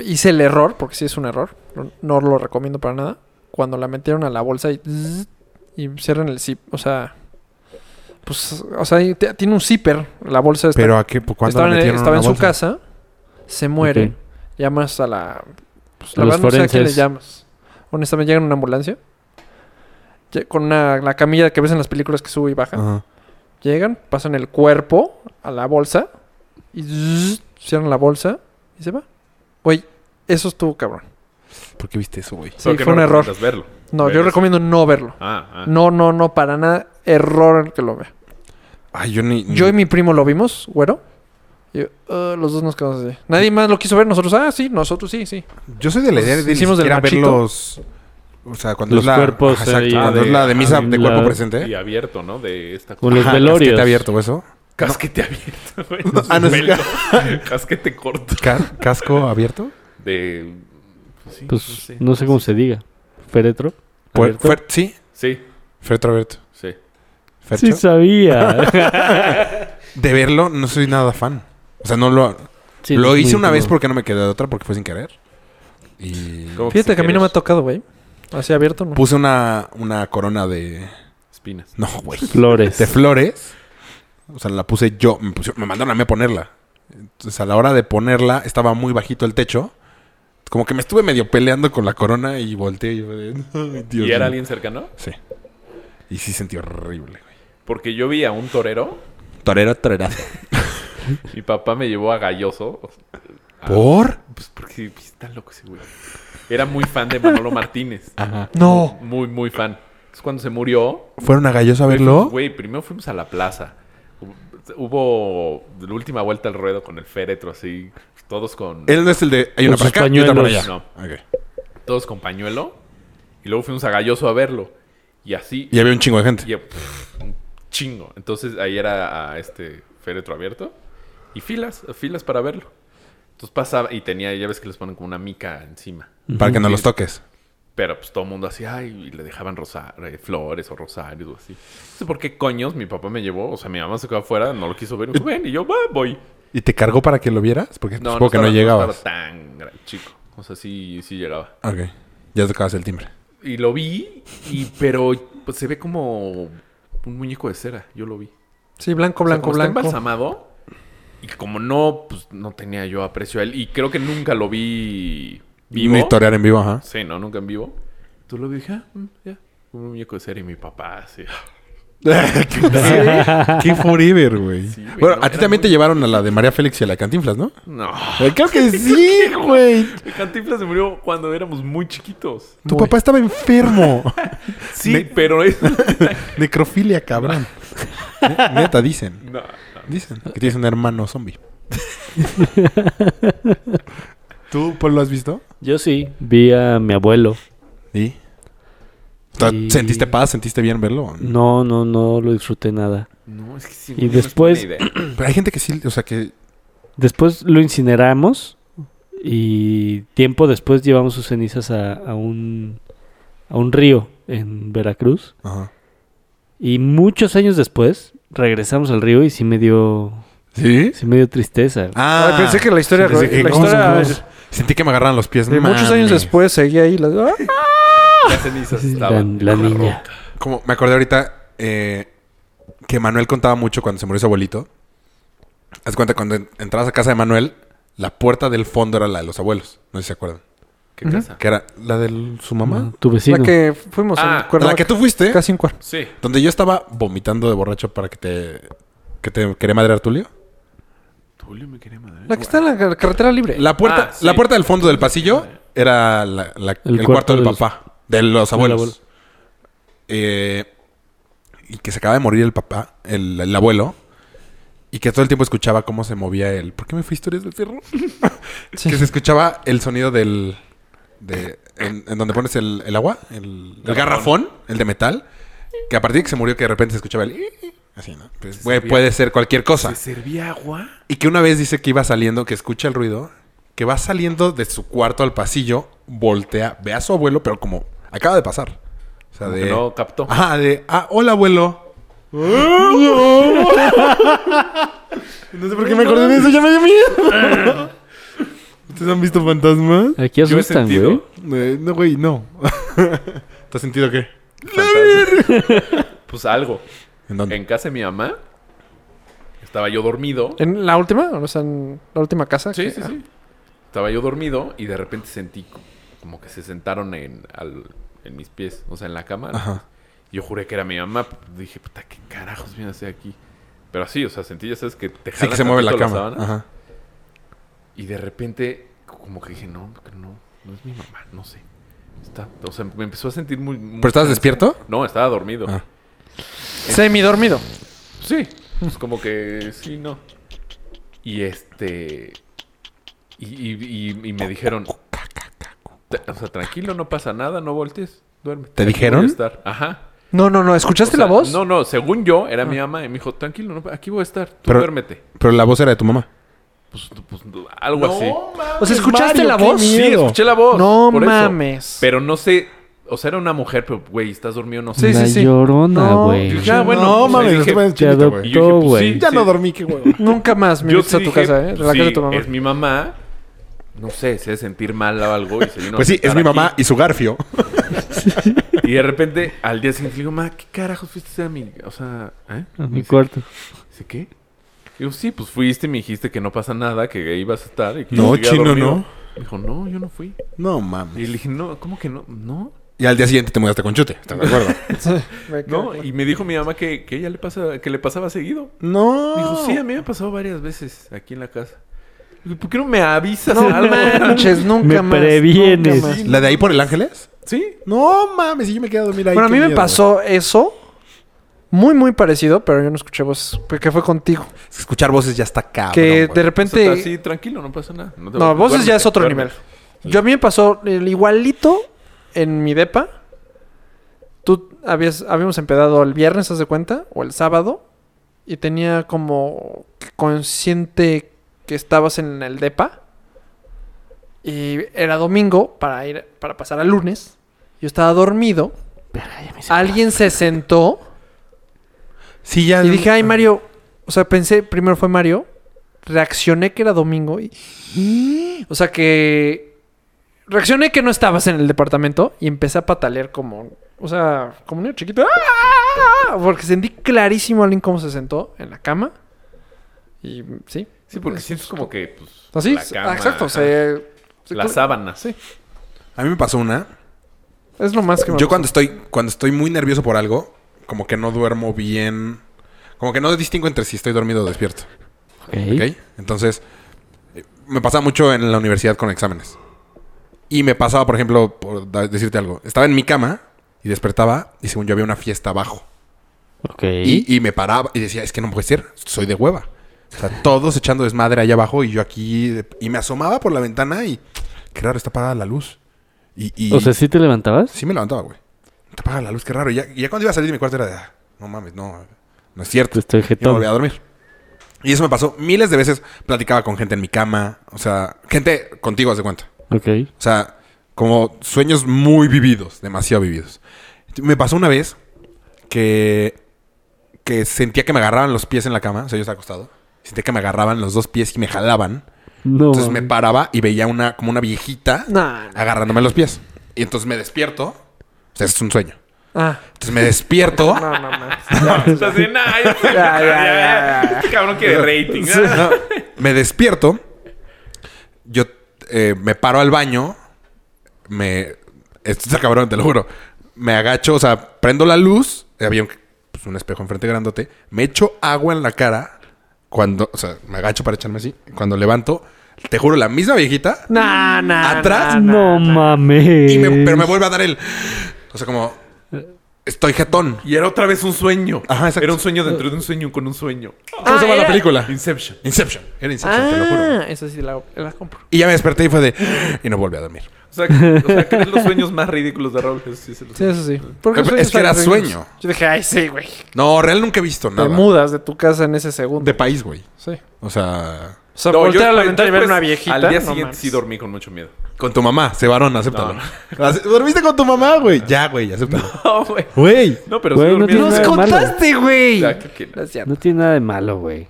Speaker 4: hice el error, porque sí es un error, no, no lo recomiendo para nada. Cuando la metieron a la bolsa y, zzz, y cierran el zip, o sea, pues, o sea, y te- tiene un zipper la bolsa. Está,
Speaker 3: Pero a qué, ¿Cuándo
Speaker 4: estaba
Speaker 3: la
Speaker 4: en,
Speaker 3: metieron
Speaker 4: estaba
Speaker 3: una
Speaker 4: en su
Speaker 3: bolsa?
Speaker 4: casa, se muere,
Speaker 2: Ok.
Speaker 4: llamas a la, pues,
Speaker 2: A
Speaker 4: la
Speaker 2: los
Speaker 4: verdad no sé a quién le
Speaker 2: forenses.
Speaker 4: llamas. Honestamente llega en una ambulancia lle- con una, la camilla que ves en las películas que sube y baja.
Speaker 3: Ajá.
Speaker 4: Llegan, pasan el cuerpo a la bolsa y zzz, cierran la bolsa y se va. Güey, eso estuvo cabrón.
Speaker 3: ¿Por qué viste eso, güey?
Speaker 4: Sí, fue un error.
Speaker 5: Verlo.
Speaker 4: No,
Speaker 5: Ver
Speaker 4: yo
Speaker 5: eso.
Speaker 4: recomiendo no verlo.
Speaker 5: Ah, ah.
Speaker 4: No, no, no, para nada. Error el que lo vea.
Speaker 3: Ay, yo ni. ni-
Speaker 4: Yo y mi primo lo vimos, güero. Y, uh, los dos nos quedamos así. Nadie más lo quiso ver. Nosotros, ah, sí, nosotros sí, sí.
Speaker 3: Yo soy de la idea
Speaker 2: Pues,
Speaker 3: de ni
Speaker 4: Hicimos del
Speaker 3: siquiera ver
Speaker 4: machito.
Speaker 3: los. O sea, cuando
Speaker 2: Los
Speaker 3: es la.
Speaker 2: cuerpos,
Speaker 3: Ajá, exacto,
Speaker 2: eh, y
Speaker 3: cuando
Speaker 5: de-
Speaker 3: es la de misa
Speaker 2: y
Speaker 3: de cuerpo
Speaker 2: la-
Speaker 3: presente.
Speaker 5: Y abierto, ¿no? De esta
Speaker 2: Con los
Speaker 3: Ajá,
Speaker 2: velorios.
Speaker 3: casquete abierto, eso?
Speaker 5: Casquete abierto, güey.
Speaker 3: Ah, no, sí.
Speaker 5: Velcro. Casquete corto.
Speaker 3: Ca- ¿Casco abierto?
Speaker 5: De. pues sí, no
Speaker 2: Pues
Speaker 5: sé.
Speaker 2: no sé cómo se diga. Féretro.
Speaker 3: Puer-
Speaker 2: ¿Abierto?
Speaker 3: fuer- sí,
Speaker 5: Sí,
Speaker 3: Fertro abierto.
Speaker 5: sí.
Speaker 3: Fercho.
Speaker 2: Sí sabía.
Speaker 3: De verlo, no soy nada fan. O sea, no lo.
Speaker 2: Sí,
Speaker 3: lo
Speaker 2: es
Speaker 3: hice
Speaker 2: muy
Speaker 3: una vez
Speaker 2: incómodo.
Speaker 3: porque no me quedé de otra, porque fue sin querer. Y.
Speaker 5: Como
Speaker 4: Fíjate
Speaker 5: sin
Speaker 4: que a mí no me ha
Speaker 5: querer.
Speaker 4: tocado, güey. Así abierto, ¿no?
Speaker 3: Puse una, una corona de.
Speaker 5: Espinas.
Speaker 3: No, güey.
Speaker 2: Flores.
Speaker 3: De flores. O sea, la puse yo. Me, pusieron- me mandaron a mí a ponerla. Entonces, a la hora de ponerla, estaba muy bajito el techo. Como que me estuve medio peleando con la corona y volteé. Y, yo de, "Ay, Dios
Speaker 5: ¿Y era
Speaker 3: mío".
Speaker 5: alguien cercano?
Speaker 3: Sí. Y sí sentí horrible, güey.
Speaker 5: Porque yo vi a un torero.
Speaker 3: Torero, torerazo.
Speaker 5: Mi papá me llevó a Galloso.
Speaker 3: ¿Por?
Speaker 5: Pues porque pues, está loco ese güey. Era muy fan de Manolo Martínez.
Speaker 4: No.
Speaker 5: Muy, muy fan. Entonces cuando se murió,
Speaker 3: ¿Fueron a Galloso a
Speaker 5: Güey,
Speaker 3: verlo?
Speaker 5: Güey, primero fuimos a la plaza. Hu- Hubo la última vuelta al ruedo con el féretro, así. Todos con,
Speaker 3: Él no es el de. Hay
Speaker 2: Con
Speaker 3: una para
Speaker 2: sus
Speaker 3: acá y otra para allá.
Speaker 2: pañuelos.
Speaker 5: No.
Speaker 3: Ok.
Speaker 5: todos con pañuelo. Y luego fuimos a Galloso a verlo. Y así.
Speaker 3: Y había un chingo de gente.
Speaker 5: y- pff, un chingo. Entonces ahí era a este féretro abierto. Y filas, filas para verlo. Entonces pasaba y tenía, ya ves que les ponen como una mica encima.
Speaker 3: Para que no los toques.
Speaker 5: Pero pues todo el mundo así, ay, y le dejaban rosa- eh, flores o rosarios o así. No sé por qué coños mi papá me llevó. O sea, mi mamá se quedó afuera, no lo quiso ver. Y me dijo, Ven, y yo, "Va, voy.
Speaker 3: ¿Y te cargó para que lo vieras? Porque
Speaker 5: No,
Speaker 3: supongo que
Speaker 5: estaba-
Speaker 3: no llegabas.
Speaker 5: estaba tan gran- chico. O sea, sí, sí llegaba.
Speaker 3: ok. Ya tocabas el timbre.
Speaker 5: Y lo vi, y pero pues, se ve como un muñeco de cera. Yo lo vi.
Speaker 4: Sí, blanco,
Speaker 5: O sea,
Speaker 4: blanco,
Speaker 5: como está
Speaker 4: blanco.
Speaker 5: embalsamado. Y como no, pues no tenía yo aprecio a él. Y creo que nunca lo vi vivo.
Speaker 3: Ni torear en vivo, ajá.
Speaker 5: Sí, no, nunca en vivo. Tú lo vi y dije, ah, mm, ya. Un muñeco de cera y mi papá, así.
Speaker 3: Qué forever, güey.
Speaker 5: güey,
Speaker 3: bueno,
Speaker 5: no,
Speaker 3: a ti
Speaker 5: era
Speaker 3: también
Speaker 5: muy-
Speaker 3: te llevaron a la de María Félix y a la Cantinflas, ¿no?
Speaker 5: No.
Speaker 3: Eh, Creo que sí, güey.
Speaker 5: Cantinflas se murió cuando éramos muy chiquitos.
Speaker 3: Tu papá estaba enfermo.
Speaker 5: Sí,
Speaker 3: Me-
Speaker 5: pero es.
Speaker 3: Necrofilia, cabrón. Ne- Neta, dicen.
Speaker 5: No,
Speaker 3: Dicen que tienes un hermano zombie. ¿Tú, Paul, lo has visto?
Speaker 2: Yo sí. Vi a mi abuelo.
Speaker 3: Sí. O sea,
Speaker 2: Y-
Speaker 3: ¿Sentiste paz? ¿Sentiste bien verlo?
Speaker 2: No, no, no lo disfruté nada.
Speaker 5: no, es que sí.
Speaker 2: Y
Speaker 5: no es
Speaker 2: después-
Speaker 5: buena idea.
Speaker 3: Pero hay gente que sí, o sea, que
Speaker 2: Después lo incineramos y tiempo después llevamos sus cenizas a, a un, a un río en Veracruz.
Speaker 3: Ajá.
Speaker 2: Y muchos años después regresamos al río y sí me dio,
Speaker 3: ¿Sí?
Speaker 2: sí me dio tristeza.
Speaker 3: Ah,
Speaker 4: Ay, pensé que la historia,
Speaker 3: pensé
Speaker 4: güey,
Speaker 3: que-
Speaker 4: la
Speaker 3: ¿cómo-
Speaker 4: historia
Speaker 3: cómo- Sentí que me agarraban los pies.
Speaker 4: de
Speaker 3: no
Speaker 4: muchos
Speaker 3: mames.
Speaker 4: años después seguí ahí. la- ¡Ah!
Speaker 5: Las cenizas
Speaker 2: la,
Speaker 5: estaban.
Speaker 2: la
Speaker 5: en
Speaker 2: niña.
Speaker 5: roca.
Speaker 3: Como me acordé ahorita eh, que Manuel contaba mucho cuando se murió su abuelito. Haz cuenta, cuando en- entrabas a casa de Manuel, la puerta del fondo era la de los abuelos. No sé si se acuerdan.
Speaker 5: ¿Qué casa?
Speaker 3: Que era la de su mamá.
Speaker 2: Tu
Speaker 4: La
Speaker 2: vecino.
Speaker 4: que fuimos en
Speaker 5: Ah,
Speaker 3: La
Speaker 4: Cuernavaca,
Speaker 3: que tú fuiste.
Speaker 4: Casi un cuarto.
Speaker 5: Sí.
Speaker 3: Donde yo estaba vomitando de borracho para que te... Que te quería madrear Tulio.
Speaker 5: Tulio me quería madre.
Speaker 4: La que está en la car- carretera libre.
Speaker 3: La puerta,
Speaker 5: Ah, sí.
Speaker 3: la puerta del fondo del pasillo era la- la- el,
Speaker 2: cuarto
Speaker 3: cuarto del
Speaker 2: de los-
Speaker 3: papá, de los
Speaker 2: del
Speaker 3: abuelos.
Speaker 2: abuelo.
Speaker 3: Eh, y que se acaba de morir el papá, el, el abuelo. Y que todo el tiempo escuchaba cómo se movía él. ¿Por qué me fui a historias de terror? Que se escuchaba el sonido del. de- en, en donde pones el, el agua, el, el garrafón, el de metal. Que a partir de que se murió, que de repente se escuchaba el. Así, ¿no? Pues, güey, puede ser cualquier cosa.
Speaker 5: ¿Se servía agua?
Speaker 3: Y que una vez dice que iba saliendo, que escucha el ruido, que va saliendo de su cuarto al pasillo, voltea, ve a su abuelo, pero como acaba de pasar. O sea,
Speaker 5: Como
Speaker 3: de.
Speaker 5: que no captó.
Speaker 3: Ajá, de. Ah, hola, abuelo. no sé por qué me acordé de eso, ya me dio miedo. ¿Ustedes han visto fantasmas?
Speaker 2: Aquí
Speaker 5: Yo he
Speaker 2: asustan,
Speaker 5: sentido.
Speaker 2: güey.
Speaker 3: Eh, No, güey, no. ¿Te has sentido qué?
Speaker 5: Fantasma. pues algo.
Speaker 3: ¿En dónde?
Speaker 5: En casa de mi mamá estaba yo dormido.
Speaker 4: ¿En la última? O sea, en la última casa.
Speaker 5: Sí,
Speaker 4: que-
Speaker 5: sí,
Speaker 4: ah.
Speaker 5: sí. Estaba yo dormido y de repente sentí co- como que se sentaron en, al- en mis pies, o sea, en la cama.
Speaker 3: Ajá.
Speaker 5: Yo juré que era mi mamá. Dije, puta, ¿qué carajos viene a hacer aquí? Pero sí, o sea, sentí, ya sabes, que te
Speaker 3: Sí, que
Speaker 5: jalan
Speaker 3: se mueve la
Speaker 5: tantito
Speaker 3: cama.
Speaker 5: sábana.
Speaker 3: Ajá.
Speaker 5: Y de repente, como que dije, no, que no. No es mi mamá, no sé. Está, o sea, me empezó a sentir muy... muy-
Speaker 3: ¿Pero estabas despierto?
Speaker 5: No, estaba dormido.
Speaker 3: Ah.
Speaker 4: Semi dormido.
Speaker 5: Sí, pues como que sí, no. Y este... Y, y- y- y me dijeron... "Te- O sea, tranquilo, no pasa nada, no voltees, duerme.
Speaker 3: ¿Te
Speaker 5: Aquí voy a
Speaker 3: dijeron?
Speaker 5: estar". Ajá.
Speaker 4: No, no, no.
Speaker 5: O
Speaker 4: ¿Escuchaste
Speaker 5: sea,
Speaker 4: la voz? Ah.
Speaker 5: No, no, según yo, era mi mamá y me dijo, tranquilo, no, aquí voy a estar, tú
Speaker 3: Pero-
Speaker 5: duérmete.
Speaker 3: Pero la voz era de tu mamá.
Speaker 5: Pues, pues, algo así.
Speaker 4: O sea, ¿escuchaste la voz?
Speaker 5: Sí, escuché la voz.
Speaker 4: No
Speaker 5: por eso.
Speaker 4: mames.
Speaker 5: Pero no sé, o sea, era una mujer, pero güey, estás dormido, no sé.
Speaker 4: Sí,
Speaker 2: la
Speaker 4: sí, sí.
Speaker 2: llorona,
Speaker 4: No,
Speaker 2: güey.
Speaker 5: Dije, ah, bueno,
Speaker 3: no
Speaker 5: pues,
Speaker 3: mames,
Speaker 5: ahí
Speaker 3: lo
Speaker 5: dije,
Speaker 3: estuve en
Speaker 2: Te
Speaker 3: chiquito, güey.
Speaker 5: Y yo dije,
Speaker 2: adoptó,
Speaker 5: pues,
Speaker 2: güey.
Speaker 5: sí,
Speaker 3: Ya no dormí, qué huevo.
Speaker 4: Nunca más me
Speaker 5: Yo sí
Speaker 4: a tu
Speaker 5: dije,
Speaker 4: casa, ¿eh? A la
Speaker 5: sí,
Speaker 4: casa de tu mamá.
Speaker 5: es mi mamá. No sé, se debe sentir mal o algo y se vino a
Speaker 3: Pues sí,
Speaker 5: sentar
Speaker 3: es mi mamá
Speaker 5: aquí.
Speaker 3: y su garfio.
Speaker 5: Y de repente, al día siguiente, le digo, ma, ¿qué carajos fuiste a mi...? O sea, ¿eh?
Speaker 2: A
Speaker 5: Me
Speaker 2: mi
Speaker 4: Pues
Speaker 5: dice,
Speaker 2: cuarto.
Speaker 5: Dice, ¿qué? Digo, sí, pues fuiste y me dijiste que no pasa nada, que ahí ibas a estar. Y que
Speaker 3: No,
Speaker 5: yo seguía
Speaker 3: chino,
Speaker 5: dormido".
Speaker 3: no.
Speaker 5: Me Dijo, no, yo no fui.
Speaker 3: No mames.
Speaker 5: Y le dije, no, ¿cómo que no? No,
Speaker 3: Y al día siguiente te mudaste con chute, ¿estás de acuerdo?
Speaker 4: Me
Speaker 5: no.
Speaker 4: cago.
Speaker 5: Y me dijo mi mamá que, que ella le pasa, que le pasaba seguido.
Speaker 3: no.
Speaker 5: Me Dijo, sí, a mí me ha pasado varias veces aquí en la casa. Le Dije, ¿por qué no me avisas
Speaker 4: No
Speaker 5: algo?
Speaker 4: manches, nunca
Speaker 2: Me
Speaker 4: más.
Speaker 2: previenes.
Speaker 4: nunca más.
Speaker 3: ¿La de ahí por el Ángeles?
Speaker 5: Sí.
Speaker 3: No mames, y yo me quedé a dormir ahí.
Speaker 4: Bueno, a
Speaker 3: qué
Speaker 4: mí me
Speaker 3: miedo,
Speaker 4: pasó eso. Muy, muy parecido, pero yo no escuché voz. Porque fue contigo.
Speaker 3: güey. Escuchar voces ya está
Speaker 5: Ah,
Speaker 3: cabrón.
Speaker 4: que
Speaker 3: güey.
Speaker 4: de
Speaker 5: O sea,
Speaker 4: repente.
Speaker 5: está así, tranquilo, no pasa nada. te
Speaker 4: No,
Speaker 5: vas-
Speaker 4: voces ya
Speaker 5: duérmete,
Speaker 4: es otro
Speaker 5: duérmete.
Speaker 4: nivel. Yo a mí me pasó el igualito en mi depa. Tú habías, habíamos empezado el viernes, ¿haz de cuenta? O el sábado. Y tenía como consciente que estabas en el depa. Y era domingo para ir para pasar al lunes. Yo estaba dormido. Alguien se sentó.
Speaker 3: Sí, ya.
Speaker 4: Y dije, ay, Mario. O sea, pensé, primero fue Mario. Reaccioné que era domingo. Y, o sea, que. Reaccioné que no estabas en el departamento. Y empecé a patalear como. O sea, como un niño chiquito. ¡Ah! Porque sentí clarísimo a alguien cómo se sentó en la cama. Y sí.
Speaker 5: Sí, porque sientes como que, pues,
Speaker 4: Así.
Speaker 5: la cama,
Speaker 4: exacto.
Speaker 5: ajá,
Speaker 4: Se, se-
Speaker 5: la sábana.
Speaker 4: Sí.
Speaker 3: A mí me pasó una.
Speaker 4: Es lo más que me
Speaker 3: Yo
Speaker 4: pasó.
Speaker 3: cuando estoy, cuando estoy muy nervioso por algo, como que no duermo bien. Como que no distingo entre si estoy dormido o despierto. ¿Ok?
Speaker 2: Ok.
Speaker 3: Entonces, eh, me pasaba mucho en la universidad con exámenes. Y me pasaba, por ejemplo, por da- decirte algo. Estaba en mi cama y despertaba y según yo había una fiesta abajo.
Speaker 2: Ok.
Speaker 3: Y, y me paraba y decía, es que no puede ser, soy de hueva. O sea, todos echando desmadre allá abajo y yo aquí... de- Y me asomaba por la ventana y... Qué raro, está apagada la luz. Y, y-
Speaker 2: O sea, ¿sí te levantabas?
Speaker 3: sí me levantaba, güey. Te apaga la luz, qué raro. Y ya, y ya cuando iba a salir de mi cuarto era de... "Ah, no mames, no, no es cierto.
Speaker 2: Estoy
Speaker 3: Yo me
Speaker 2: jetón.
Speaker 3: volví a dormir. Y eso me pasó miles de veces. Platicaba con gente en mi cama. O sea, gente contigo, haz de cuenta.
Speaker 2: Ok.
Speaker 3: O sea, como sueños muy vividos, demasiado vividos. Me pasó una vez que, que sentía que me agarraban los pies en la cama. O sea, yo estaba acostado. Sentía que me agarraban los dos pies y me jalaban.
Speaker 2: No.
Speaker 3: Entonces me
Speaker 2: mames.
Speaker 3: paraba y veía una, como una viejita
Speaker 4: No, no.
Speaker 3: agarrándome los pies. Y entonces me despierto. O sea, es un sueño.
Speaker 4: Ah,
Speaker 3: Entonces me despierto.
Speaker 4: no, no, no.
Speaker 5: Estás de, "Nah, ya, ya,
Speaker 4: ya,
Speaker 5: ya,
Speaker 4: ya, ya".
Speaker 5: Este cabrón quiere rating.
Speaker 3: Sí,
Speaker 5: ah".
Speaker 3: no. Me despierto. Yo eh, me paro al baño. Me. Esto está cabrón, te lo juro. Me agacho, o sea, prendo la luz. Había un, pues, un espejo enfrente grandote. Me echo agua en la cara. Cuando, o sea, me agacho para echarme así. Cuando levanto, te juro, la misma viejita.
Speaker 4: No, no,
Speaker 3: Atrás,
Speaker 4: no, no.
Speaker 2: No mames.
Speaker 3: Y me- pero me vuelve a dar el. O sea, como. Estoy jetón.
Speaker 5: Y era otra vez un sueño.
Speaker 3: Ajá, exacto.
Speaker 5: Era un sueño dentro de un sueño con un sueño.
Speaker 3: ¿Cómo se llama la
Speaker 4: Ah, era-
Speaker 3: película?
Speaker 5: Inception.
Speaker 3: Inception. Era Inception, te lo juro.
Speaker 4: Ah, esa sí la, la compro.
Speaker 3: Y ya me desperté y fue de. Y no volví a dormir.
Speaker 5: O sea, que- o sea, que es los sueños más ridículos de Raúl. Sí, se los-
Speaker 4: Sí, eso sí.
Speaker 3: Eh, pero
Speaker 4: sueños
Speaker 3: es que era
Speaker 4: tan horribles.
Speaker 3: sueño.
Speaker 4: Yo dije, ay, sí, güey.
Speaker 3: No, real nunca he visto
Speaker 4: Te
Speaker 3: nada.
Speaker 4: mudas de tu casa en ese segundo.
Speaker 3: De país, güey.
Speaker 4: Sí.
Speaker 3: O sea,
Speaker 4: O sea,
Speaker 5: No, yo
Speaker 4: voltear a la
Speaker 5: después-
Speaker 4: ventana y ver
Speaker 5: después,
Speaker 4: una viejita.
Speaker 5: Al día
Speaker 4: no
Speaker 5: siguiente
Speaker 4: mames.
Speaker 5: sí dormí con mucho miedo.
Speaker 3: con tu mamá, se varón, acéptalo. ¿Dormiste con tu mamá, güey? Ya, güey, acéptalo.
Speaker 5: No, güey.
Speaker 3: Güey.
Speaker 5: No, pero
Speaker 2: Güey,
Speaker 5: sí
Speaker 2: no
Speaker 5: dormí.
Speaker 2: tiene
Speaker 4: ¡Nos
Speaker 2: nada de malo.
Speaker 4: contaste, güey!
Speaker 5: Ya, que- que-
Speaker 4: No es cierto.
Speaker 2: No tiene nada de malo, güey.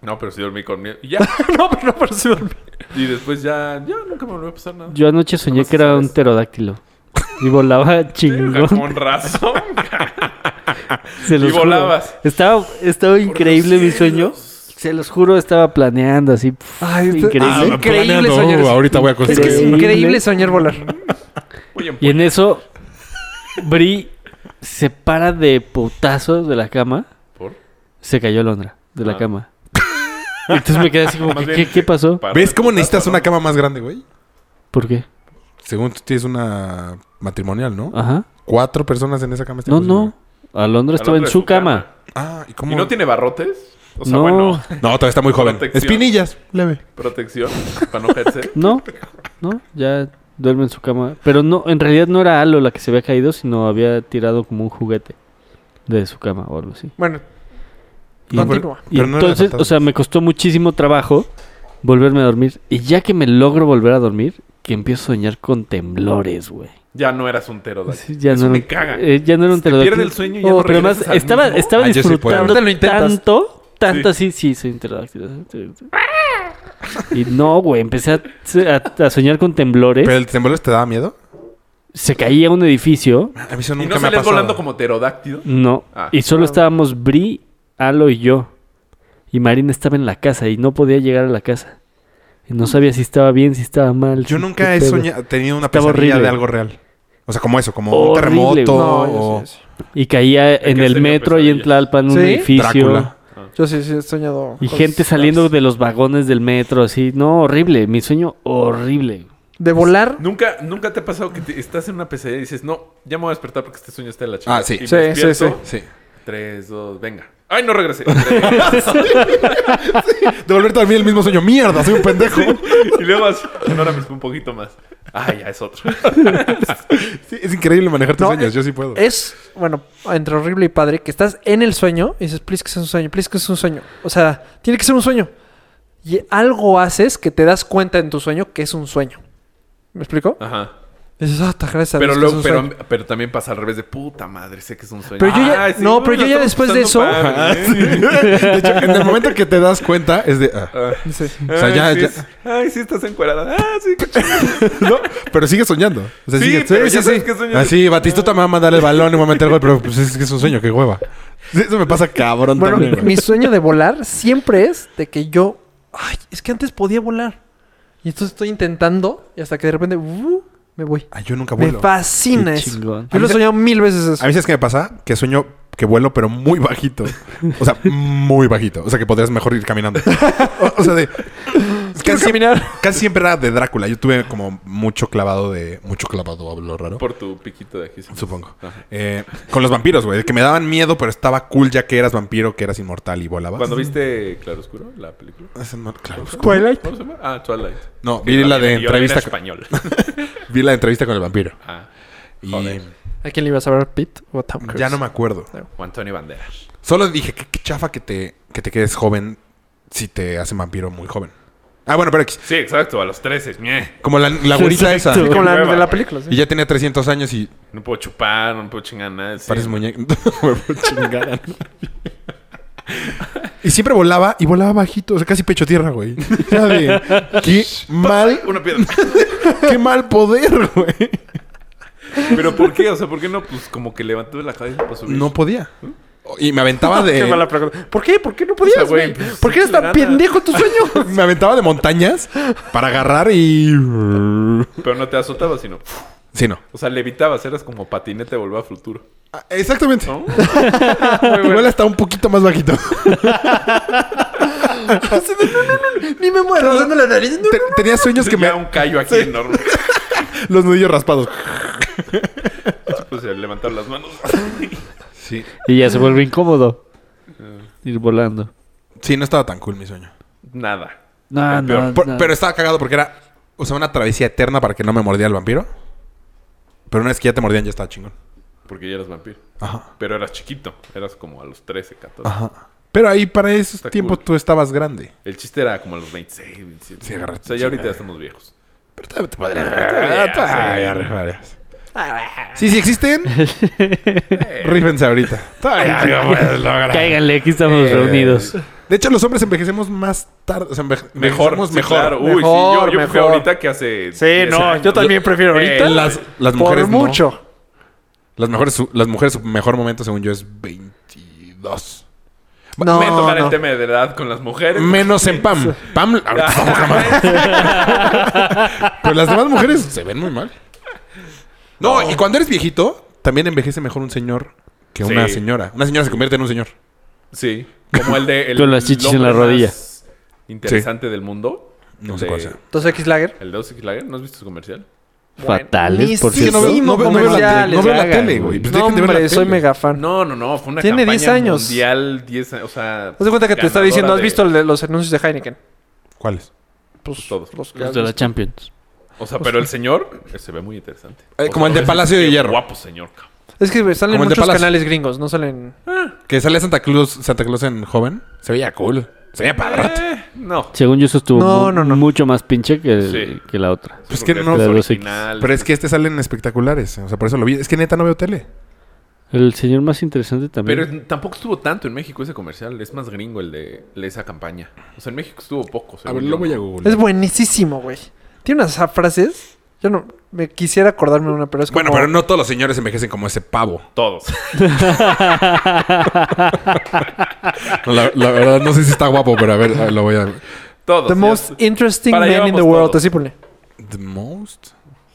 Speaker 5: No, pero sí dormí con miedo. Y ya.
Speaker 4: No, pero no, pero sí dormí.
Speaker 5: Y después ya, ya nunca me volvió a pasar nada.
Speaker 2: Yo anoche soñé
Speaker 5: Nomás
Speaker 2: que era
Speaker 5: esa vez.
Speaker 2: un pterodáctilo. Y volaba chingón.
Speaker 5: Con razón.
Speaker 2: Se los juro.
Speaker 5: volabas.
Speaker 2: Estaba, estaba increíble mi sueño. Se los juro, estaba planeando así. pff, increíble.
Speaker 4: ah, Increíble soñar eso.
Speaker 3: ahorita voy a
Speaker 4: Es que es
Speaker 2: Increíble.
Speaker 4: increíble soñar volar.
Speaker 5: Oye,
Speaker 2: Y en eso, Bri se para de potazos de la cama.
Speaker 5: por
Speaker 2: Se cayó Londra de la
Speaker 5: Ah.
Speaker 2: cama. Entonces me quedé así como,
Speaker 5: Más
Speaker 2: que,
Speaker 5: bien-
Speaker 2: ¿qué, qué pasó?
Speaker 5: favor.
Speaker 3: ¿Ves cómo necesitas una cama más grande, güey?
Speaker 2: ¿Por qué?
Speaker 3: Según tú tienes una matrimonial, ¿no?
Speaker 2: Ajá.
Speaker 3: Cuatro personas en esa cama. está
Speaker 2: Ah. No,
Speaker 3: imposible.
Speaker 2: no. Alondra estaba en
Speaker 5: Alondra
Speaker 2: su cama.
Speaker 3: Ah, ¿y cómo?
Speaker 5: ¿Y no tiene barrotes? O sea,
Speaker 2: No.
Speaker 5: bueno,
Speaker 3: No, todavía está muy joven.
Speaker 5: Protección.
Speaker 3: Espinillas, leve.
Speaker 2: ¿Eh?
Speaker 5: protección para no caerse.
Speaker 2: No, no, ya duerme en su cama. Pero no, en realidad no era Alo la que se había caído, sino había tirado como un juguete de su cama o algo así.
Speaker 4: Bueno,
Speaker 2: Y,
Speaker 3: No, pero-
Speaker 4: Continúa.
Speaker 2: y
Speaker 3: pero no era
Speaker 2: entonces,
Speaker 3: fantasma.
Speaker 2: o sea, me costó muchísimo trabajo volverme a dormir. Y ya que me logro volver a dormir, que empiezo a soñar con temblores, güey.
Speaker 5: Ya no eras un
Speaker 2: Sí,
Speaker 5: pterodáctil.
Speaker 2: Ya,
Speaker 5: Pues Eso
Speaker 2: no,
Speaker 5: me caga.
Speaker 2: eh, ya no era un
Speaker 5: Te pierde
Speaker 2: pterodáctilo.
Speaker 5: el sueño y ya no
Speaker 2: pero además
Speaker 5: regresas al
Speaker 2: estaba,
Speaker 5: mismo.
Speaker 2: estaba
Speaker 3: Ah, yo sí puedo.
Speaker 2: disfrutando
Speaker 4: Ahorita lo intentas.
Speaker 2: tanto, tanto así, sí, soy un pterodáctilo. Y no, güey, empecé a, a- a soñar con temblores.
Speaker 3: ¿Pero el temblor te daba miedo?
Speaker 2: Se caía un edificio,
Speaker 3: A mí eso
Speaker 5: ¿Y
Speaker 3: nunca
Speaker 5: no
Speaker 3: me ha
Speaker 5: salías
Speaker 3: pasado.
Speaker 5: volando como pterodáctido?
Speaker 2: no,
Speaker 5: Ah.
Speaker 2: y solo estábamos Bri, Alo y yo. Y Marina estaba en la casa y no podía llegar a la casa. Y no sabía si estaba bien, si estaba mal.
Speaker 3: Yo
Speaker 2: si-
Speaker 3: nunca
Speaker 2: qué
Speaker 3: he
Speaker 2: pedo.
Speaker 3: soñado, tenido una
Speaker 2: Estaba
Speaker 3: pesadilla
Speaker 2: horrible.
Speaker 3: de algo real. O sea, como eso, como un
Speaker 2: Horrible,
Speaker 3: terremoto
Speaker 4: no,
Speaker 3: o
Speaker 4: yo sí,
Speaker 2: Y caía en
Speaker 5: que
Speaker 2: el
Speaker 5: hacer
Speaker 2: metro y en
Speaker 5: pesadillas.
Speaker 2: Tlalpan un
Speaker 4: ¿Sí?
Speaker 2: edificio.
Speaker 3: Drácula.
Speaker 4: yo sí, sí he soñado.
Speaker 2: Y
Speaker 4: cosas
Speaker 2: gente saliendo
Speaker 4: raras.
Speaker 2: de los vagones del metro, así. No, horrible. Mi sueño, horrible.
Speaker 4: De volar.
Speaker 5: ¿Nunca, ¿Nunca te ha pasado que te- estás en una pesadilla y dices, no, ya me voy a despertar porque este sueño está de la chica?
Speaker 3: Ah, sí.
Speaker 5: Y
Speaker 4: Sí,
Speaker 5: me
Speaker 4: sí, sí.
Speaker 5: despierto,
Speaker 3: Sí.
Speaker 5: Tres, dos, venga. ¡Ay, no regresé!
Speaker 3: De volverte a dormir el mismo sueño. Mierda, soy un pendejo.
Speaker 5: y luego así, no, ahora me fue un poquito más. Ah, ya es otro.
Speaker 3: Sí, es increíble manejar tus
Speaker 4: No,
Speaker 3: sueños.
Speaker 4: eh,
Speaker 3: Yo sí puedo.
Speaker 4: Es, bueno, entre horrible y padre, que estás en el sueño y dices, please que sea un sueño, please que sea un sueño. O sea, tiene que ser un sueño. Y algo haces que te das cuenta en tu sueño que es un sueño. ¿Me explico?
Speaker 5: Ajá.
Speaker 4: Dices, ah, ta, gracias a
Speaker 5: Pero,
Speaker 4: Dios que es
Speaker 5: luego,
Speaker 4: un
Speaker 5: pero,
Speaker 4: sueño".
Speaker 5: pero también pasa al revés de puta madre, sé que es un sueño.
Speaker 4: Pero yo ya-
Speaker 5: Ay, sí,
Speaker 4: no,
Speaker 5: bueno,
Speaker 4: pero yo
Speaker 5: la
Speaker 4: ya
Speaker 5: estamos
Speaker 4: después de
Speaker 5: pasando
Speaker 4: eso-
Speaker 5: padre, ¿eh?
Speaker 3: De hecho, en el momento que te das cuenta, es de. ah.
Speaker 4: Sí.
Speaker 3: O sea, ya-
Speaker 5: Ay, sí,
Speaker 3: ya-
Speaker 5: es- Ay, sí, estás encuerada. Ah, sí, qué chido.
Speaker 3: No, pero sigues soñando. O sea,
Speaker 5: Sí,
Speaker 3: sigues-
Speaker 5: pero ya sabes qué sueño-
Speaker 3: Ah, sí, Batistuta me va a mandar el balón y me va a meter el gol, pero pues, es que es un sueño, qué hueva. Sí, Eso me pasa cabrón
Speaker 4: Bueno,
Speaker 3: también. güey.
Speaker 4: mi sueño de volar siempre es de que yo, ay, es que antes podía volar. Y entonces estoy intentando y hasta que de repente, uh, me voy.
Speaker 3: Ay, yo nunca
Speaker 4: Me
Speaker 3: vuelo. A
Speaker 4: fascina
Speaker 2: Qué
Speaker 4: eso.
Speaker 2: chingón.
Speaker 4: Yo lo he soñado mil veces eso.
Speaker 3: mí, ¿sabes qué me pasa? Que sueño que vuelo, pero muy bajito. O sea, muy bajito. O sea, que podrías mejor ir caminando. O, o sea, de.
Speaker 4: ¿Quieres
Speaker 3: Casi,
Speaker 4: caminar?
Speaker 3: casi siempre era de Drácula. Yo tuve como mucho clavado de. Mucho clavado, hablo raro.
Speaker 5: Por tu piquito de aquí. sí.
Speaker 3: Supongo.
Speaker 5: Ajá.
Speaker 3: Eh, con los vampiros, güey. Que me daban miedo, pero estaba cool ya que eras vampiro, que eras inmortal y volabas.
Speaker 5: Cuando viste Claroscuro, la película.
Speaker 3: Ese no- claro.
Speaker 4: Twilight.
Speaker 5: ¿Cómo se llama? Ah, Twilight.
Speaker 3: No, vi la de
Speaker 5: Yo era
Speaker 3: entrevista. con-
Speaker 5: español.
Speaker 3: Vi la entrevista con el vampiro.
Speaker 5: Ah,
Speaker 3: Y
Speaker 5: Joder.
Speaker 4: ¿A quién le ibas a ver, Pete o a Tom Cruise?
Speaker 3: ya no me acuerdo.
Speaker 5: o Antonio Banderas.
Speaker 3: Solo dije que, chafa que te, que te quedes joven si te hacen vampiro muy joven. Ah, bueno, pero X.
Speaker 5: Sí, exacto, a los 13. ñe.
Speaker 3: Como la, la güerita esa.
Speaker 4: Sí, como la
Speaker 5: Hueva,
Speaker 4: de la
Speaker 5: güey.
Speaker 4: película, sí.
Speaker 3: Y ya tenía 300 años y
Speaker 5: No puedo chupar, no puedo chingar nada. sí.
Speaker 3: pareces muñeco. Me voy a chingar a nadie. y siempre volaba y volaba bajito, o sea, casi pecho tierra, güey. Era de, qué mal,
Speaker 5: Una piedra.
Speaker 3: qué mal poder, güey.
Speaker 5: ¿Pero por qué? O sea, ¿por qué no? Pues como que levantó la cabeza para subir.
Speaker 3: No podía. Y me aventaba de.
Speaker 4: Qué mala pregunta. ¿Por qué? ¿Por qué no podías,
Speaker 5: O sea, güey,
Speaker 4: güey?
Speaker 5: pues,
Speaker 4: ¿Por qué eres tan
Speaker 5: ganas.
Speaker 4: pendejo en tu sueño?
Speaker 3: me aventaba de montañas para agarrar y.
Speaker 5: Pero no te azotaba, sino...
Speaker 3: Sí, no.
Speaker 5: O sea, levitabas, eras como patinete de volver al futuro.
Speaker 3: Ah, Exactamente.
Speaker 5: ¿No?
Speaker 3: Igual está un poquito más bajito.
Speaker 4: Ni me muero. rozando la nariz.
Speaker 3: Te- tenía sueños que
Speaker 5: que
Speaker 3: me.
Speaker 5: un callo aquí enorme.
Speaker 3: Los nudillos raspados.
Speaker 5: Pues se levantaron las manos.
Speaker 3: Sí.
Speaker 2: Y ya se vuelve incómodo ir volando.
Speaker 3: Sí, no estaba tan cool mi sueño.
Speaker 5: Nada.
Speaker 2: No, no,
Speaker 5: peor.
Speaker 3: Por-
Speaker 2: no.
Speaker 3: Pero estaba cagado porque era. O sea, una travesía eterna para que no me mordía el vampiro. Pero una vez que ya te mordían, ya estaba chingón.
Speaker 5: Porque ya eras vampiro.
Speaker 3: Ajá.
Speaker 5: Pero eras chiquito. Eras como a los 13, 14.
Speaker 3: Ajá. Pero ahí para esos
Speaker 5: Está
Speaker 3: tiempos
Speaker 5: cool.
Speaker 3: tú estabas grande.
Speaker 5: El chiste era como a los 26, 27.
Speaker 3: Sí, agarra-
Speaker 5: o sea, ya ahorita ya estamos viejos.
Speaker 3: Pero todavía te podrías. Todavía
Speaker 5: sí.
Speaker 3: varias. Sí, sí existen. Rífense ahorita. Todavía lo
Speaker 5: pues.
Speaker 3: puedes lograr.
Speaker 2: Cáiganle, aquí estamos
Speaker 3: Eh,
Speaker 2: reunidos.
Speaker 3: De hecho, los hombres envejecemos más tarde. O sea, enveje-
Speaker 5: Mejor,
Speaker 3: envejecemos
Speaker 5: sí,
Speaker 3: mejor.
Speaker 5: claro. Uy, sí, yo,
Speaker 4: Mejor,
Speaker 5: yo prefiero
Speaker 4: mejor.
Speaker 5: ahorita que hace.
Speaker 4: Sí,
Speaker 5: 10
Speaker 4: no,
Speaker 5: años.
Speaker 4: yo también prefiero ahorita.
Speaker 5: Eh,
Speaker 3: Las, las mujeres.
Speaker 4: Por
Speaker 3: no.
Speaker 4: mucho.
Speaker 3: Las, mujeres su, las mujeres, su mejor momento, según yo, es 22.
Speaker 4: No,
Speaker 5: me tocar
Speaker 4: no.
Speaker 5: el tema de la edad con las mujeres.
Speaker 3: Menos en Pam. Pam, ahorita está poca madre. Pero las demás mujeres se ven muy mal. No, y cuando eres viejito, también envejece mejor un señor que una
Speaker 5: Sí.
Speaker 3: señora. Una señora se convierte en un señor.
Speaker 5: Sí, como el de. el
Speaker 2: Con las chichis en la
Speaker 5: hombre más
Speaker 2: rodilla.
Speaker 5: Interesante del mundo.
Speaker 3: No
Speaker 5: El
Speaker 3: sé
Speaker 5: de-
Speaker 3: cuál sea.
Speaker 4: Entonces, X-Lager.
Speaker 5: El de Osix Lager, ¿no has visto su comercial?
Speaker 2: fatales, por
Speaker 3: Sí,
Speaker 2: cierto.
Speaker 3: no veo, no veo- no veo la,
Speaker 4: comerciales.
Speaker 3: no veo la
Speaker 5: Cagan,
Speaker 3: tele, güey.
Speaker 5: güey.
Speaker 3: Pues
Speaker 4: No,
Speaker 3: dejen de ver la
Speaker 4: hombre, soy
Speaker 3: tele.
Speaker 4: mega fan.
Speaker 5: No, no, no, fue una
Speaker 4: Tiene
Speaker 5: campaña
Speaker 4: 10 años.
Speaker 5: mundial 10 años, o sea...
Speaker 4: Haz de cuenta que te está
Speaker 5: ganadora
Speaker 4: diciendo, ¿has
Speaker 5: de-
Speaker 4: visto el de los anuncios de Heineken?
Speaker 3: ¿Cuáles?
Speaker 4: Pues
Speaker 5: todos.
Speaker 4: Los que
Speaker 2: Los
Speaker 4: has
Speaker 2: de la
Speaker 4: visto.
Speaker 2: Champions.
Speaker 5: O sea, pero el señor eh, se ve muy interesante.
Speaker 3: Eh,
Speaker 5: O sea,
Speaker 3: como el de
Speaker 5: ese
Speaker 3: Palacio de
Speaker 5: qué
Speaker 3: Hierro.
Speaker 5: Guapo señor, cabrón.
Speaker 4: es que güey, salen
Speaker 3: Como el de
Speaker 4: muchos
Speaker 3: Palacio.
Speaker 4: canales gringos, no salen...
Speaker 3: Que sale Santa Claus, Santa Claus en joven. Se veía cool. Se veía padrote.
Speaker 5: Eh, no.
Speaker 2: Según yo, eso estuvo
Speaker 4: No,
Speaker 2: mu-
Speaker 4: no, no.
Speaker 2: mucho más pinche que,
Speaker 5: Sí.
Speaker 2: que la otra.
Speaker 3: Pues
Speaker 5: Sí, porque
Speaker 3: que no,
Speaker 5: es
Speaker 2: pero los
Speaker 5: original.
Speaker 3: Pero es que este salen espectaculares. O sea, por eso lo vi. Es que neta no veo tele.
Speaker 2: El señor más interesante también.
Speaker 5: Pero tampoco estuvo tanto en México ese comercial. Es más gringo el de, el de esa campaña. O sea, en México estuvo poco. según yo, ¿no?
Speaker 3: googlear.
Speaker 4: Es buenísimo, güey. Tiene unas frases... Yo no... Me quisiera acordarme de una, pero es como...
Speaker 3: Bueno, pero no todos los señores envejecen como ese pavo.
Speaker 5: Todos.
Speaker 3: La, la verdad, no sé si está guapo, pero a ver, a ver, lo voy a.
Speaker 5: Todos.
Speaker 4: The
Speaker 5: ya
Speaker 4: most
Speaker 5: sé.
Speaker 4: interesting
Speaker 5: Para allá
Speaker 4: man in the
Speaker 5: vamos
Speaker 4: world.
Speaker 5: todos.
Speaker 4: Así ponle.
Speaker 3: The most.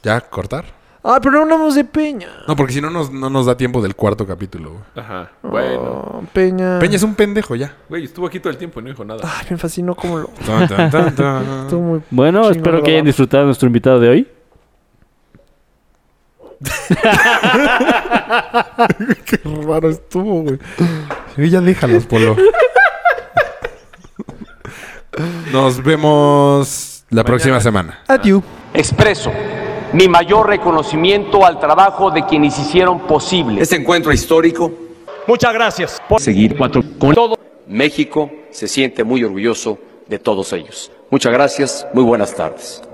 Speaker 3: ¿Ya cortar?
Speaker 4: Ah, pero no hablamos de Peña.
Speaker 3: No, porque si no, nos, no nos da tiempo del cuarto capítulo. güey.
Speaker 5: Ajá. Bueno.
Speaker 4: Oh, Peña.
Speaker 3: Peña es un pendejo ya.
Speaker 5: Güey, estuvo aquí todo el tiempo y no dijo nada.
Speaker 4: Ay, me fascinó cómo lo...
Speaker 3: Tan, tan, tan, tan.
Speaker 4: Estuvo muy...
Speaker 2: Bueno,
Speaker 4: Chingón,
Speaker 2: espero que
Speaker 4: ¿verdad?
Speaker 2: hayan disfrutado nuestro invitado de hoy.
Speaker 3: Qué raro estuvo, güey. Sí, ya déjalos, Polo. Nos vemos la próxima semana.
Speaker 4: Adiós.
Speaker 6: Expreso mi mayor reconocimiento al trabajo de quienes hicieron posible
Speaker 7: Este encuentro histórico
Speaker 8: Muchas gracias. Por...
Speaker 7: seguir cuatro con todo. México se siente muy orgulloso de todos ellos. Muchas gracias, muy buenas tardes.